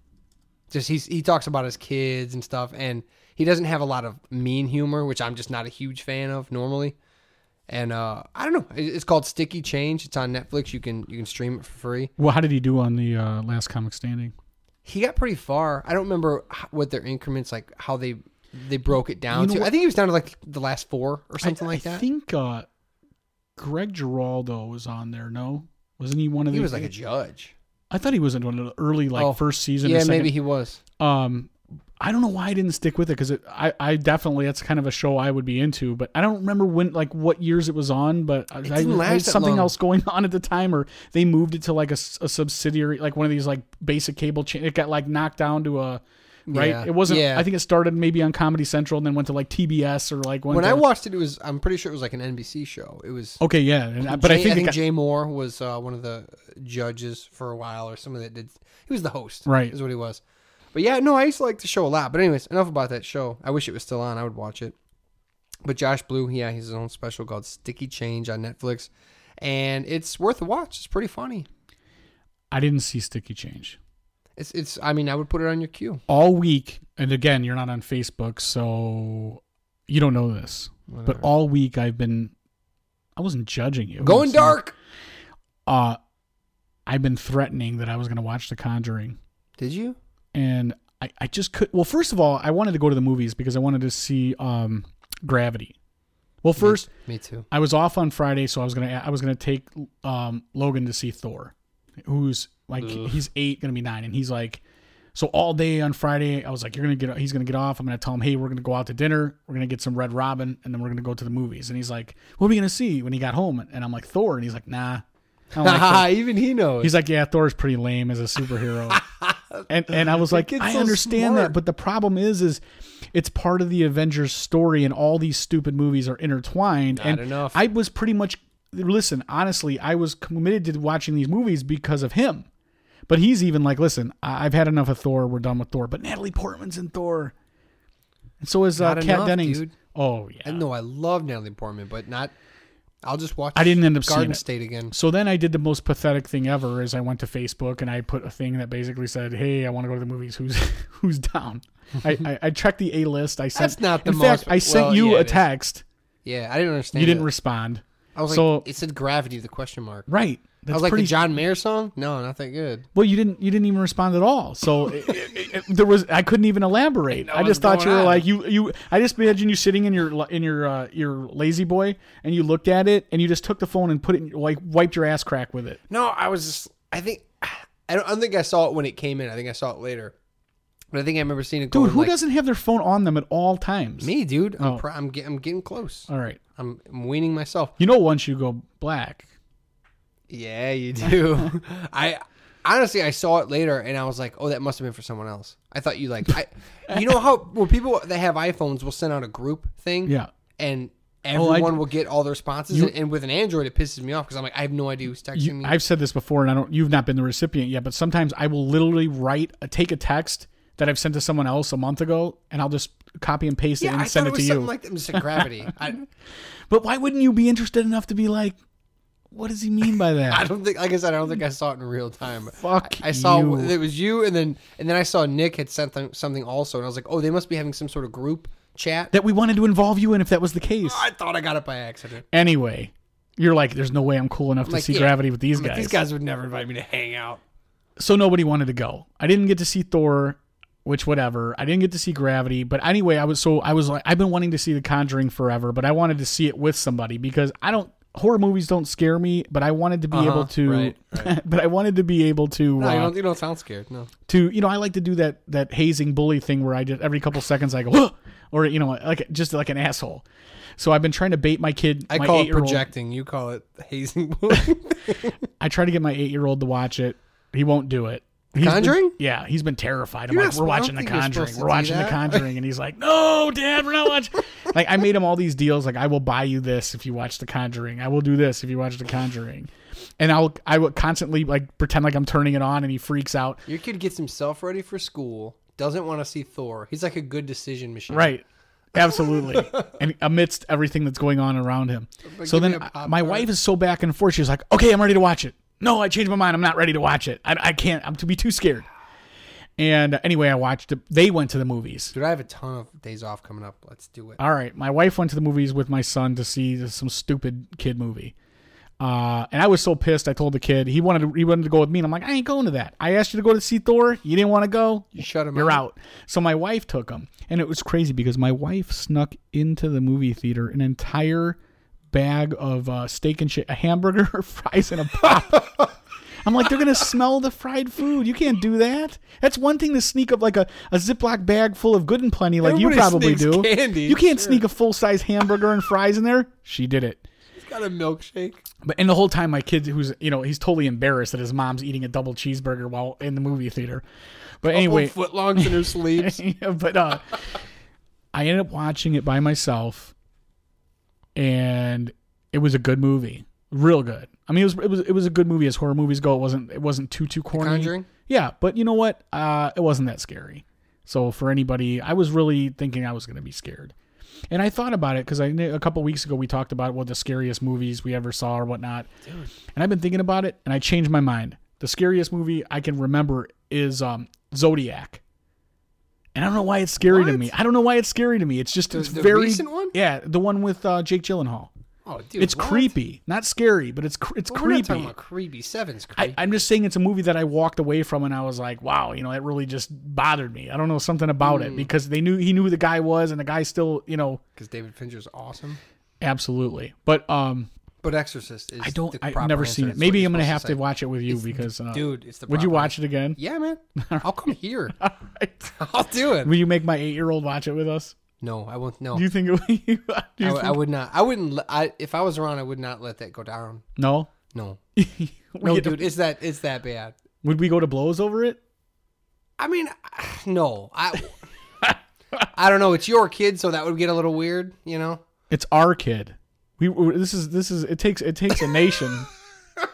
Speaker 5: Just he's he talks about his kids and stuff, and he doesn't have a lot of mean humor, which I'm just not a huge fan of normally. And uh, I don't know. It- It's called Sticky Change. It's on Netflix. You can you can stream it for free
Speaker 4: Well, how did he do on the uh, last comic standing?
Speaker 5: he got pretty far. I don't remember h- what their increments like how they they broke it down
Speaker 4: You know
Speaker 5: to.
Speaker 4: what-
Speaker 5: I think he was down to like the last four or something
Speaker 4: I,
Speaker 5: like
Speaker 4: I
Speaker 5: that.
Speaker 4: think uh, Greg Giraldo was on there. No, wasn't he one of
Speaker 5: he
Speaker 4: the?
Speaker 5: was like a judge.
Speaker 4: I thought he was in one of the early like
Speaker 5: Oh.
Speaker 4: first season. or
Speaker 5: yeah,
Speaker 4: second-
Speaker 5: maybe he was.
Speaker 4: Um, I don't know why I didn't stick with it because I, I definitely that's kind of a show I would be into, but I don't remember when like what years it was on, but I,
Speaker 5: didn't
Speaker 4: I- there
Speaker 5: last
Speaker 4: was
Speaker 5: that
Speaker 4: something
Speaker 5: long.
Speaker 4: else going on at the time, or they moved it to like a, s- a subsidiary, like one of these like basic cable chain. It got like knocked down to a right.
Speaker 5: Yeah.
Speaker 4: It wasn't.
Speaker 5: Yeah.
Speaker 4: I think it started maybe on Comedy Central and then went to like TBS or like went
Speaker 5: When I
Speaker 4: to-
Speaker 5: watched it, it was I'm pretty sure it was like an NBC show. It was
Speaker 4: Okay, yeah, and I- Oh, but I
Speaker 5: Jay-
Speaker 4: think, it got-
Speaker 5: Jay Moore was uh, one of the judges for a while, or someone that did. He was the host,
Speaker 4: Right.
Speaker 5: Is what he was. But yeah, no, I used to like the show a lot. But anyways, enough about that show. I wish it was still on. I would watch it. But Josh Blue, yeah, he has his own special called Sticky Change on Netflix, and it's worth a watch. It's pretty funny.
Speaker 4: I didn't see Sticky Change.
Speaker 5: It's it's. I mean, I would put it on your queue.
Speaker 4: all week, and again, you're not on Facebook, so you don't know this. But all week, I've been, I wasn't judging you.
Speaker 5: Going
Speaker 4: It's not-
Speaker 5: dark.
Speaker 4: Uh, I've been threatening that I was going to watch The Conjuring,
Speaker 5: Did you?
Speaker 4: and I, I just could. Well, first of all, I wanted to go to the movies because I wanted to see um, Gravity. Well,
Speaker 5: Mm-hmm.
Speaker 4: first,
Speaker 5: me, me too.
Speaker 4: I was off on Friday, so I was gonna I was gonna take um, Logan to see Thor, who's like he's eight, gonna be nine, and he's like, so all day on Friday, I was like, you're gonna get he's gonna get off. I'm gonna tell him, hey, we're gonna go out to dinner, we're gonna get some Red Robin, and then we're gonna go to the movies. And he's like, what are we gonna see when he got home? And I'm like, Thor, and he's like, nah. I don't like Thor."
Speaker 5: Even he knows.
Speaker 4: He's like, yeah, Thor's pretty lame as a superhero. and and I was like,
Speaker 5: kid's
Speaker 4: I
Speaker 5: so
Speaker 4: understand
Speaker 5: smart.
Speaker 4: that, but the problem is, is it's part of the Avengers story, and all these stupid movies are intertwined.
Speaker 5: Not
Speaker 4: and
Speaker 5: enough.
Speaker 4: I was pretty much listen, honestly, I was committed to watching these movies because of him. But he's even like, listen, I- I've had enough of Thor. We're done with Thor. But Natalie Portman's in Thor, and so is uh,
Speaker 5: Not
Speaker 4: Kat
Speaker 5: enough,
Speaker 4: Dennings.
Speaker 5: dude.
Speaker 4: Oh yeah,
Speaker 5: I know I love Natalie Portman, but not. I'll just watch.
Speaker 4: I didn't end up
Speaker 5: Garden
Speaker 4: seeing it.
Speaker 5: State again.
Speaker 4: So then I did the most pathetic thing ever is I went to Facebook and I put a thing that basically said, "Hey, I want to go to the movies. Who's who's down?" I, I, I checked the A list. I sent.
Speaker 5: That's not the
Speaker 4: in fact,
Speaker 5: most-
Speaker 4: I sent
Speaker 5: well,
Speaker 4: you
Speaker 5: yeah,
Speaker 4: a
Speaker 5: it is.
Speaker 4: text.
Speaker 5: Yeah, I didn't understand.
Speaker 4: You didn't
Speaker 5: it.
Speaker 4: respond.
Speaker 5: I was
Speaker 4: so-
Speaker 5: like, it said gravity with a question mark.
Speaker 4: Right.
Speaker 5: I
Speaker 4: That's
Speaker 5: was like
Speaker 4: pretty.
Speaker 5: the John Mayer song. No, not that good.
Speaker 4: well, you didn't. You didn't even respond at all. So it, it, it- there was. I couldn't even elaborate.
Speaker 5: know
Speaker 4: I just
Speaker 5: what's
Speaker 4: thought you
Speaker 5: going
Speaker 4: were
Speaker 5: on.
Speaker 4: like you. You. I just imagine you sitting in your in your uh, your lazy boy and you looked at it and you just took the phone and put it in, like wiped your ass crack with it.
Speaker 5: No, I was just. I think I don't, I don't think I saw it when it came in. I think I saw it later. But I think I remember seeing it.
Speaker 4: Dude,
Speaker 5: going
Speaker 4: who
Speaker 5: like,
Speaker 4: doesn't have their phone on them at all times?
Speaker 5: Me, dude. I'm,
Speaker 4: Oh.
Speaker 5: pro- I'm, get, I'm getting close.
Speaker 4: All right.
Speaker 5: I'm, I'm weaning myself.
Speaker 4: You know, once you go black,
Speaker 5: Yeah, you do. I honestly, I saw it later, and I was like, "Oh, that must have been for someone else." I thought you like, I, you know how when people that have iPhones will send out a group thing,
Speaker 4: Yeah.
Speaker 5: and
Speaker 4: Oh, I-
Speaker 5: everyone will get all the responses.
Speaker 4: You-
Speaker 5: and, and with an Android, it pisses me off because I'm like, I have no idea who's texting
Speaker 4: you,
Speaker 5: me.
Speaker 4: I've said this before, and I don't. You've not been the recipient yet, but sometimes I will literally write, a, take a text that I've sent to someone else a month ago, and I'll just copy and paste it
Speaker 5: yeah,
Speaker 4: and
Speaker 5: I
Speaker 4: send it
Speaker 5: thought
Speaker 4: to
Speaker 5: it
Speaker 4: you.
Speaker 5: was something like that. It's like gravity. I,
Speaker 4: but why wouldn't you be interested enough to be like, what does he mean by that?
Speaker 5: I don't think, like I said, I don't think I saw it in real time.
Speaker 4: Fuck
Speaker 5: I, I saw
Speaker 4: you.
Speaker 5: it was you, and then and then I saw Nick had sent them, something also, and I was like, oh, they must be having some sort of group chat.
Speaker 4: that we wanted to involve you in if that was the case.
Speaker 5: I thought I got it by accident.
Speaker 4: Anyway, you're like, there's no way I'm cool enough to
Speaker 5: like,
Speaker 4: see
Speaker 5: yeah.
Speaker 4: Gravity with these
Speaker 5: I'm like,
Speaker 4: guys.
Speaker 5: These guys would never invite me to hang out.
Speaker 4: so nobody wanted to go. I didn't get to see Thor, which whatever. I didn't get to see Gravity, but anyway, I was so I was like I've been wanting to see The Conjuring forever, but I wanted to see it with somebody because I don't horror movies don't scare me, but I wanted to be
Speaker 5: Uh-huh,
Speaker 4: able to
Speaker 5: right,
Speaker 4: but I wanted to be able to
Speaker 5: No,
Speaker 4: uh,
Speaker 5: you don't. You don't sound scared. No.
Speaker 4: to you know I like to do that that hazing bully thing where I just every couple seconds I go "Huh!" or you know like just like an asshole. So I've been trying to bait my kid.
Speaker 5: I
Speaker 4: my
Speaker 5: call it
Speaker 4: eight-year-old-
Speaker 5: projecting. You call it hazing.
Speaker 4: I try to get my eight year old to watch it. He won't do it. He's
Speaker 5: Conjuring?
Speaker 4: Been, yeah, he's been terrified. I'm
Speaker 5: You're
Speaker 4: like,
Speaker 5: not
Speaker 4: we're
Speaker 5: sp- I
Speaker 4: watching
Speaker 5: don't
Speaker 4: The
Speaker 5: think you're
Speaker 4: Conjuring.
Speaker 5: supposed to
Speaker 4: We're
Speaker 5: do
Speaker 4: watching The
Speaker 5: that."
Speaker 4: Conjuring, and he's like, no, Dad, we're not watching. like, I made him all these deals. Like, I will buy you this if you watch The Conjuring. I will do this if you watch The Conjuring. And I'll I will constantly like pretend like I'm turning it on, and he freaks out.
Speaker 5: Your kid gets himself ready for school. Doesn't want to see Thor. He's like a good decision machine.
Speaker 4: Right. Absolutely. and amidst everything that's going on around him. so
Speaker 5: give me
Speaker 4: then
Speaker 5: a
Speaker 4: I-
Speaker 5: Pop
Speaker 4: my
Speaker 5: Tart.
Speaker 4: wife is so back and forth. She's like, okay, I'm ready to watch it. No, I changed my mind. I'm not ready to watch it. I, I can't. I'm to be too scared. And anyway, I watched it. They went to the movies.
Speaker 5: Dude, I have a ton of days off coming up. Let's do it.
Speaker 4: All right. My wife went to the movies with my son to see some stupid kid movie. Uh, and I was so pissed. I told the kid he wanted to, he wanted to go with me, and I'm like, I ain't going to that. I asked you to go to see Thor. You didn't want to go.
Speaker 5: You shut him.
Speaker 4: You're out. So my wife took him, and it was crazy because my wife snuck into the movie theater an entire bag of uh, steak and shit, a hamburger, fries, and a pop. I'm like, they're gonna smell the fried food. You can't do that. That's one thing to sneak up like a, a Ziploc bag full of good and plenty, like you
Speaker 5: Everybody
Speaker 4: probably
Speaker 5: sneaks
Speaker 4: do.
Speaker 5: candy,
Speaker 4: you can't
Speaker 5: sure.
Speaker 4: sneak a full size hamburger and fries in there. She did it.
Speaker 5: He's got a milkshake.
Speaker 4: But and the whole time, my kid, who's you know, he's totally embarrassed that his mom's eating a double cheeseburger while in the movie theater. But anyway,
Speaker 5: Couple footlongs in her sleeves.
Speaker 4: Yeah, but uh, I ended up watching it by myself, and it was a good movie, real good. I mean, it was it was it was a good movie as horror movies go. It wasn't it wasn't too too corny.
Speaker 5: Conjuring?
Speaker 4: Yeah, but you know what? Uh, it wasn't that scary. So for anybody, I was really thinking I was going to be scared, and I thought about it because I kn- a couple weeks ago we talked about what the scariest movies we ever saw or whatnot, and I've been thinking about it, and I changed my mind. The scariest movie I can remember is um, Zodiac. And I don't know why it's scary to
Speaker 5: What?
Speaker 4: me. I don't know why it's scary to me. It's just
Speaker 5: The-
Speaker 4: it's
Speaker 5: the
Speaker 4: very
Speaker 5: recent one?
Speaker 4: Yeah, the one with uh, Jake Gyllenhaal.
Speaker 5: Oh, dude,
Speaker 4: it's
Speaker 5: what?
Speaker 4: creepy, not scary, but it's cr- it's
Speaker 5: Well,
Speaker 4: creepy.
Speaker 5: We're not talking about creepy. Seven's
Speaker 4: I,
Speaker 5: creepy.
Speaker 4: I'm just saying it's a movie that I walked away from and I was like, wow, you know, it really just bothered me. I don't know something about
Speaker 5: Mm.
Speaker 4: it because they knew he knew who the guy was and the guy still, you know,
Speaker 5: Because David Fincher's awesome.
Speaker 4: absolutely. But um,
Speaker 5: But Exorcist is.
Speaker 4: I don't,
Speaker 5: The
Speaker 4: I've
Speaker 5: proper
Speaker 4: never
Speaker 5: answer.
Speaker 4: seen it.
Speaker 5: It's what
Speaker 4: Maybe
Speaker 5: you're
Speaker 4: I'm gonna
Speaker 5: supposed
Speaker 4: have to
Speaker 5: say.
Speaker 4: watch it with you because, uh,
Speaker 5: Dude, it's the.
Speaker 4: would you
Speaker 5: proper
Speaker 4: watch
Speaker 5: answer.
Speaker 4: it again?
Speaker 5: Yeah, man. I'll come here.
Speaker 4: Right.
Speaker 5: I'll do it.
Speaker 4: Will you make my eight year old watch it with us?
Speaker 5: No, I won't. No,
Speaker 4: Do you think it would? do you
Speaker 5: I,
Speaker 4: think-
Speaker 5: I would not. I wouldn't. let- I if I was around, I would not let that go down.
Speaker 4: no,
Speaker 5: No,
Speaker 4: We
Speaker 5: no,
Speaker 4: had to-
Speaker 5: dude, it's that it's that bad.
Speaker 4: Would we go to blows over it?
Speaker 5: I mean, I- no, I. I don't know. It's your kid, so that would get a little weird, you know.
Speaker 4: It's our kid. We we- this is this is it takes it takes a nation.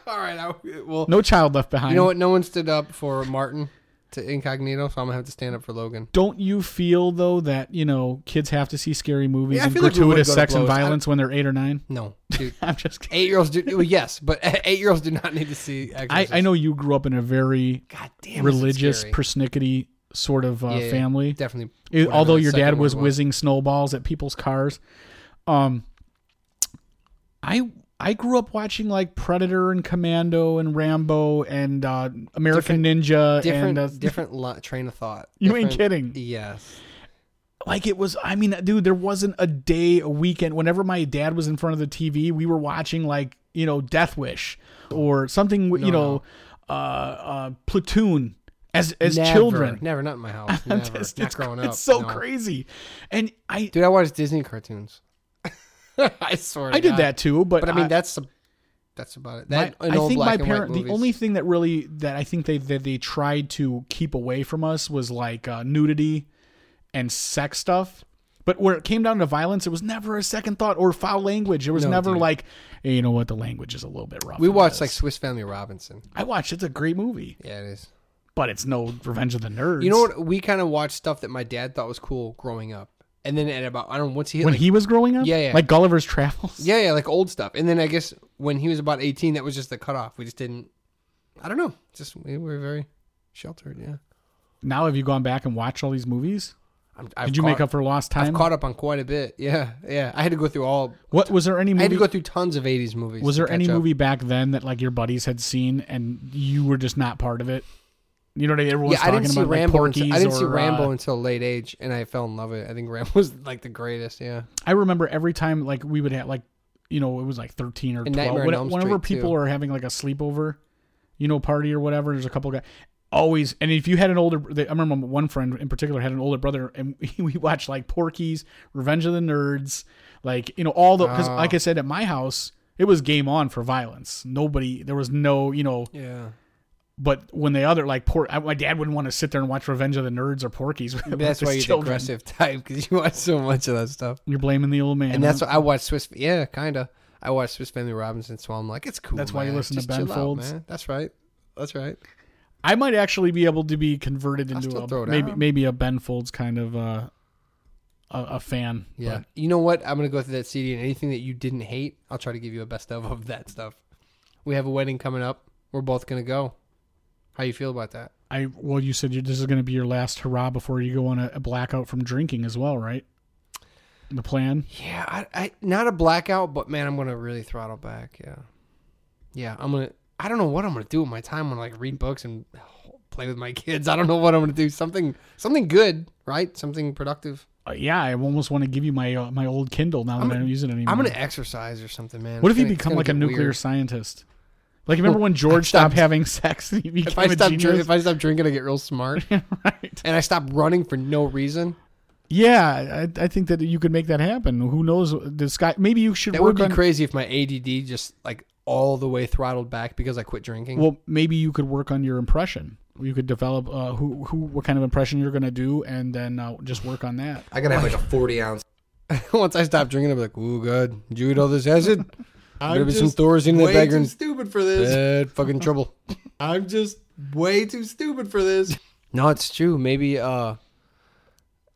Speaker 5: All right, I, well,
Speaker 4: No child left behind.
Speaker 5: you know what? No one stood up for Martin to incognito, so I'm gonna have to stand up for Logan.
Speaker 4: Don't you feel though that you know kids have to see scary movies
Speaker 5: Yeah, I
Speaker 4: and
Speaker 5: feel like we would
Speaker 4: gratuitous
Speaker 5: go to
Speaker 4: sex and
Speaker 5: blows. I-
Speaker 4: violence when they're eight or nine?
Speaker 5: No, dude,
Speaker 4: I'm just kidding.
Speaker 5: eight year olds do. Well, yes, but eight year olds do not need to see.
Speaker 4: I,
Speaker 5: Exorcist.
Speaker 4: I know you grew up in a very
Speaker 5: God damn, is it
Speaker 4: religious,
Speaker 5: scary.
Speaker 4: persnickety sort of uh,
Speaker 5: Yeah, yeah,
Speaker 4: family.
Speaker 5: Definitely.
Speaker 4: It-
Speaker 5: whatever
Speaker 4: although
Speaker 5: the
Speaker 4: your dad
Speaker 5: second
Speaker 4: was
Speaker 5: word
Speaker 4: whizzing snowballs at people's cars. Um, I I grew up watching like Predator and Commando and Rambo and uh, American Ninja
Speaker 5: different
Speaker 4: and uh,
Speaker 5: different lo- train of thought.
Speaker 4: You ain't
Speaker 5: Different-
Speaker 4: kidding.
Speaker 5: Yes.
Speaker 4: like it was i mean dude there wasn't a day a weekend whenever my dad was in front of the tv we were watching like you know death wish or something you know uh uh platoon as as
Speaker 5: Never,
Speaker 4: children
Speaker 5: Never, not in my house.
Speaker 4: I'm
Speaker 5: Never.
Speaker 4: just-
Speaker 5: not
Speaker 4: it's,
Speaker 5: growing up.
Speaker 4: it's so
Speaker 5: no.
Speaker 4: crazy and i
Speaker 5: Dude, I watched Disney cartoons. I swear. to
Speaker 4: i did
Speaker 5: God.
Speaker 4: that too but,
Speaker 5: But I mean, that's that's about it. That
Speaker 4: I,
Speaker 5: and
Speaker 4: I
Speaker 5: old
Speaker 4: think my
Speaker 5: black and white
Speaker 4: parent the
Speaker 5: movies.
Speaker 4: only thing that really that i think they that they tried to keep away from us was like uh, nudity and sex stuff but where it came down to violence it was never a second thought or foul language it was
Speaker 5: No,
Speaker 4: never
Speaker 5: dude.
Speaker 4: like hey, you know what the language is a little bit rough
Speaker 5: we
Speaker 4: in
Speaker 5: watched
Speaker 4: this."
Speaker 5: like Swiss Family Robinson.
Speaker 4: i watched it's a great movie
Speaker 5: Yeah, it is.
Speaker 4: but it's no revenge of the nerds
Speaker 5: You know what? We kind of watched stuff that my dad thought was cool growing up, and then at about I don't know once he hit
Speaker 4: when
Speaker 5: like,
Speaker 4: he was growing up
Speaker 5: Yeah, yeah.
Speaker 4: like gulliver's travels
Speaker 5: yeah yeah like old stuff, and then I guess when he was about eighteen, that was just the cutoff. We just didn't. I don't know. Just we were very sheltered. Yeah.
Speaker 4: now have you gone back and watched all these movies
Speaker 5: I'm, I've
Speaker 4: did you make
Speaker 5: caught-
Speaker 4: up for lost time
Speaker 5: I've caught up on quite a bit. Yeah, yeah. I had to go through all.
Speaker 4: what was there any
Speaker 5: I had to
Speaker 4: movie
Speaker 5: go through tons of '80s movies.
Speaker 4: Was
Speaker 5: to
Speaker 4: there any
Speaker 5: catch up.
Speaker 4: movie back then that like your buddies had seen and you were just not part of it? You know what I mean? Everyone's
Speaker 5: Yeah, I
Speaker 4: talking
Speaker 5: didn't see
Speaker 4: about
Speaker 5: Rambo.
Speaker 4: like Porky's
Speaker 5: until, I didn't see
Speaker 4: or,
Speaker 5: Rambo
Speaker 4: uh,
Speaker 5: until late age, and I fell in love with it. I think Rambo was like the greatest. Yeah,
Speaker 4: I remember every time like we would have like you know it was like thirteen or
Speaker 5: And
Speaker 4: twelve.
Speaker 5: Nightmare on
Speaker 4: When,
Speaker 5: Elm
Speaker 4: whenever
Speaker 5: Street,
Speaker 4: people
Speaker 5: too.
Speaker 4: are having like a sleepover, you know, party or whatever, there's a couple guys. Always, and if you had an older, I remember one friend in particular had an older brother, and we watched like Porky's, Revenge of the Nerds, like you know all the because
Speaker 5: Oh.
Speaker 4: like I said at my house it was game on for violence. Nobody, there was no you know
Speaker 5: yeah.
Speaker 4: But when the other like poor, I, my dad wouldn't want to sit there and watch Revenge of the Nerds or Porky's. With, with
Speaker 5: That's
Speaker 4: his
Speaker 5: why you're the
Speaker 4: children.
Speaker 5: aggressive type because you watch so much of that stuff.
Speaker 4: You're blaming the old man,
Speaker 5: And that's
Speaker 4: huh?
Speaker 5: why I watched Swiss. Yeah, kinda. I watched Swiss Family Robinson, so I'm like, it's cool.
Speaker 4: That's why you
Speaker 5: man.
Speaker 4: listen to
Speaker 5: Just
Speaker 4: Ben
Speaker 5: chill out,
Speaker 4: Folds.
Speaker 5: man. That's right. That's right.
Speaker 4: I might actually be able to be converted
Speaker 5: I'll
Speaker 4: into
Speaker 5: still
Speaker 4: a
Speaker 5: throw it
Speaker 4: maybe
Speaker 5: out.
Speaker 4: maybe a Ben Folds kind of uh, a, a fan.
Speaker 5: Yeah.
Speaker 4: But
Speaker 5: You know what? I'm gonna go through that CD and anything that you didn't hate, I'll try to give you a best of of that stuff. We have a wedding coming up. We're both gonna go. How you feel about that?
Speaker 4: I well, you said you, this is going to be your last hurrah before you go on a, a blackout from drinking as well, right? The plan.
Speaker 5: Yeah, I, I not a blackout, but man, I'm gonna really throttle back. Yeah, yeah, I'm gonna. I don't know what I'm gonna do with my time. I'm gonna like read books and play with my kids. I don't know what I'm gonna do. Something, something good, right? Something productive.
Speaker 4: Uh, yeah, I almost want to give you my uh, my old Kindle now that
Speaker 5: I'm
Speaker 4: I
Speaker 5: gonna-
Speaker 4: don't use it anymore.
Speaker 5: I'm gonna exercise or something, man.
Speaker 4: What
Speaker 5: It's
Speaker 4: if you
Speaker 5: gonna- it's
Speaker 4: become
Speaker 5: gonna
Speaker 4: like a
Speaker 5: get
Speaker 4: nuclear
Speaker 5: weird.
Speaker 4: scientist? Like, remember when George
Speaker 5: stopped-
Speaker 4: stopped having sex and he became
Speaker 5: If I
Speaker 4: a
Speaker 5: stop
Speaker 4: genius?
Speaker 5: drinking, if I stop drinking, I get real smart,
Speaker 4: right.
Speaker 5: and I stop running for no reason.
Speaker 4: Yeah, I, I think that you could make that happen. Who knows? The sky. Maybe you should
Speaker 5: That would
Speaker 4: work
Speaker 5: be
Speaker 4: on.
Speaker 5: crazy if my ADD just like all the way throttled back because I quit drinking.
Speaker 4: Well, maybe you could work on your impression. You could develop uh, who, who, what kind of impression you're going to do, and then uh, just work on that.
Speaker 9: I gotta have like a 40 ounce.
Speaker 5: Once I stop drinking, I'm like, "Ooh, God, did you eat all this acid? Better be some
Speaker 9: just
Speaker 5: Thorazine in that
Speaker 9: Way
Speaker 5: bagger
Speaker 9: too
Speaker 5: and
Speaker 9: stupid for this.
Speaker 5: bad fucking trouble."
Speaker 9: I'm just way too stupid for this.
Speaker 5: No, it's true. Maybe uh,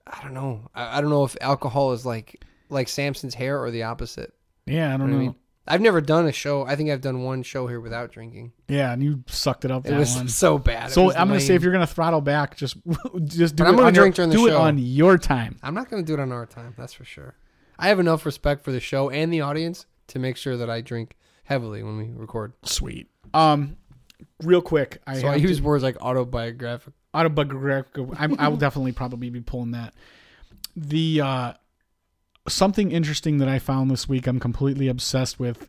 Speaker 5: I don't know. I, I don't know if alcohol is like like Samson's hair or the opposite.
Speaker 4: Yeah, I don't
Speaker 5: You know
Speaker 4: know.
Speaker 5: what I mean, I've never done a show. I think I've done one show here without drinking.
Speaker 4: Yeah, and you sucked it up.
Speaker 5: It
Speaker 4: that
Speaker 5: was
Speaker 4: one.
Speaker 5: so bad. It
Speaker 4: So
Speaker 5: was
Speaker 4: I'm going to say, if
Speaker 5: lame.
Speaker 4: you're going to throttle back, just just do
Speaker 5: But
Speaker 4: it.
Speaker 5: I'm gonna
Speaker 4: on your-
Speaker 5: drink during the
Speaker 4: do it
Speaker 5: show.
Speaker 4: on your time.
Speaker 5: I'm not going to do it on our time. That's for sure. I have enough respect for the show and the audience to make sure that I drink heavily when we record.
Speaker 4: Sweet. Um, real quick, I
Speaker 5: So I
Speaker 4: have
Speaker 5: use
Speaker 4: to,
Speaker 5: words like autobiographic.
Speaker 4: autobiographical. I'm, I will definitely probably be pulling that. The uh, something interesting that I found this week, I'm completely obsessed with,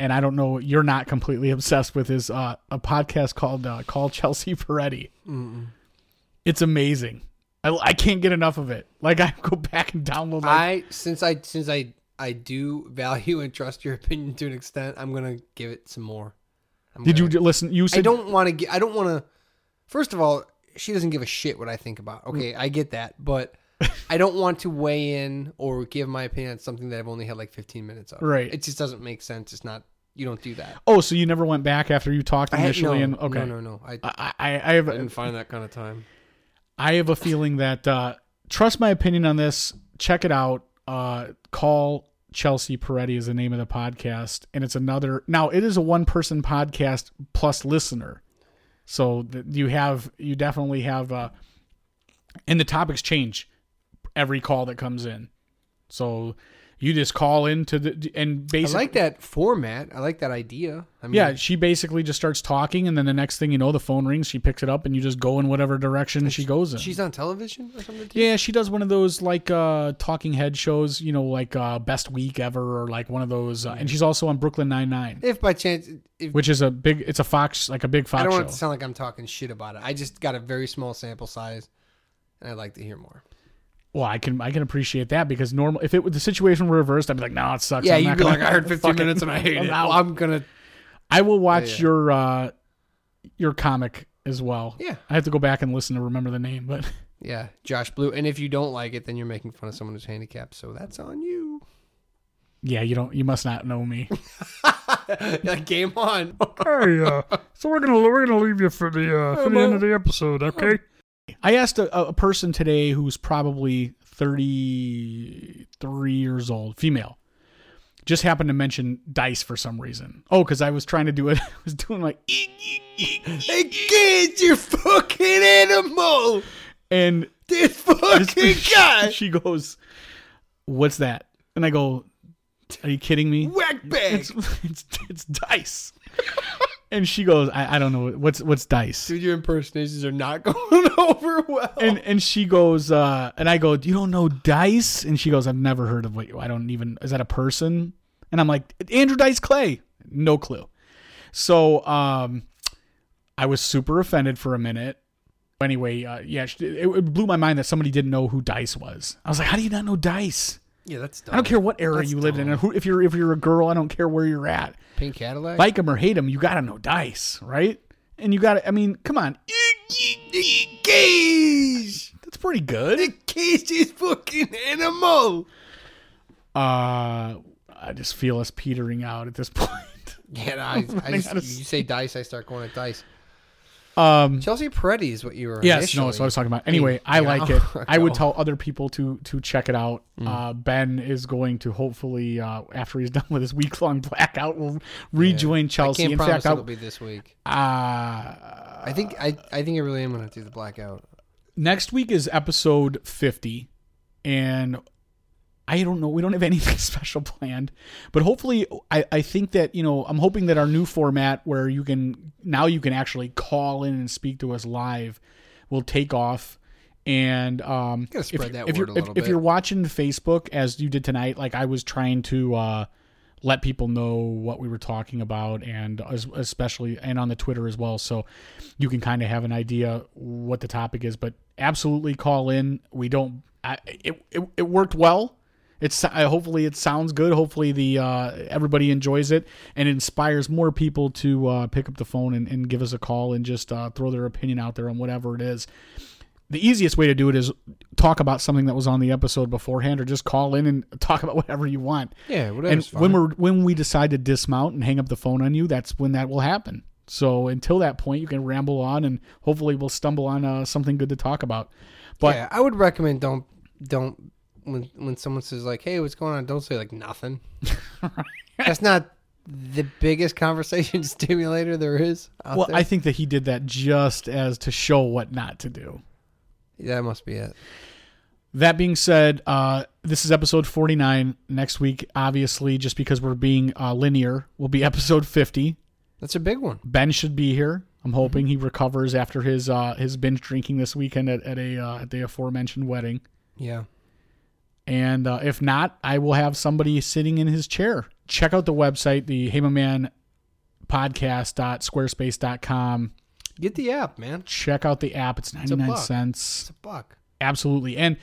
Speaker 4: and I don't know you're not completely obsessed with, is uh, a podcast called uh, Call Chelsea Peretti. It's amazing. I, I can't get enough of it. Like I go back and download. Like,
Speaker 5: I since I since I I do value and trust your opinion to an extent, I'm going to give it some more. I'm
Speaker 4: did you
Speaker 5: gonna-
Speaker 4: d- listen? You said
Speaker 5: I don't want to. I don't want to. First of all, she doesn't give a shit what I think about. Okay, I get that, but I don't want to weigh in or give my opinion on something that I've only had like 15 minutes of.
Speaker 4: Right.
Speaker 5: It just doesn't make sense. It's not. You don't do that.
Speaker 4: Oh, so you never went back after you talked
Speaker 5: had-
Speaker 4: initially?
Speaker 5: no,
Speaker 4: and okay,
Speaker 5: No, no, no. I, I
Speaker 4: I, I, I have
Speaker 5: didn't find that kind of time.
Speaker 4: I have a feeling that uh, trust my opinion on this. Check it out. Uh, call Chelsea Peretti is the name of the podcast, and it's another. Now it is a one person podcast plus listener, so th- you have you definitely have. Uh, and the topics change every call that comes in, so you just call into the and
Speaker 5: I
Speaker 4: basically
Speaker 5: like that format. I like that idea. I mean,
Speaker 4: yeah, she basically just starts talking, and then the next thing you know, the phone rings. She picks it up, and you just go in whatever direction she goes in.
Speaker 5: she's on television or something. too?
Speaker 4: yeah, she does one of those like uh, talking head shows, you know, like uh, Best Week Ever, or like one of those. Uh, and she's also on Brooklyn Nine Nine,
Speaker 5: If by chance, if
Speaker 4: which is a big. It's a Fox, like a big
Speaker 5: I
Speaker 4: Fox
Speaker 5: don't
Speaker 4: show.
Speaker 5: want it to sound like I'm talking shit about it. I just got a very small sample size, and I'd like to hear more.
Speaker 4: well, I can I can appreciate that because normal if it were the situation were reversed, I'd be like, no, it sucks.
Speaker 5: Yeah,
Speaker 4: I'm
Speaker 5: you'd
Speaker 4: not
Speaker 5: be
Speaker 4: gonna-
Speaker 5: like, I heard 15
Speaker 4: fuck it.
Speaker 5: minutes and I hate
Speaker 4: I'm
Speaker 5: it.
Speaker 4: out.
Speaker 5: I'm gonna.
Speaker 4: I will watch
Speaker 5: Yeah, yeah.
Speaker 4: your uh, your comic as well.
Speaker 5: Yeah.
Speaker 4: I have to go back and listen to remember the name, but.
Speaker 5: Yeah, Josh Blue. And if you don't like it, then you're making fun of someone who's handicapped. So that's on you.
Speaker 4: Yeah, you don't. You must not know me.
Speaker 5: Yeah, game on.
Speaker 4: hey, uh, so we're gonna we're gonna leave you for the
Speaker 8: Oh,
Speaker 4: uh, for the end of the episode, okay? I asked a, a person today who's probably thirty three years old, female. Just happened to mention dice for some reason. Oh, because I was trying to do it. I was doing like, "Eek,"
Speaker 5: hey, kids, you fucking animal.
Speaker 4: and
Speaker 5: This fucking
Speaker 4: she,
Speaker 5: guy.
Speaker 4: she goes, "What's that?" And I go, "Are you kidding me?"
Speaker 5: Whack bag.
Speaker 4: It's, it's, it's dice. and she goes, I, I don't know what's what's dice.
Speaker 5: Dude, your impersonations are not going over well.
Speaker 4: and and she goes uh and i go you don't know dice and she goes i've never heard of what you i don't even is that a person and i'm like andrew dice clay no clue so um i was super offended for a minute anyway uh, yeah she- it, it blew my mind that somebody didn't know who dice was i was like how do you not know dice
Speaker 5: yeah, that's dumb.
Speaker 4: i don't care what era
Speaker 5: That's
Speaker 4: you lived in
Speaker 5: dumb.
Speaker 4: and who, if you're if you're a girl i don't care where you're at
Speaker 5: Pink Cadillac?
Speaker 4: like him or hate him you gotta know dice right and you gotta i mean come on
Speaker 5: Cage.
Speaker 4: that's pretty good
Speaker 5: The cage is fucking animal.
Speaker 4: Uh, I just feel us petering out at this point.
Speaker 5: Yeah, no, I, I
Speaker 4: out of
Speaker 5: just, you say dice, I start going at dice.
Speaker 4: Um,
Speaker 5: Chelsea Peretti is what you were.
Speaker 4: yes, no,
Speaker 5: initially.
Speaker 4: that's what I was talking about. Anyway, I
Speaker 5: Yeah.
Speaker 4: like it. I would
Speaker 5: Go. Mm.
Speaker 4: tell other people to to check it out. Uh, ben is going to hopefully uh, after he's done with his week long blackout, will rejoin Chelsea.
Speaker 5: I can't
Speaker 4: In
Speaker 5: promise
Speaker 4: fact,
Speaker 5: it'll be this week.
Speaker 4: I, uh,
Speaker 5: I think I, I think I really am gonna do the blackout.
Speaker 4: next week is episode 50 and i don't know we don't have anything special planned but hopefully I, I think that you know i'm hoping that our new format where you can now you can actually call in and speak to us live will take off and um
Speaker 5: Gotta spread
Speaker 4: if,
Speaker 5: that
Speaker 4: if
Speaker 5: word
Speaker 4: you're
Speaker 5: a
Speaker 4: if,
Speaker 5: little
Speaker 4: if
Speaker 5: bit.
Speaker 4: you're watching facebook as you did tonight like i was trying to uh let people know what we were talking about and as, especially and on the Twitter as well. So you can kind of have an idea what the topic is, but absolutely call in. We don't, I, it, it, it worked well. It's I, hopefully it sounds good. Hopefully the uh, everybody enjoys it and inspires more people to uh, pick up the phone and, and give us a call and just uh, throw their opinion out there on whatever it is. The easiest way to do it is talk about something that was on the episode beforehand, or just call in and talk about whatever you want.
Speaker 5: Yeah,
Speaker 4: and
Speaker 5: whatever's fine.
Speaker 4: when we're when we decide to dismount and hang up the phone on you, that's when that will happen. So until that point, you can ramble on, and hopefully we'll stumble on uh, something good to talk about. But
Speaker 5: yeah, I would recommend don't don't when when someone says like, "Hey, what's going on?" Don't say like nothing. That's not the biggest conversation stimulator there is. Out
Speaker 4: well,
Speaker 5: there.
Speaker 4: I think that he did that just as to show what not to do.
Speaker 5: that must be it.
Speaker 4: That being said, uh, this is episode 49. Next week, obviously, just because we're being uh, linear, will be episode 50.
Speaker 5: That's a big one.
Speaker 4: Ben should be here.
Speaker 5: Mm-hmm.
Speaker 4: I'm hoping he recovers after his uh, his binge drinking this weekend at, at a uh, at the aforementioned wedding.
Speaker 5: Yeah.
Speaker 4: And uh, if not, I will have somebody sitting in his chair. Check out the website, the Heyman podcast.squarespace.com.
Speaker 5: Get the app, man.
Speaker 4: Check out the app. It's
Speaker 5: a
Speaker 4: 99
Speaker 5: buck.
Speaker 4: cents
Speaker 5: It's a buck.
Speaker 4: absolutely and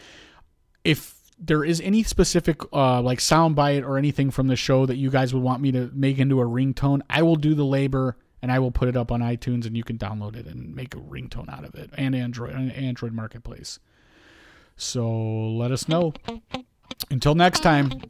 Speaker 4: if there is any specific uh like soundbite or anything from the show that you guys would want me to make into a ringtone i will do the labor and i will put it up on itunes and you can download it and make a ringtone out of it and android and android marketplace so let us know until next time